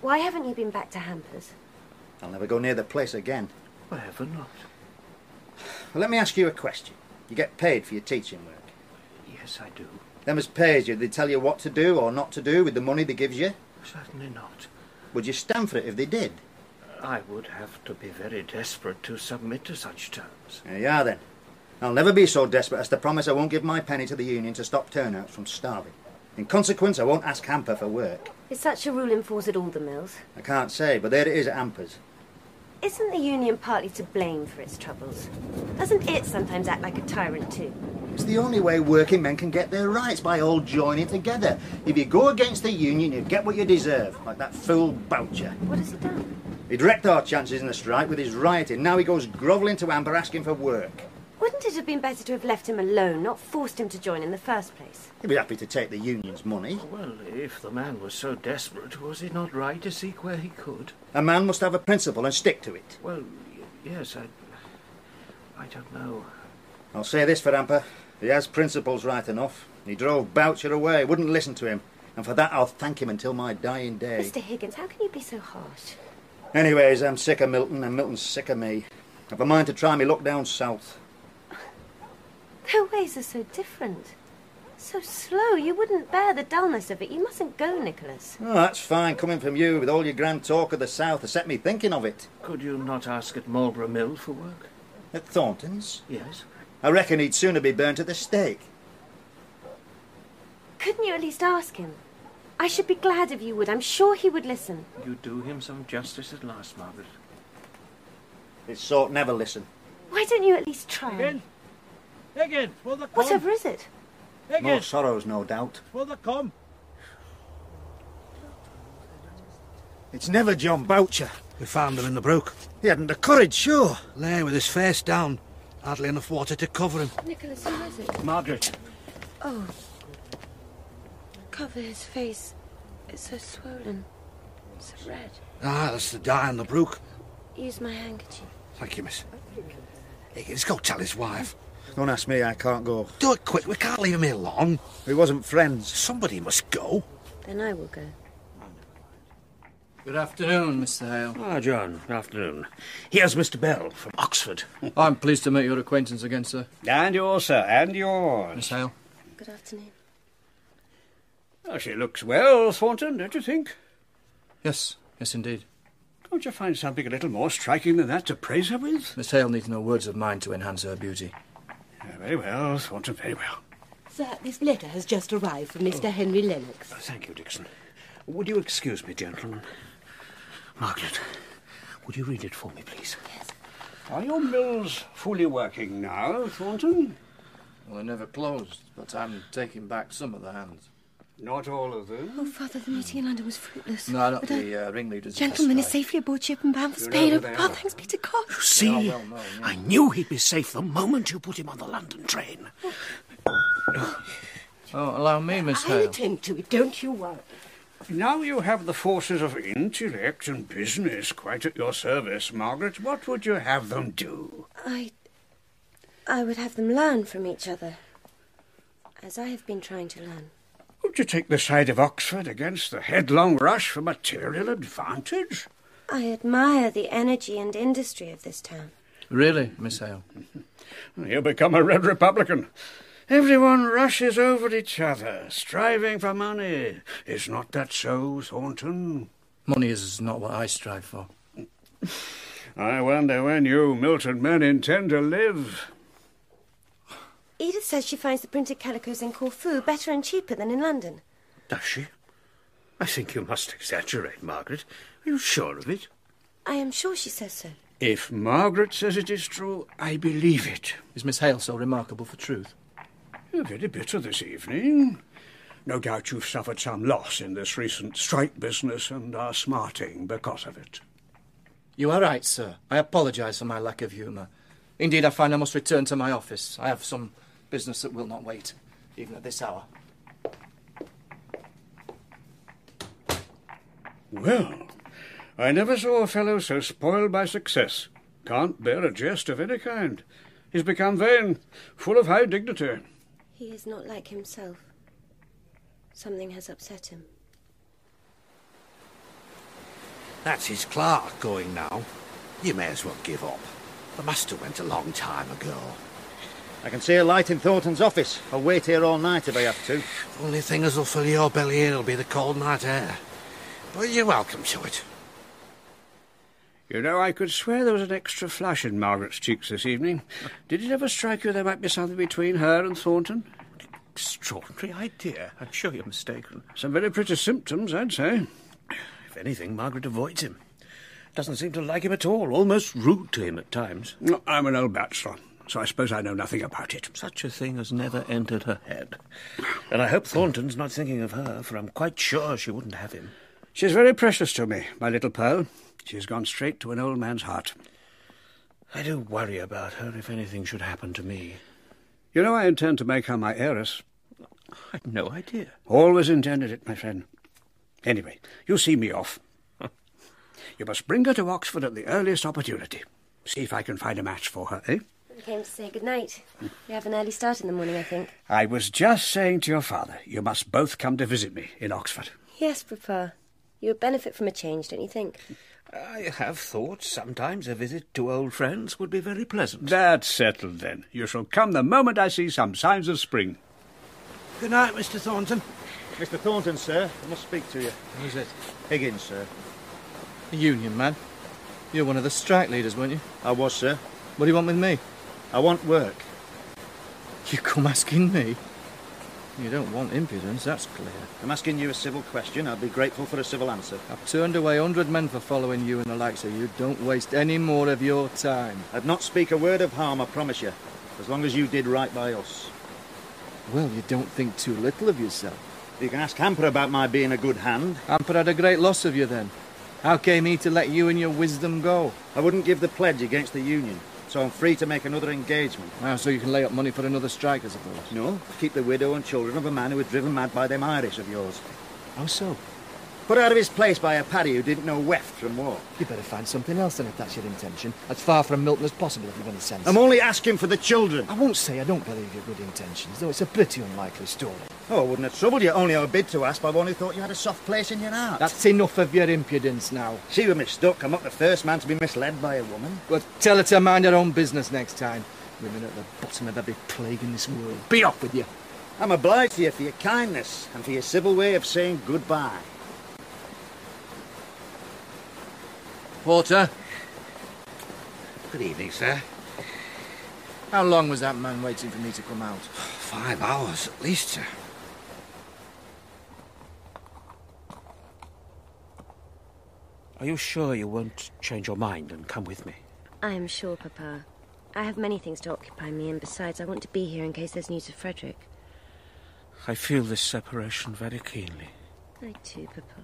Why haven't you been back to Hampers?
I'll never go near the place again.
Wherever not.
Well, let me ask you a question. You get paid for your teaching work.
Yes, I do.
Them as pays you, they tell you what to do or not to do with the money they gives you.
Certainly not.
Would you stand for it if they did?
I would have to be very desperate to submit to such terms.
There you are then. I'll never be so desperate as to promise I won't give my penny to the union to stop turnouts from starving. In consequence, I won't ask Hamper for work.
Is such a rule enforced at all the mills?
I can't say, but there it is at Hamper's.
Isn't the union partly to blame for its troubles? Doesn't it sometimes act like a tyrant too?
It's the only way working men can get their rights by all joining together. If you go against the union, you get what you deserve, like that fool Boucher.
What has he done?
He'd wrecked our chances in the strike with his rioting. Now he goes grovelling to Amber asking for work.
Wouldn't it have been better to have left him alone, not forced him to join in the first place?
He'd be happy to take the union's money.
Well, if the man was so desperate, was it not right to seek where he could?
A man must have a principle and stick to it.
Well, y- yes, I. I don't know.
I'll say this for Amper. He has principles right enough. He drove Boucher away, wouldn't listen to him. And for that, I'll thank him until my dying day.
Mr. Higgins, how can you be so harsh?
Anyways, I'm sick of Milton, and Milton's sick of me. I've a mind to try me luck down south.
Their ways are so different. So slow, you wouldn't bear the dullness of it. You mustn't go, Nicholas.
Oh, that's fine, coming from you with all your grand talk of the south has set me thinking of it.
Could you not ask at Marlborough Mill for work?
At Thornton's?
Yes.
I reckon he'd sooner be burnt at the stake.
Couldn't you at least ask him? I should be glad if you would. I'm sure he would listen.
You do him some justice at last, Margaret.
His sort never listen.
Why don't you at least try? Higgins?
Higgins, will they come?
Whatever is it?
More sorrows, no doubt.
Will they come?
It's never John Boucher.
We found him in the brook.
He hadn't the courage, sure.
Lay with his face down. Hardly enough water to cover him.
Nicholas, who is it?
Margaret.
Oh. Cover his face. It's so swollen. So red.
Ah, that's the dye on the brook.
Use my handkerchief.
Thank you, miss. Higgins, go tell his wife.
Don't ask me, I can't go.
Do it quick, we can't leave him here long.
We wasn't friends.
Somebody must go.
Then I will go.
Good afternoon, Mr. Hale.
Ah, John, afternoon. Here's Mr. Bell from Oxford.
I'm pleased to make your acquaintance again, sir.
And yours, sir, and yours.
Miss Hale.
Good afternoon.
Oh, she looks well, Thornton, don't you think?
Yes, yes, indeed.
Don't you find something a little more striking than that to praise her with?
Miss Hale needs no words of mine to enhance her beauty.
very well, Thornton, very well.
Sir, this letter has just arrived from Mr. Henry Lennox.
Oh, Thank you, Dixon. Would you excuse me, gentlemen? Margaret, would you read it for me, please? Yes. Are your mills fully working now, Thornton?
Well, they never closed, but I'm taking back some of the hands.
Not all of them.
Oh, Father, the meeting in London was fruitless.
No, not
But I-
the uh, ringleaders. of the
Gentleman is
strike.
safely aboard ship and bound for
You know
Spain.
who
Oh,
they
God,
are.
thanks be to God.
You see,
well known, yeah.
I knew he'd be safe the moment you put him on the London train.
Oh, allow me, Miss
Hale.
Attend to it, don't you worry.
Now you have the forces of intellect and business quite at your service, Margaret. What would you have them do?
I. I would have them learn from each other. As I have been trying to learn.
Would you take the side of Oxford against the headlong rush for material advantage?
I admire the energy and industry of this town.
Really, Miss Hale?
You become a red republican. Everyone rushes over each other, striving for money. Is not that so, Thornton?
Money is not what I strive for.
I wonder when you Milton men intend to live.
Edith says she finds the printed calicos in Corfu better and cheaper than in London.
Does she? I think you must exaggerate, Margaret. Are you sure of it?
I am sure she says so.
If Margaret says it is true, I believe it.
Is Miss Hale so remarkable for truth?
You're very bitter this evening. No doubt you've suffered some loss in this recent strike business and are smarting because of it.
You are right, sir. I apologise for my lack of humour. Indeed, I find I must return to my office. I have some business that will not wait, even at this hour.
Well, I never saw a fellow so spoiled by success. Can't bear a jest of any kind. He's become vain, full of high dignity.
He is not like himself. Something has upset him.
That's his clerk going now. You may as well give up. The master went a long time ago.
I can see a light in Thornton's office. I'll wait here all night if I have to.
Only thing as'll fill your belly in will be the cold night air. But you're welcome to it.
You know, I could swear there was an extra flush in Margaret's cheeks this evening. Did it ever strike you there might be something between her and Thornton?
Extraordinary idea. I'm sure you're mistaken.
Some very pretty symptoms, I'd say.
If anything, Margaret avoids him. Doesn't seem to like him at all, almost rude to him at times.
I'm an old bachelor, so I suppose I know nothing about it.
Such a thing has never entered her head. And I hope Thornton's not thinking of her, for I'm quite sure she wouldn't have him.
She's very precious to me, my little pearl. She's gone straight to an old man's heart.
I do worry about her if anything should happen to me.
You know, I intend to make her my heiress.
I'd no idea.
Always intended it, my friend. Anyway, you see me off. you must bring her to Oxford at the earliest opportunity. See if I can find a match for her, eh?
I came to say good night. You have an early start in the morning, I think.
I was just saying to your father, you must both come to visit me in Oxford.
Yes, Papa. You would benefit from a change, don't you think?
I have thought sometimes a visit to old friends would be very pleasant.
That's settled then. You shall come the moment I see some signs of spring.
Good night, Mr. Thornton. Mr. Thornton, sir. I must speak to you.
Who's it?
Higgins, sir.
The union man. You're one of the strike leaders, weren't you?
I was, sir.
What do you want with me?
I want work.
You come asking me? You don't want impudence, that's clear.
I'm asking you a civil question. I'd be grateful for a civil answer.
I've turned away a hundred men for following you and the likes of you. Don't waste any more of your time.
I'd not speak a word of harm, I promise you, as long as you did right by us.
Well, you don't think too little of yourself.
You can ask Hamper about my being a good hand.
Hamper had a great loss of you then. How came he to let you and your wisdom go?
I wouldn't give the pledge against the union, so I'm free to make another engagement.
Ah, so you can lay up money for another strike, I suppose.
No, keep the widow and children of a man who was driven mad by them Irish of yours.
How so?
Put out of his place by a paddy who didn't know weft from war.
You better find something else then if that's your intention. As far from Milton as possible if you've any sense.
I'm only asking for the children.
I won't say I don't believe your good intentions, though it's a pretty unlikely story.
Oh, I wouldn't have troubled you, only I bid to ask by one who thought you had a soft place in your heart.
That's enough of your impudence now.
She was mistook. I'm not the first man to be misled by a woman.
Well, tell her to mind her own business next time. Women are at the bottom of every plague in this world. Be off with you.
I'm obliged to you for your kindness and for your civil way of saying goodbye.
Porter,
Good evening, sir.
how long was that man waiting for me to come out?
Five hours at least, sir.
Are you sure you won't change your mind and come with me?
I am sure, Papa.
I have many things to occupy me, and besides, I want to be here in case there's news of Frederick.
I feel this separation very keenly.
I too, Papa.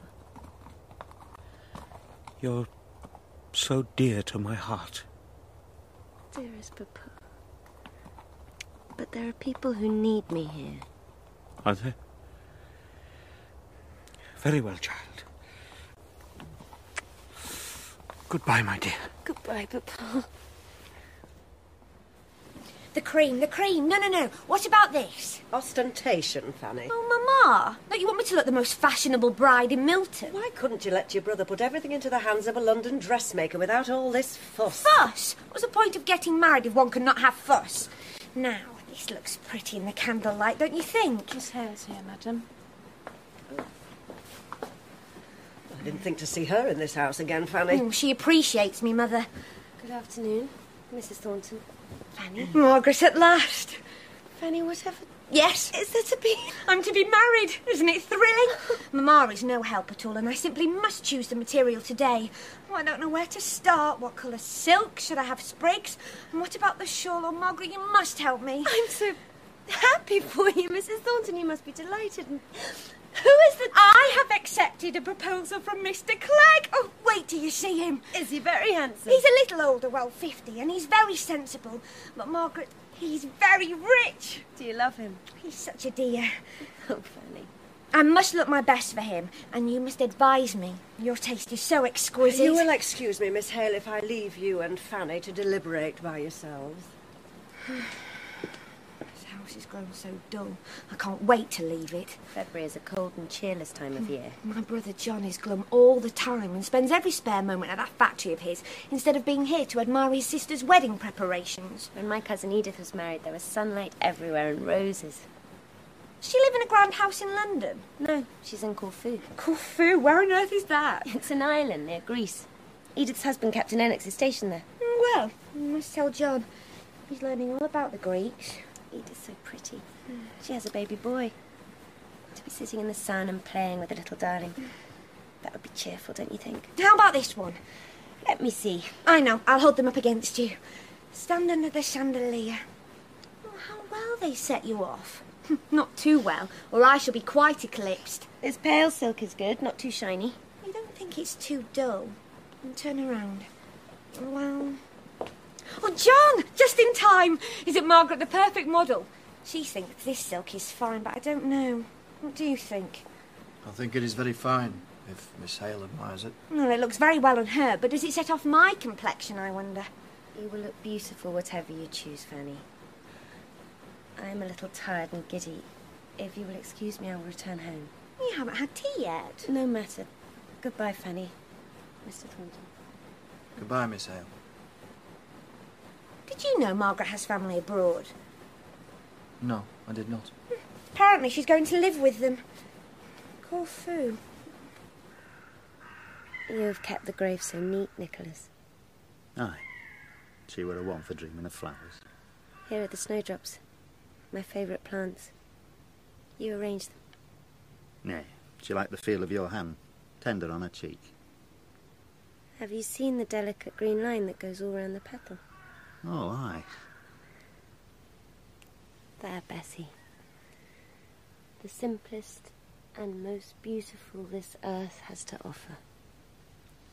You're so dear to my heart.
Dearest Papa. But there are people who need me here.
Are they? Very well, child. Goodbye, my dear.
Goodbye, Papa.
The cream, the cream. No, no, no. What about this?
Ostentation, Fanny.
Oh, Mama. Don't you want me to look the most fashionable bride in Milton?
Why couldn't you let your brother put everything into the hands of a London dressmaker without all this fuss?
Fuss? What's the point of getting married if one cannot have fuss? Now, this looks pretty in the candlelight, don't you think?
Miss Hale's here, madam.
I didn't think to see her in this house again, Fanny.
Oh,
Mm, she appreciates me, Mother.
Good afternoon, Mrs. Thornton.
Fanny. Margaret at last.
Fanny, whatever.
Yes. Is there to be? I'm to be married. Isn't it thrilling? Mama is no help at all, and I simply must choose the material today. Oh, I don't know where to start. What colour silk? Should I have sprigs? And what about the shawl? Oh, Margaret, you must help me.
I'm so happy for you, Mrs. Thornton. You must be delighted.
Who is the. I have accepted a proposal from Mr. Clegg. Oh, wait till you see him.
Is he very handsome?
He's a little older, well, 50, and he's very sensible. But, Margaret, he's very rich.
Do you love him?
He's such a dear.
Oh, Fanny.
I must look my best for him, and you must advise me. Your taste is so exquisite.
You will excuse me, Miss Hale, if I leave you and Fanny to deliberate by yourselves.
So house has grown so dull. I can't wait to leave it. Mm,
February is a cold and cheerless time of year.
My brother John is glum all the time and spends every spare moment at that factory of his instead of being here to admire his sister's wedding preparations.
When my cousin Edith was married, there was sunlight everywhere and roses.
Does she live in a grand house in London?
No, she's in Corfu.
Corfu? Where on earth is that?
It's an island near Greece. Edith's husband, Captain Enix, is stationed there.
Mm, Well, I must tell John. He's learning all about the Greeks.
Edith's so pretty. She has a baby boy. To be sitting in the sun and playing with a little darling. That would be cheerful, don't you think?
How about this one?
Let me see.
I know, I'll hold them up against you. Stand under the chandelier. Oh, how well they set you off. Not too well, or I shall be quite eclipsed.
This pale silk is good, not too shiny.
I don't think it's too dull. And turn around. Well. Oh, John! Just in time! Isn't Margaret the perfect model? She thinks this silk is fine, but I don't know. What do you think?
I think it is very fine, if Miss Hale admires it.
Well, it looks very well on her, but does it set off my complexion, I wonder?
You will look beautiful, whatever you choose, Fanny. I am a little tired and giddy. If you will excuse me, I will return home.
You haven't had tea yet.
No matter. Goodbye, Fanny. Mr. Thornton.
Goodbye, Miss Hale.
Did you know Margaret has family abroad?
No, I did not.
Apparently, she's going to live with them. Corfu.
You have kept the grave so neat, Nicholas.
Aye. She were a one for dreaming of flowers.
Here are the snowdrops, my favourite plants. You arranged them.
Nay, she liked the feel of your hand, tender on her cheek.
Have you seen the delicate green line that goes all round the petal?
Oh, aye.
There, Bessie. The simplest and most beautiful this earth has to offer.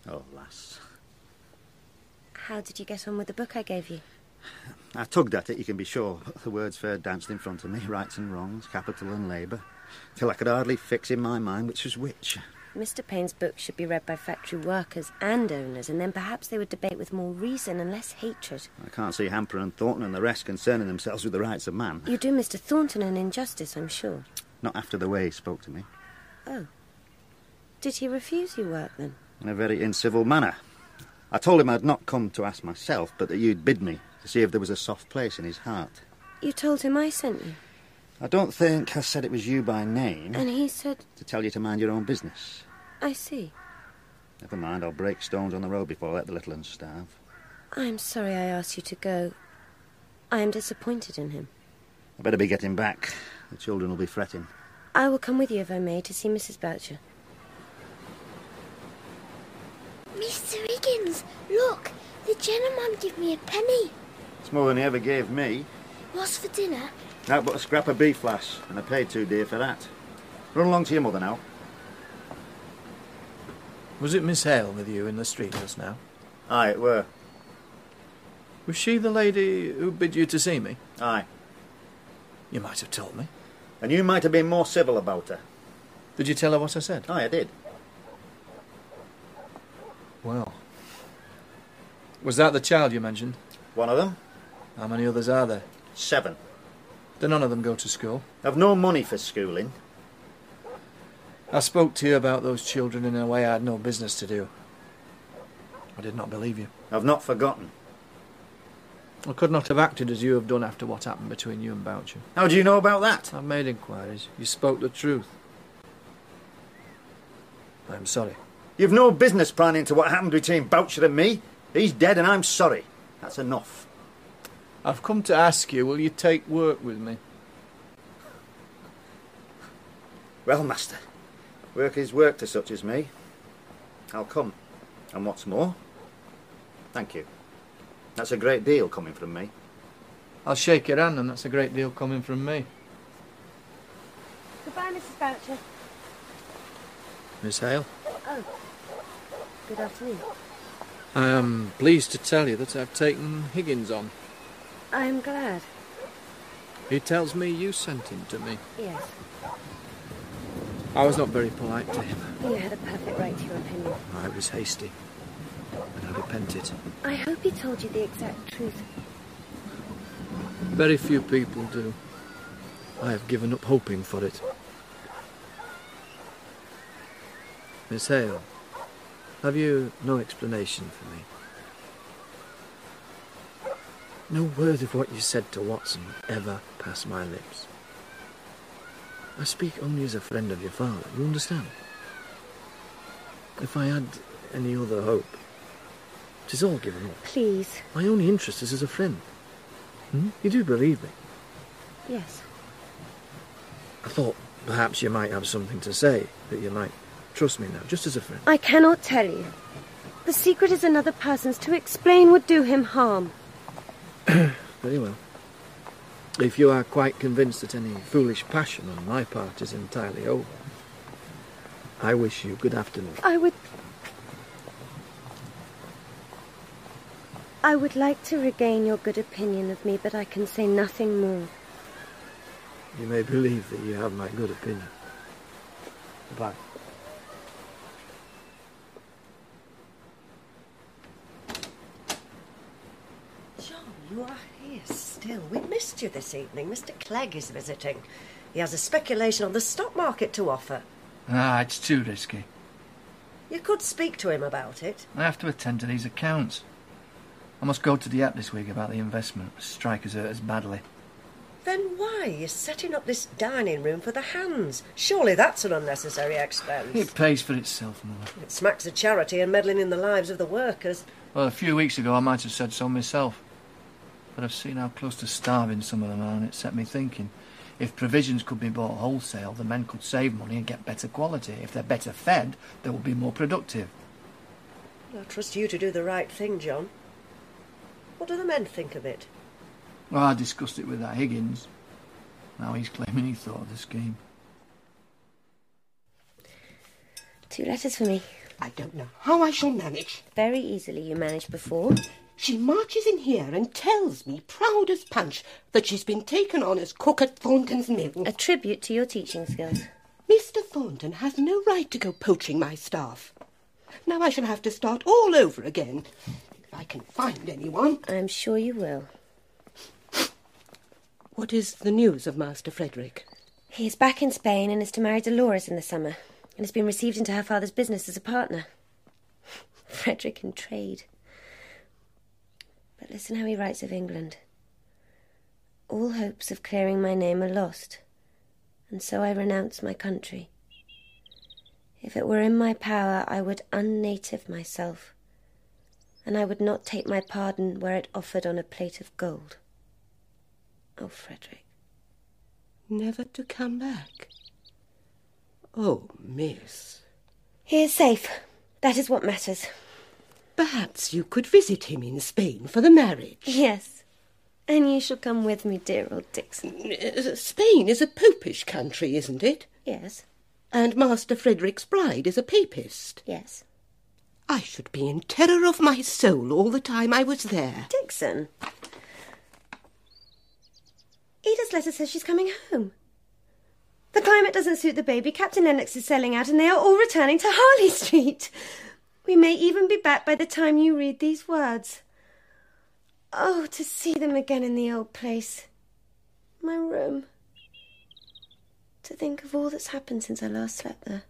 Oh, lass.
How did you get on with the book I gave you?
I tugged at it, you can be sure, but the words fair danced in front of me, rights and wrongs, capital and labour, till I could hardly fix in my mind which was which.
Mr. Payne's book should be read by factory workers and owners, and then perhaps they would debate with more reason and less hatred.
I can't see Hamper and Thornton and the rest concerning themselves with the rights of man.
You do Mr. Thornton an injustice, I'm sure.
Not after the way he spoke to me.
Oh. Did he refuse you work then?
in a very incivil manner. I told him I'd not come to ask myself, but that you'd bid me to see if there was a soft place in his heart.
You told him I sent you,
I don't think I said it was you by name
and he said,
to tell you to mind your own business.
I see.
Never mind, I'll break stones on the road before I let the little uns starve.
I'm sorry I asked you to go. I am disappointed in him.
I better be getting back. The children will be fretting.
I will come with you, if I may, to see Mrs. Boucher.
Mr. Higgins, look, the gentleman give me a penny.
It's more than he ever gave me.
What's for dinner?
Out but a scrap of beef, lass, and I paid too dear for that. Run along to your mother now.
Was it Miss Hale with you in the street just now?
Aye, it were.
Was she the lady who bid you to see me?
Aye.
You might have told me.
And you might have been more civil about her.
Did you tell her what I said?
Aye, I did.
Well. Was that the child you mentioned?
One of them.
How many others are there?
Seven.
Do none of them go to school?
I've no money for schooling.
I spoke to you about those children in a way I had no business to do. I did not believe you.
I've not forgotten.
I could not have acted as you have done after what happened between you and Boucher.
How do you know about that?
I've made inquiries. You spoke the truth. I'm sorry.
You've no business prying into what happened between Boucher and me. He's dead and I'm sorry. That's enough.
I've come to ask you, will you take work with me?
Well, master, work is work to such as me. I'll come. And what's more, thank you. That's a great deal coming from me.
I'll shake your hand, and that's a great deal coming from me.
Goodbye, Mrs. Boucher.
Miss Hale,
Oh.
Good afternoon.
I am pleased to tell you that I've taken Higgins on.
I am glad.
He tells me you sent him to me.
Yes.
I was not very polite to him.
You had a perfect right to your opinion.
I was hasty, and I repent it.
I hope he told you the exact truth.
Very few people do. I have given up hoping for it. Miss Hale, have you no explanation for me? No word of what you said to Watson ever passed my lips. I speak only as a friend of your father, you understand? If I had any other hope, 'tis all given up.
Please.
My only interest is as a friend. Hmm? You do believe me?
Yes.
I thought perhaps you might have something to say, that you might trust me now, just as a friend.
I cannot tell you. The secret is another person's. To explain would do him harm.
Very well. If you are quite convinced that any foolish passion on my part is entirely over, I wish you good afternoon.
I would. I would like to regain your good opinion of me, but I can say nothing more.
You may believe that you have my good opinion. Goodbye.
John, you are here still. We missed you this evening. Mr. Clegg is visiting. He has a speculation on the stock market to offer.
Ah, it's too risky.
You could speak to him about it.
I have to attend to these accounts. I must go to the app this week about the investment. Strikers hurt us badly.
Then why are you setting up this dining room for the hands? Surely that's an unnecessary expense.
It pays for itself, Mother.
It smacks of charity and meddling in the lives of the workers.
Well, a few weeks ago I might have said so myself. But I've seen how close to starving some of them are, and it set me thinking. If provisions could be bought wholesale, the men could save money and get better quality. If they're better fed, they will be more productive.
I trust you to do the right thing, John. What do the men think of it?
Well, I discussed it with that Higgins. Now he's claiming he thought of the scheme.
Two letters for me.
I don't know how I shall manage.
Very easily you managed before.
She marches in here and tells me, proud as punch, that she's been taken on as cook at Thornton's mill.
A tribute to your teaching skills.
Mr. Thornton has no right to go poaching my staff. Now I shall have to start all over again. If I can find anyone.
I'm sure you will.
What is the news of Master Frederick?
He is back in Spain and is to marry Dolores in the summer, and has been received into her father's business as a partner. Frederick in trade. But listen how he writes of England. All hopes of clearing my name are lost, and so I renounce my country. If it were in my power, I would unnative myself, and I would not take my pardon were it offered on a plate of gold. Oh, Frederick,
Never to come back. Oh, miss.
he is safe. That is what matters.
Perhaps you could visit him in Spain for the marriage.
Yes, and you shall come with me, dear old Dixon.
Uh, Spain is a popish country, isn't it?
Yes,
And Master Frederick's bride is a papist.
yes.
I should be in terror of my soul all the time I was there.
Dixon. Edith's letter says she's coming home. The climate doesn't suit the baby. Captain Lennox is selling out, and they are all returning to Harley Street. We may even be back by the time you read these words. Oh, to see them again in the old place. My room. To think of all that's happened since I last slept there.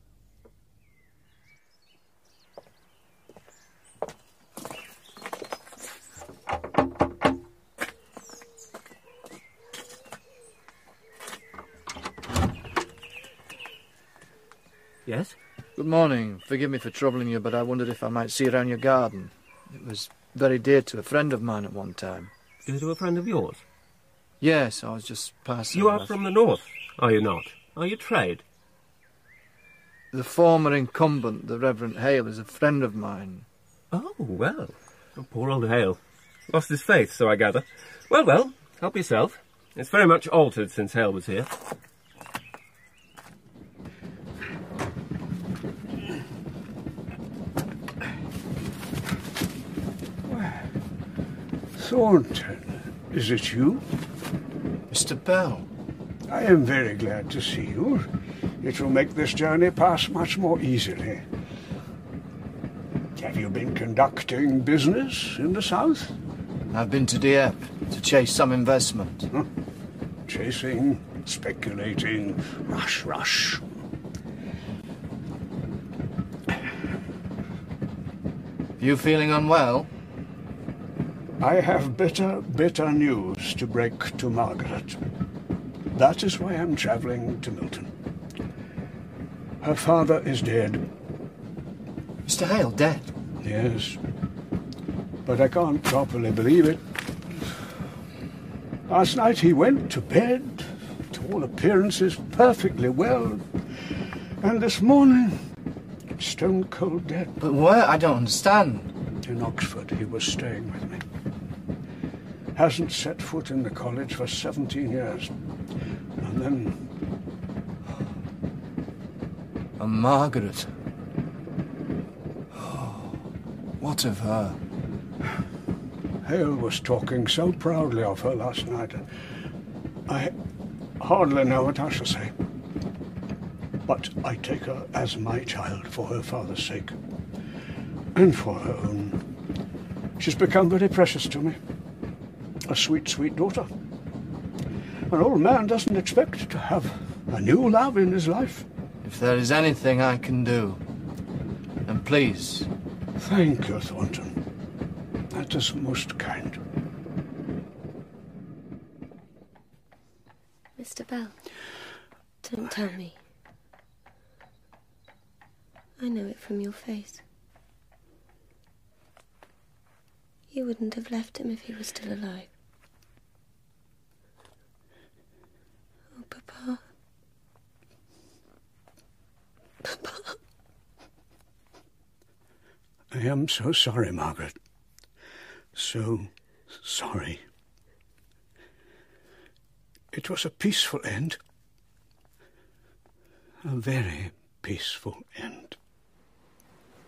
Yes? Good morning. Forgive me for troubling you, but I wondered if I might see around your garden. It was very dear to a friend of mine at one time.
Is it a friend of yours?
Yes, I was just passing.
You
I-
are from the north, are you not? Are Oh, you trade?
The former incumbent, the Reverend Hale, is a friend of mine.
Oh, well. Poor old Hale. Lost his faith, so I gather. Well, well, help yourself. It's very much altered since Hale was here.
Thornton, is it you?
Mr. Bell.
I am very glad to see you. It will make this journey pass much more easily. Have you been conducting business in the south?
I've been to Dieppe to chase some investment.
Chasing speculating, rush, rush.
You feeling unwell?
I have bitter, bitter news to break to Margaret. That is why I'm traveling to Milton. Her father is dead.
Mr. Hale, dead?
Yes. But I can't properly believe it. Last night he went to bed, to all appearances, perfectly well. And this morning, stone cold dead.
But where? I don't understand.
In Oxford, he was staying with me. Hasn't set foot in the college for 17 years. And then
And Margaret. Oh, what of her?
Hale was talking so proudly of her last night. I hardly know what I shall say. But I take her as my child for her father's sake and for her own. She's become very precious to me. A sweet, sweet daughter. An old man doesn't expect to have a new love in his life.
If there is anything I can do, then please.
Thank you, Thornton. That is most kind.
Mr. Bell, don't tell me. I know it from your face. You wouldn't have left him if he was still alive. Oh, Papa. Papa.
I am so sorry, Margaret. So sorry. It was a peaceful end. A very peaceful end.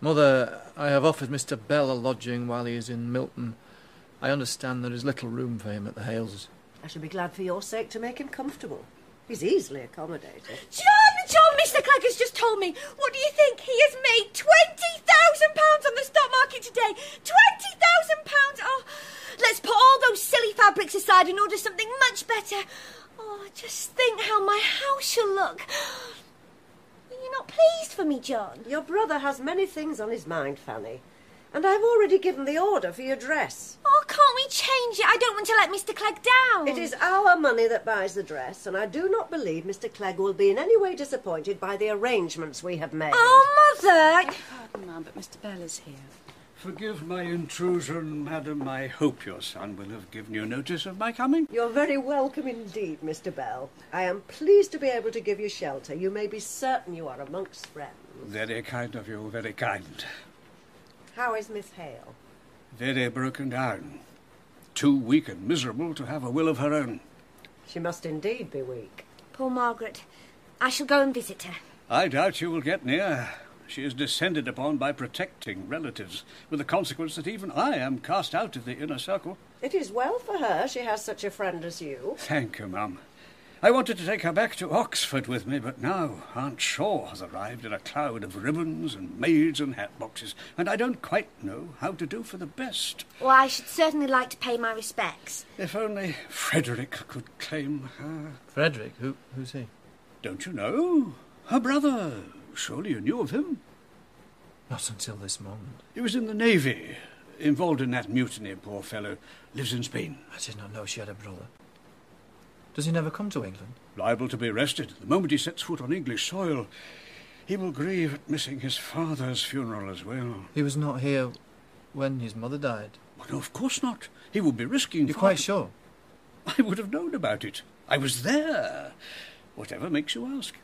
Mother, I have offered Mr. Bell a lodging while he is in Milton. I understand there is little room for him at the Hales'.
I should be glad for your sake to make him comfortable. He's easily accommodated.
John, John, Mr. Clegg has just told me. What do you think? He has made twenty thousand pounds on the stock market today. Twenty thousand pounds. Oh, let's put all those silly fabrics aside and order something much better. Oh, just think how my house shall look. Are you not pleased for me, John?
Your brother has many things on his mind, Fanny. And I've already given the order for your dress.
Oh, can't we change it? I don't want to let Mr. Clegg down.
It is our money that buys the dress, and I do not believe Mr. Clegg will be in any way disappointed by the arrangements we have made.
Oh, Mother!
Pardon, ma'am, but Mr. Bell is here.
Forgive my intrusion, madam. I hope your son will have given you notice of my coming.
You're very welcome indeed, Mr. Bell. I am pleased to be able to give you shelter. You may be certain you are amongst friends.
Very kind of you, very kind.
How is Miss Hale?
Very broken down. Too weak and miserable to have a will of her own.
She must indeed be weak.
Poor Margaret. I shall go and visit her.
I doubt you will get near. She is descended upon by protecting relatives, with the consequence that even I am cast out of the inner circle.
It is well for her she has such a friend as you.
Thank you, ma'am. I wanted to take her back to Oxford with me, but now Aunt Shaw has arrived in a cloud of ribbons and maids and hat boxes, and I don't quite know how to do for the best.
Well, I should certainly like to pay my respects.
If only Frederick could claim her.
Frederick? Who, who's he?
Don't you know? Her brother. Surely you knew of him.
Not until this moment.
He was in the Navy, involved in that mutiny, poor fellow. Lives in Spain.
I did not know she had a brother. Does he never come to England?
Liable to be arrested the moment he sets foot on English soil. He will grieve at missing his father's funeral as well.
He was not here when his mother died.
Well, no, of course not. He will be risking.
You're
far
quite
too-
sure?
I would have known about it. I was there. Whatever makes you ask.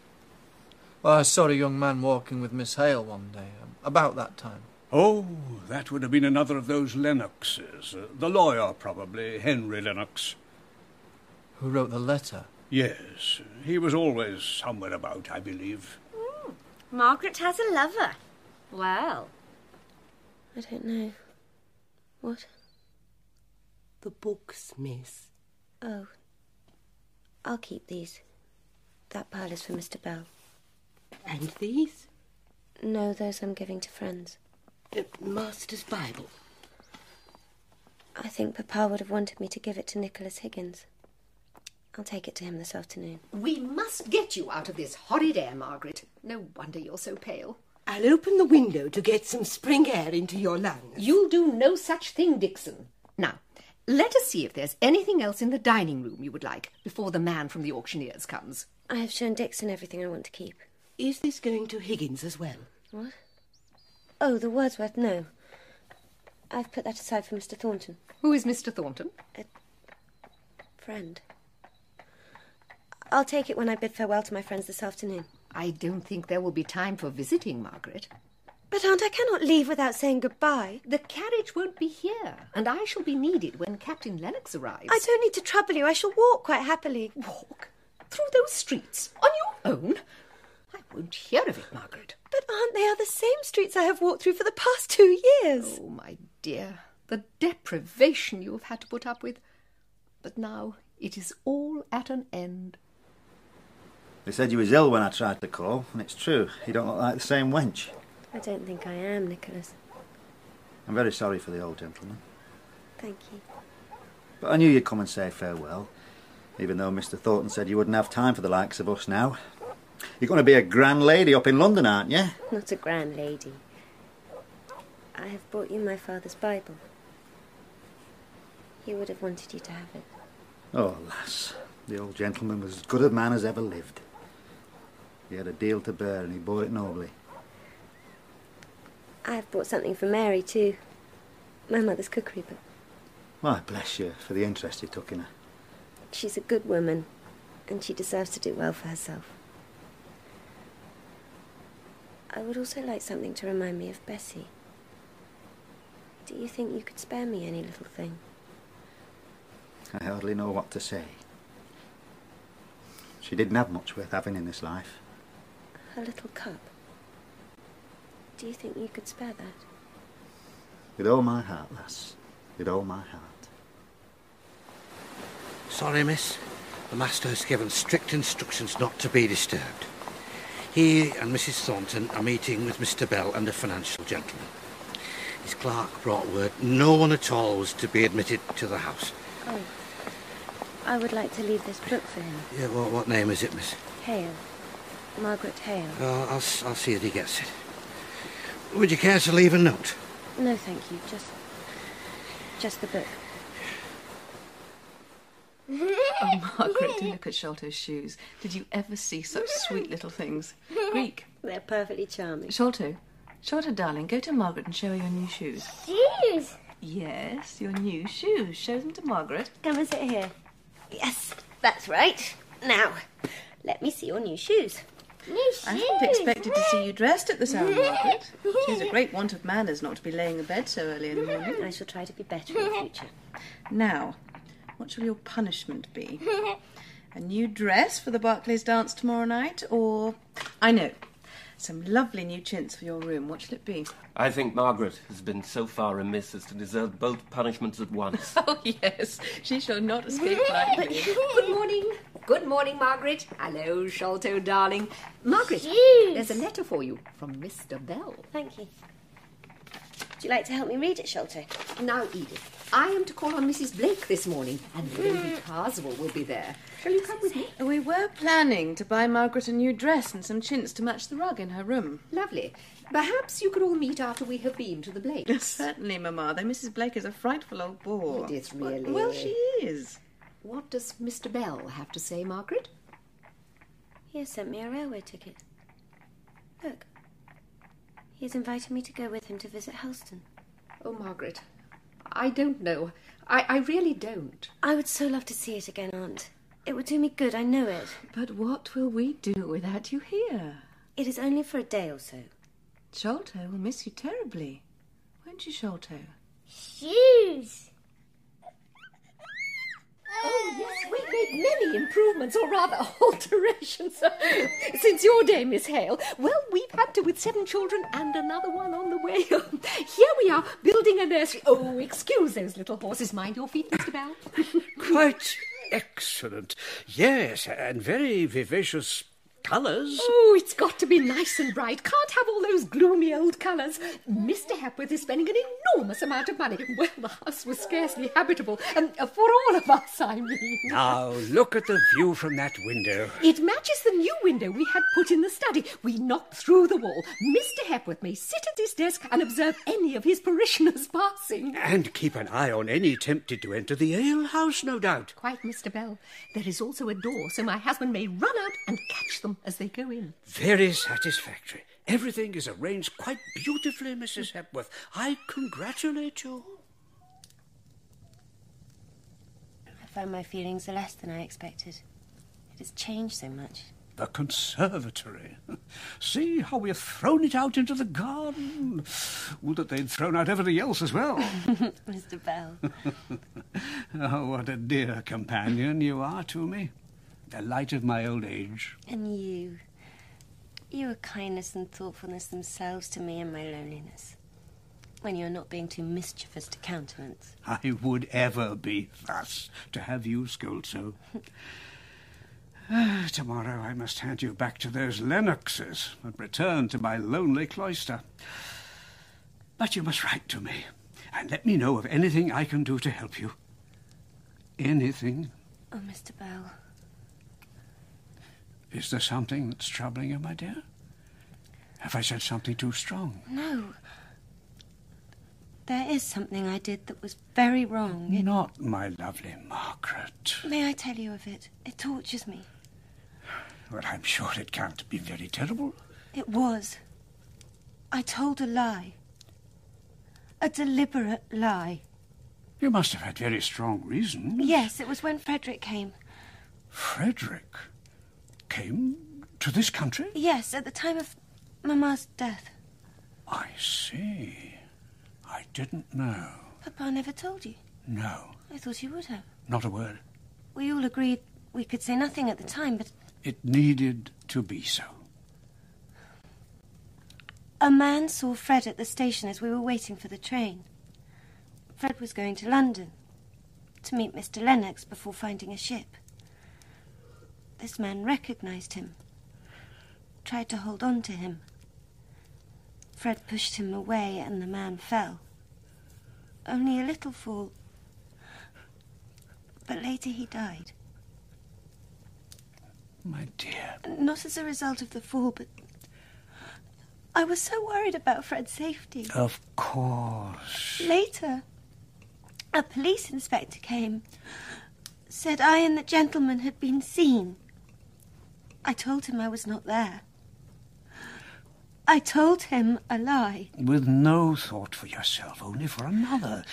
Well, I saw a young man walking with Miss Hale one day, um, about that time.
Oh, that would have been another of those Lennoxes. Uh, the lawyer, probably, Henry Lennox.
Who wrote the letter?
Yes, he was always somewhere about, I believe.
Margaret has a lover. Well.
I don't know. What?
The books, miss.
Oh. I'll keep these. That pile is for Mr. Bell.
And these?
No, those I'm giving to friends.
Uh, Master's Bible.
I think Papa would have wanted me to give it to Nicholas Higgins. I'll take it to him this afternoon.
We must get you out of this horrid air, Margaret. No wonder you're so pale.
I'll open the window to get some spring air into your lungs.
You'll do no such thing, Dixon. Now, let us see if there's anything else in the dining room you would like before the man from the auctioneer's comes.
I have shown Dixon everything I want to keep.
Is this going to Higgins as well?
What? Oh, the Wordsworth, no. I've put that aside for Mr. Thornton.
Who is Mr. Thornton?
A friend. I'll take it when I bid farewell to my friends this afternoon.
I don't think there will be time for visiting, Margaret.
But, Aunt, I cannot leave without saying goodbye.
The carriage won't be here, and I shall be needed when Captain Lennox arrives.
I don't need to trouble you. I shall walk quite happily.
Walk? Through those streets? On your own? I won't hear of it, Margaret.
But, Aunt, they are the same streets I have walked through for the past two years.
Oh, my dear, the deprivation you have had to put up with. But now it is all at an end.
They said you was ill when I tried to call, and it's true. You don't look like the same wench.
I don't think I am, Nicholas.
I'm very sorry for the old gentleman.
Thank you.
But I knew you'd come and say farewell, even though Mr. Thornton said you wouldn't have time for the likes of us now. You're going to be a grand lady up in London, aren't you?
Not a grand lady. I have brought you my father's Bible. He would have wanted you to have it.
Oh, lass, the old gentleman was as good a man as ever lived. He had a deal to bear and he bore it nobly.
I have brought something for Mary, too. My mother's cookery book.
Why, bless you for the interest he took in her.
She's a good woman, and she deserves to do well for herself. I would also like something to remind me of Bessie. Do you think you could spare me any little thing?
I hardly know what to say. She didn't have much worth having in this life.
Her little cup. Do you think you could spare that?
With all my heart, lass. With all my heart.
Sorry, miss. The master has given strict instructions not to be disturbed. He and Mrs. Thornton are meeting with Mr. Bell and a financial gentleman. His clerk brought word no one at all was to be admitted to the house.
Oh. I would like to leave this book for him.
Yeah, well, what name is it, miss?
Hale. Margaret Hale.
Uh, I'll, s- I'll see that he gets it. Would you care to leave a note?
No, thank you. Just. just the book.
Oh, Margaret, do look at Sholto's shoes. Did you ever see such sweet little things? Greek.
They're perfectly charming.
Sholto, Sholto, darling, go to Margaret and show her your new shoes.
Shoes?
Yes, your new shoes. Show them to Margaret.
Come and sit here. Yes, that's right. Now, let me see your new shoes. New
I hadn't expected to see you dressed at this hour, Margaret. She has a great want of manners not to be laying abed so early in the morning.
I shall try to be better in future.
Now, what shall your punishment be? A new dress for the Barclays dance tomorrow night, or I know, some lovely new chintz for your room. What shall it be?
I think Margaret has been so far amiss as to deserve both punishments at once.
Oh yes, she shall not escape
But-
lightly.
good morning. Good morning, Margaret. Hello, Sholto, darling. Margaret, there's a letter for you from Mr. Bell.
Thank you. Would you like to help me read it, Sholto?
Now, Edith, I am to call on Mrs. Blake this morning, and Lady
Hmm.
Carswell will be there. Shall you come with me?
We were planning to buy Margaret a new dress and some chintz to match the rug in her room.
Lovely. Perhaps you could all meet after we have been to the Blakes.
Certainly, Mamma, though Mrs. Blake is a frightful old bore.
It is Oh, really.
Oh, Well, she is.
What does Mr. Bell have to say, Margaret?
He has sent me a railway ticket. Look. He has invited me to go with him to visit Helston.
Oh, Margaret, I don't know. I, I really don't.
I would so love to see it again, Aunt. It would do me good, I know it.
But what will we do without you here?
It is only for a day or so.
Sholto will miss you terribly. Won't you, Sholto?
Shoes. Oh, yes, we've made many improvements, or rather alterations, since your day, Miss Hale. Well, we've had to with seven children and another one on the way. Here we are, building a nursery. Oh, excuse those little horses. Mind your feet, Mr. Bell.
Quite excellent. Yes, and very vivacious
colours.
Oh, it's got to be nice and bright. Can't have all those gloomy old colours. Mr. Hepworth is spending an enormous amount of money. Well, the house was scarcely habitable, and uh, for all of us, I mean.
Now look at the view from that window.
It matches the new window we had put in the study. We knocked through the wall. Mr. Hepworth may sit at his desk and observe any of his parishioners passing.
And keep an eye on any tempted to enter the alehouse, no doubt.
Quite, Mr. Bell. There is also a door, so my husband may run out and catch them as they go in.
Very satisfactory. Everything is arranged quite beautifully, Mrs. Hepworth. I congratulate you.
I found my feelings are less than I expected. It has changed so much.
The conservatory. See how we have thrown it out into the garden. Would that they'd thrown out everything else as well.
Mr. Bell.
oh, what a dear companion you are to me. The light of my old age.
And you. Your kindness and thoughtfulness themselves to me in my loneliness. When you're not being too mischievous to countenance.
I would ever be thus to have you scold so. Ah, Tomorrow I must hand you back to those Lennoxes and return to my lonely cloister. But you must write to me and let me know of anything I can do to help you. Anything?
Oh, Mr. Bell.
Is there something that's troubling you, my dear? Have I said something too strong?
No. There is something I did that was very wrong. It-
Not my lovely Margaret.
May I tell you of it? It tortures me.
Well, I'm sure it can't be very terrible.
It was. I told a lie. A deliberate lie.
You must have had very strong reasons.
Yes, it was when Frederick came.
Frederick came to this country?
Yes, at the time of Mamma's death.
I see. I didn't know.
Papa never told you.
No,
I thought he would have.
not a word.
We all agreed we could say nothing at the time, but
It needed to be so.
a man saw Fred at the station as we were waiting for the train. Fred was going to London to meet Mr. Lennox before finding a ship. This man recognized him, tried to hold on to him. Fred pushed him away and the man fell. Only a little fall. But later he died.
My dear.
Not as a result of the fall, but I was so worried about Fred's safety.
Oh,
Of course.
Later, a police inspector came, said I and the gentleman had been seen. I told him I was not there. I told him a lie.
With no thought for yourself, only for another.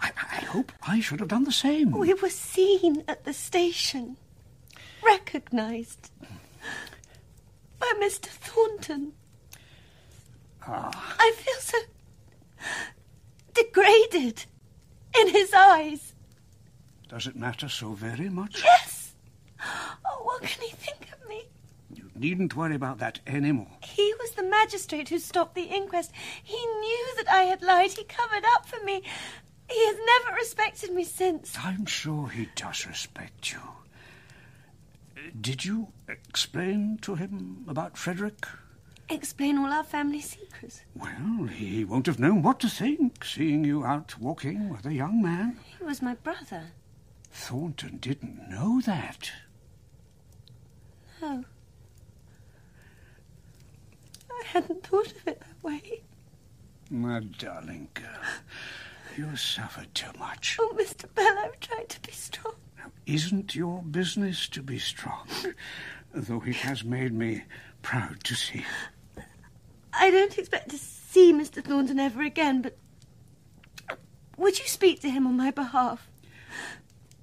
I, I hope I should have done the same.
We were seen at the station, recognized by Mr. Thornton.
Ah,
I feel so degraded in his eyes.
does it matter so very much?
Yes! Oh, what can he think of me?
You needn't worry about that any more.
He was the magistrate who stopped the inquest. He knew that I had lied. He covered up for me. He has never respected me since.
I'm sure he does respect you. Uh, Did you explain to him about Frederick?
Explain all our family secrets.
Well, he won't have known what to think, seeing you out walking with a young man.
He was my brother.
Thornton didn't know that.
No. I hadn't thought of it that way.
My darling girl, you suffered too much.
Oh, Mr. Bell, I've tried to be strong.
Isn't your business to be strong? Though it has made me proud to see.
I don't expect to see Mr. Thornton ever again, but would you speak to him on my behalf?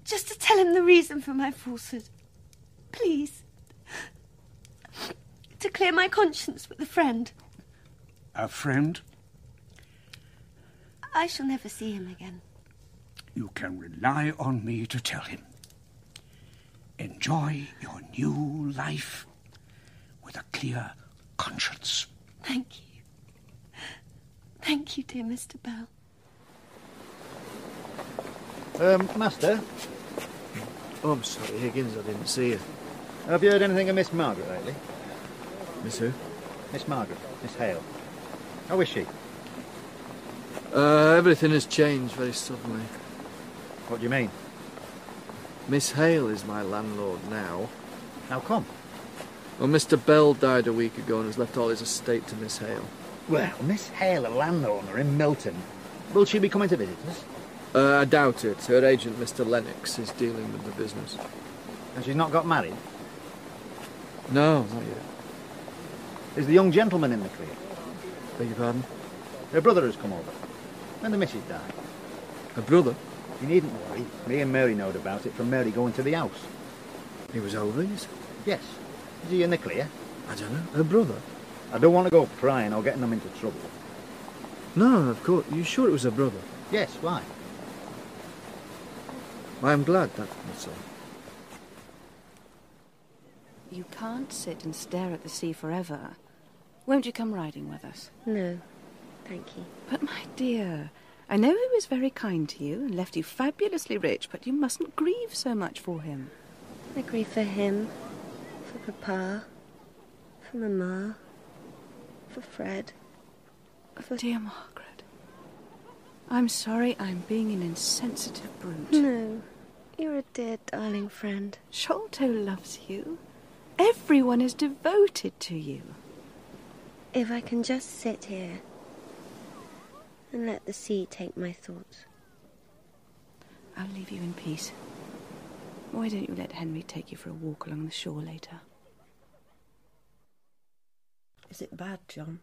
Just to tell him the reason for my falsehood. Please. To clear my conscience with a friend.
A friend,
I shall never see him again.
you can rely on me to tell him. Enjoy your new life with a clear conscience.
Thank you. Thank you, dear Mr. Bell.
Um, Master,
Oh, I'm sorry, Higgins, I didn't see you.
have you heard anything of Miss Margaret lately?
Miss who?
Miss Margaret, Miss Hale. How is she?
Uh, everything has changed very suddenly.
What do you mean?
Miss Hale is my landlord now.
How come?
Well, Mr. Bell died a week ago and has left all his estate to Miss Hale.
Well, Miss Hale, a landowner in Milton. Will she be coming to visit us?
Uh, I doubt it. Her agent, Mr. Lennox, is dealing with the business.
And she's not got married?
No, not yet.
Is the young gentleman in the clear?
Beg your pardon?
Her brother has come over. And the missus died.
Her brother?
You needn't worry. Me and Mary knowed about it from Mary going to the house.
He was over, you said?
Yes. Is he in the clear?
I don't know. Her brother?
I don't want to go prying or getting them into trouble.
No, no, of course. You sure it was her brother?
Yes, why?
Why, I'm glad that, that's all.
You can't sit and stare at the sea forever. Won't you come riding with us?
No, thank you.
But, my dear, I know he was very kind to you and left you fabulously rich, but you mustn't grieve so much for him.
I grieve for him, for Papa, for Mamma, for Fred.
Dear Margaret, I'm sorry I'm being an insensitive brute.
No, Mm, you're a dear, darling friend.
Sholto loves you. Everyone is devoted to you.
If I can just sit here and let the sea take my thoughts.
I'll leave you in peace. Why don't you let Henry take you for a walk along the shore later?
Is it bad, John?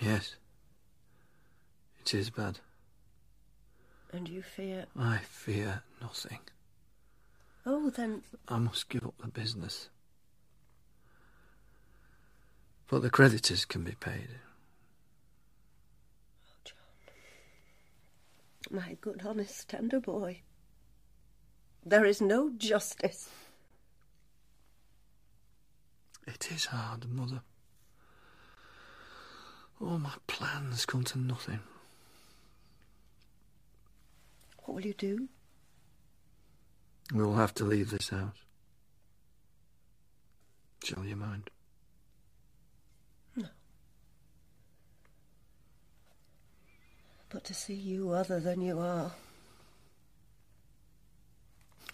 Yes. It is bad.
And you fear.
I fear nothing.
Oh, then.
I must give up the business. But the creditors can be paid.
My good, honest, tender boy. There is no justice.
It is hard, Mother. All my plans come to nothing.
What will you do?
We will have to leave this house. Shall you mind?
But to see you other than you are.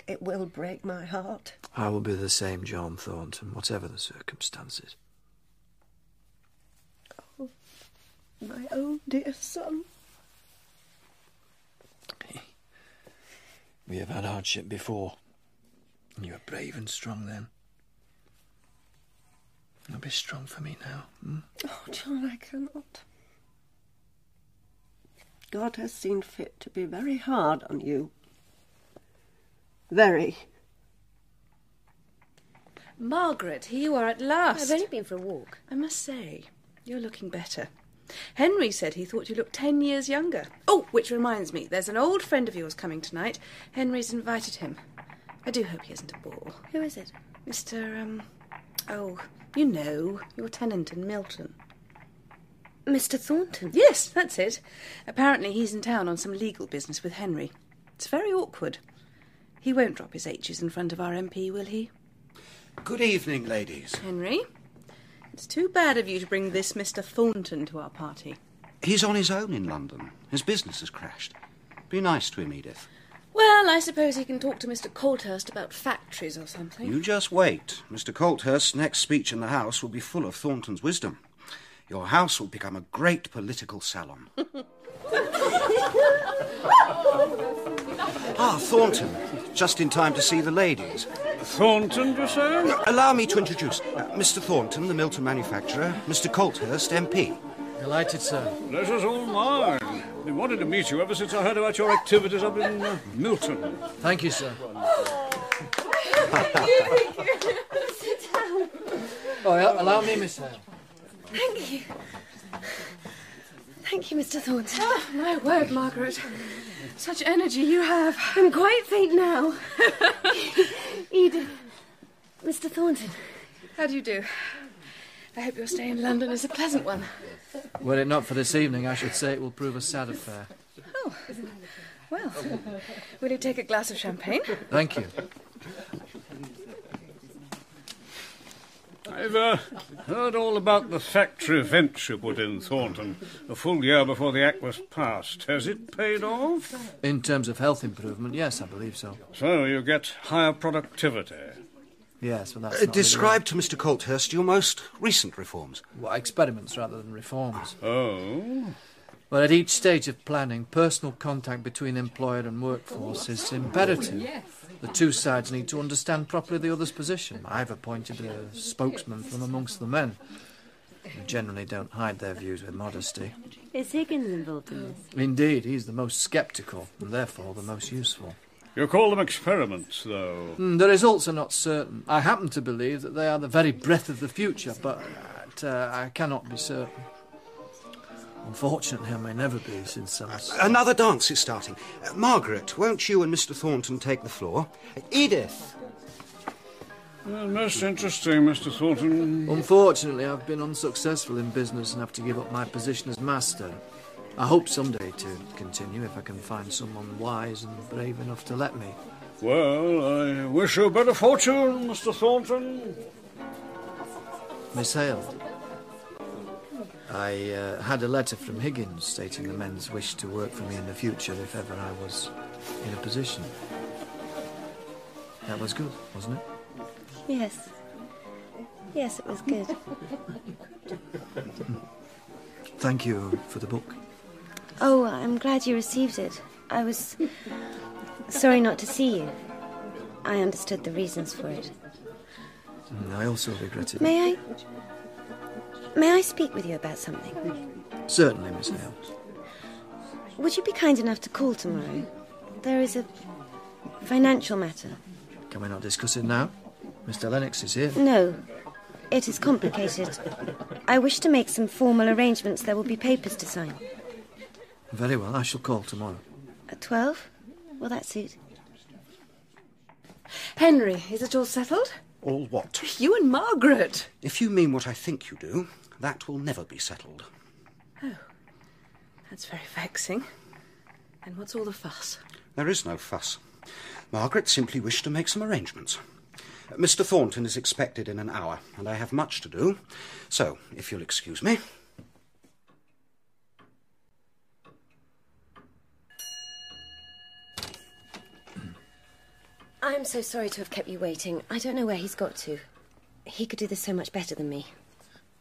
It will break my heart.
I will be the same John Thornton, whatever the circumstances.
My own dear son.
We have had hardship before. And you were brave and strong then. You'll be strong for me now. hmm?
Oh, John, I cannot. God has seen fit to be very hard on you. Very.
Margaret, here you are at last.
I've only
been for a walk.
I must say, you're looking better. Henry said he thought you looked ten years younger. Oh, which reminds me, there's an old friend of yours coming tonight. Henry's invited him. I do hope he isn't a bore.
Who is it?
Mr. Um. Oh, you know, your tenant in Milton.
Mr. Thornton?
Yes, that's it. Apparently he's in town on some legal business with Henry. It's very awkward. He won't drop his H's in front of our MP, will he?
Good evening, ladies.
Henry? It's too bad of you to bring this Mr. Thornton to our party.
He's on his own in London. His business has crashed. Be nice to him, Edith.
Well, I suppose he can talk to Mr. Colthurst about factories or something.
You just wait. Mr. Colthurst's next speech in the House will be full of Thornton's wisdom. Your house will become a great political salon. Ah, Thornton. Just in time to see the ladies. Thornton, you say? Allow me to introduce uh, Mr. Thornton, the Milton manufacturer, Mr. Colthurst, MP.
Delighted, sir.
Pleasure's all mine. Been wanting to meet you ever since I heard about your activities up in uh, Milton.
Thank you, sir.
Sit down.
Oh, yeah, allow me, Miss Hale.
Thank you. Thank you, Mr. Thornton.
Oh, my word, Margaret. Such energy you have.
I'm quite faint now. Edith, Mr. Thornton.
How do you do? I hope your stay in London is a pleasant one.
Were it not for this evening, I should say it will prove a sad affair.
Oh, well, will you take a glass of champagne?
Thank you.
I I've uh, heard all about the factory venture put in Thornton a full year before the Act was passed. Has it paid off?
In terms of health improvement, yes, I believe so.
So you get higher productivity.
Yes, but that's
Uh,
not
describe to Mr. Colthurst your most recent reforms.
really right. Well, experiments rather than reforms.
Oh.
Well, at each stage of planning, personal contact between employer and workforce is
Oh,
imperative. The two sides need to understand properly the other's position. I've appointed a spokesman from amongst the men. They generally don't hide their views with modesty.
Is Higgins involved in this?
Indeed, he's the most sceptical and therefore the most useful.
You call them experiments, though.
Mm, The results are not certain. I happen to believe that they are the very breath of the future, but uh, I cannot be certain. Unfortunately, I may never be, since I'm.
Another dance is starting. Uh, Margaret, won't you and Mr. Thornton take the floor? Uh, Edith.
Well, most interesting, Mr. Thornton.
Unfortunately, I've been unsuccessful in business and have to give up my position as master. I hope someday to continue if I can find someone wise and brave enough to let me.
Well, I wish you better fortune, Mr. Thornton.
Miss Hale, I uh, had a letter from Higgins stating the men's wish to work for me in the future if ever I was in a position. That was good, wasn't it?
Yes. Yes, it was good.
Thank you for the book.
oh, I'm glad you received it. I was sorry not to see you. I understood the reasons for it.
Mm, I also regret it.
May I? May I speak with you about something?
Certainly, Miss Hale.
Would you be kind enough to call tomorrow? There is a financial matter.
Can we not discuss it now? Mr. Lennox is here.
No, it is complicated. I wish to make some formal arrangements. There will be papers to sign.
Very well, I shall call tomorrow.
At 12? Will that suit?
Henry, is it all settled?
All what?
You and Margaret.
If you mean what I think you do, that will never be settled.
Oh, that's very vexing. And what's all the fuss?
There is no fuss. Margaret simply wished to make some arrangements. Uh, Mr. Thornton is expected in an hour, and I have much to do. So, if you'll excuse me.
I'm so sorry to have kept you waiting. I don't know where he's got to. He could do this so much better than me.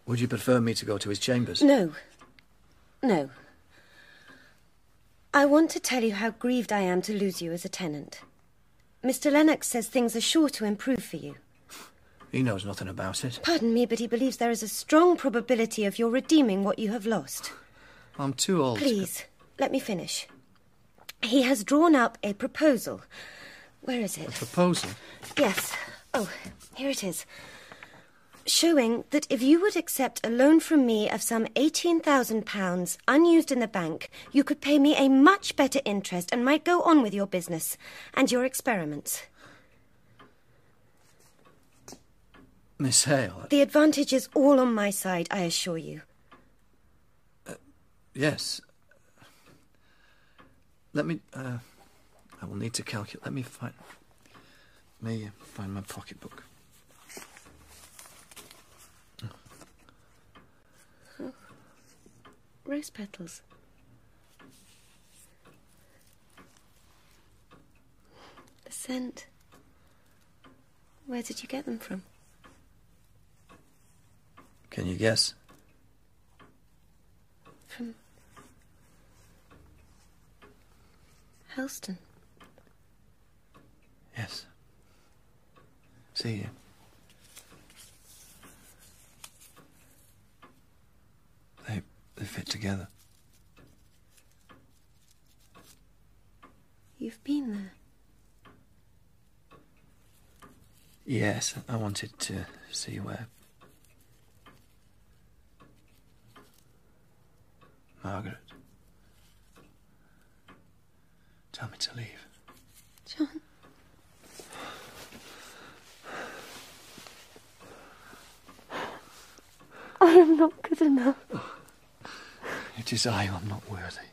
Would you prefer me to go to his chambers?
No. No. I want to tell you how grieved I am to lose you as a tenant. Mr. Lennox says things are sure to improve for you.
He knows nothing about it.
Pardon me, but he believes there is a strong probability of your redeeming what you have lost.
I'm too old. to-
Please, let me finish. He has drawn up a proposal. Where is it?
A proposal?
Yes. Oh, here it is. Showing that if you would accept a loan from me of some £18,000 unused in the bank, you could pay me a much better interest and might go on with your business and your experiments.
Miss Hale.
The advantage is all on my side, I assure you.
Yes. Let me. Uh, I will need to calculate. Let me find. Let me find my pocketbook.
Rose petals. The scent. Where did you get them from?
Can you guess?
From Helston.
Yes. See you. They they fit together.
You've been there.
Yes, I wanted to see where. Margaret. Tell me to leave.
John. I am not good enough.
It is I who am not worthy.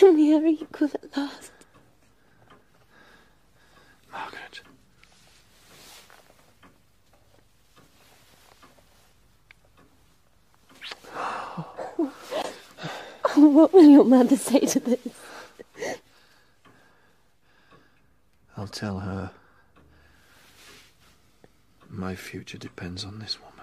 Then we are equal at last.
Margaret.
What will your mother say to this?
I'll tell her. My future depends on this woman.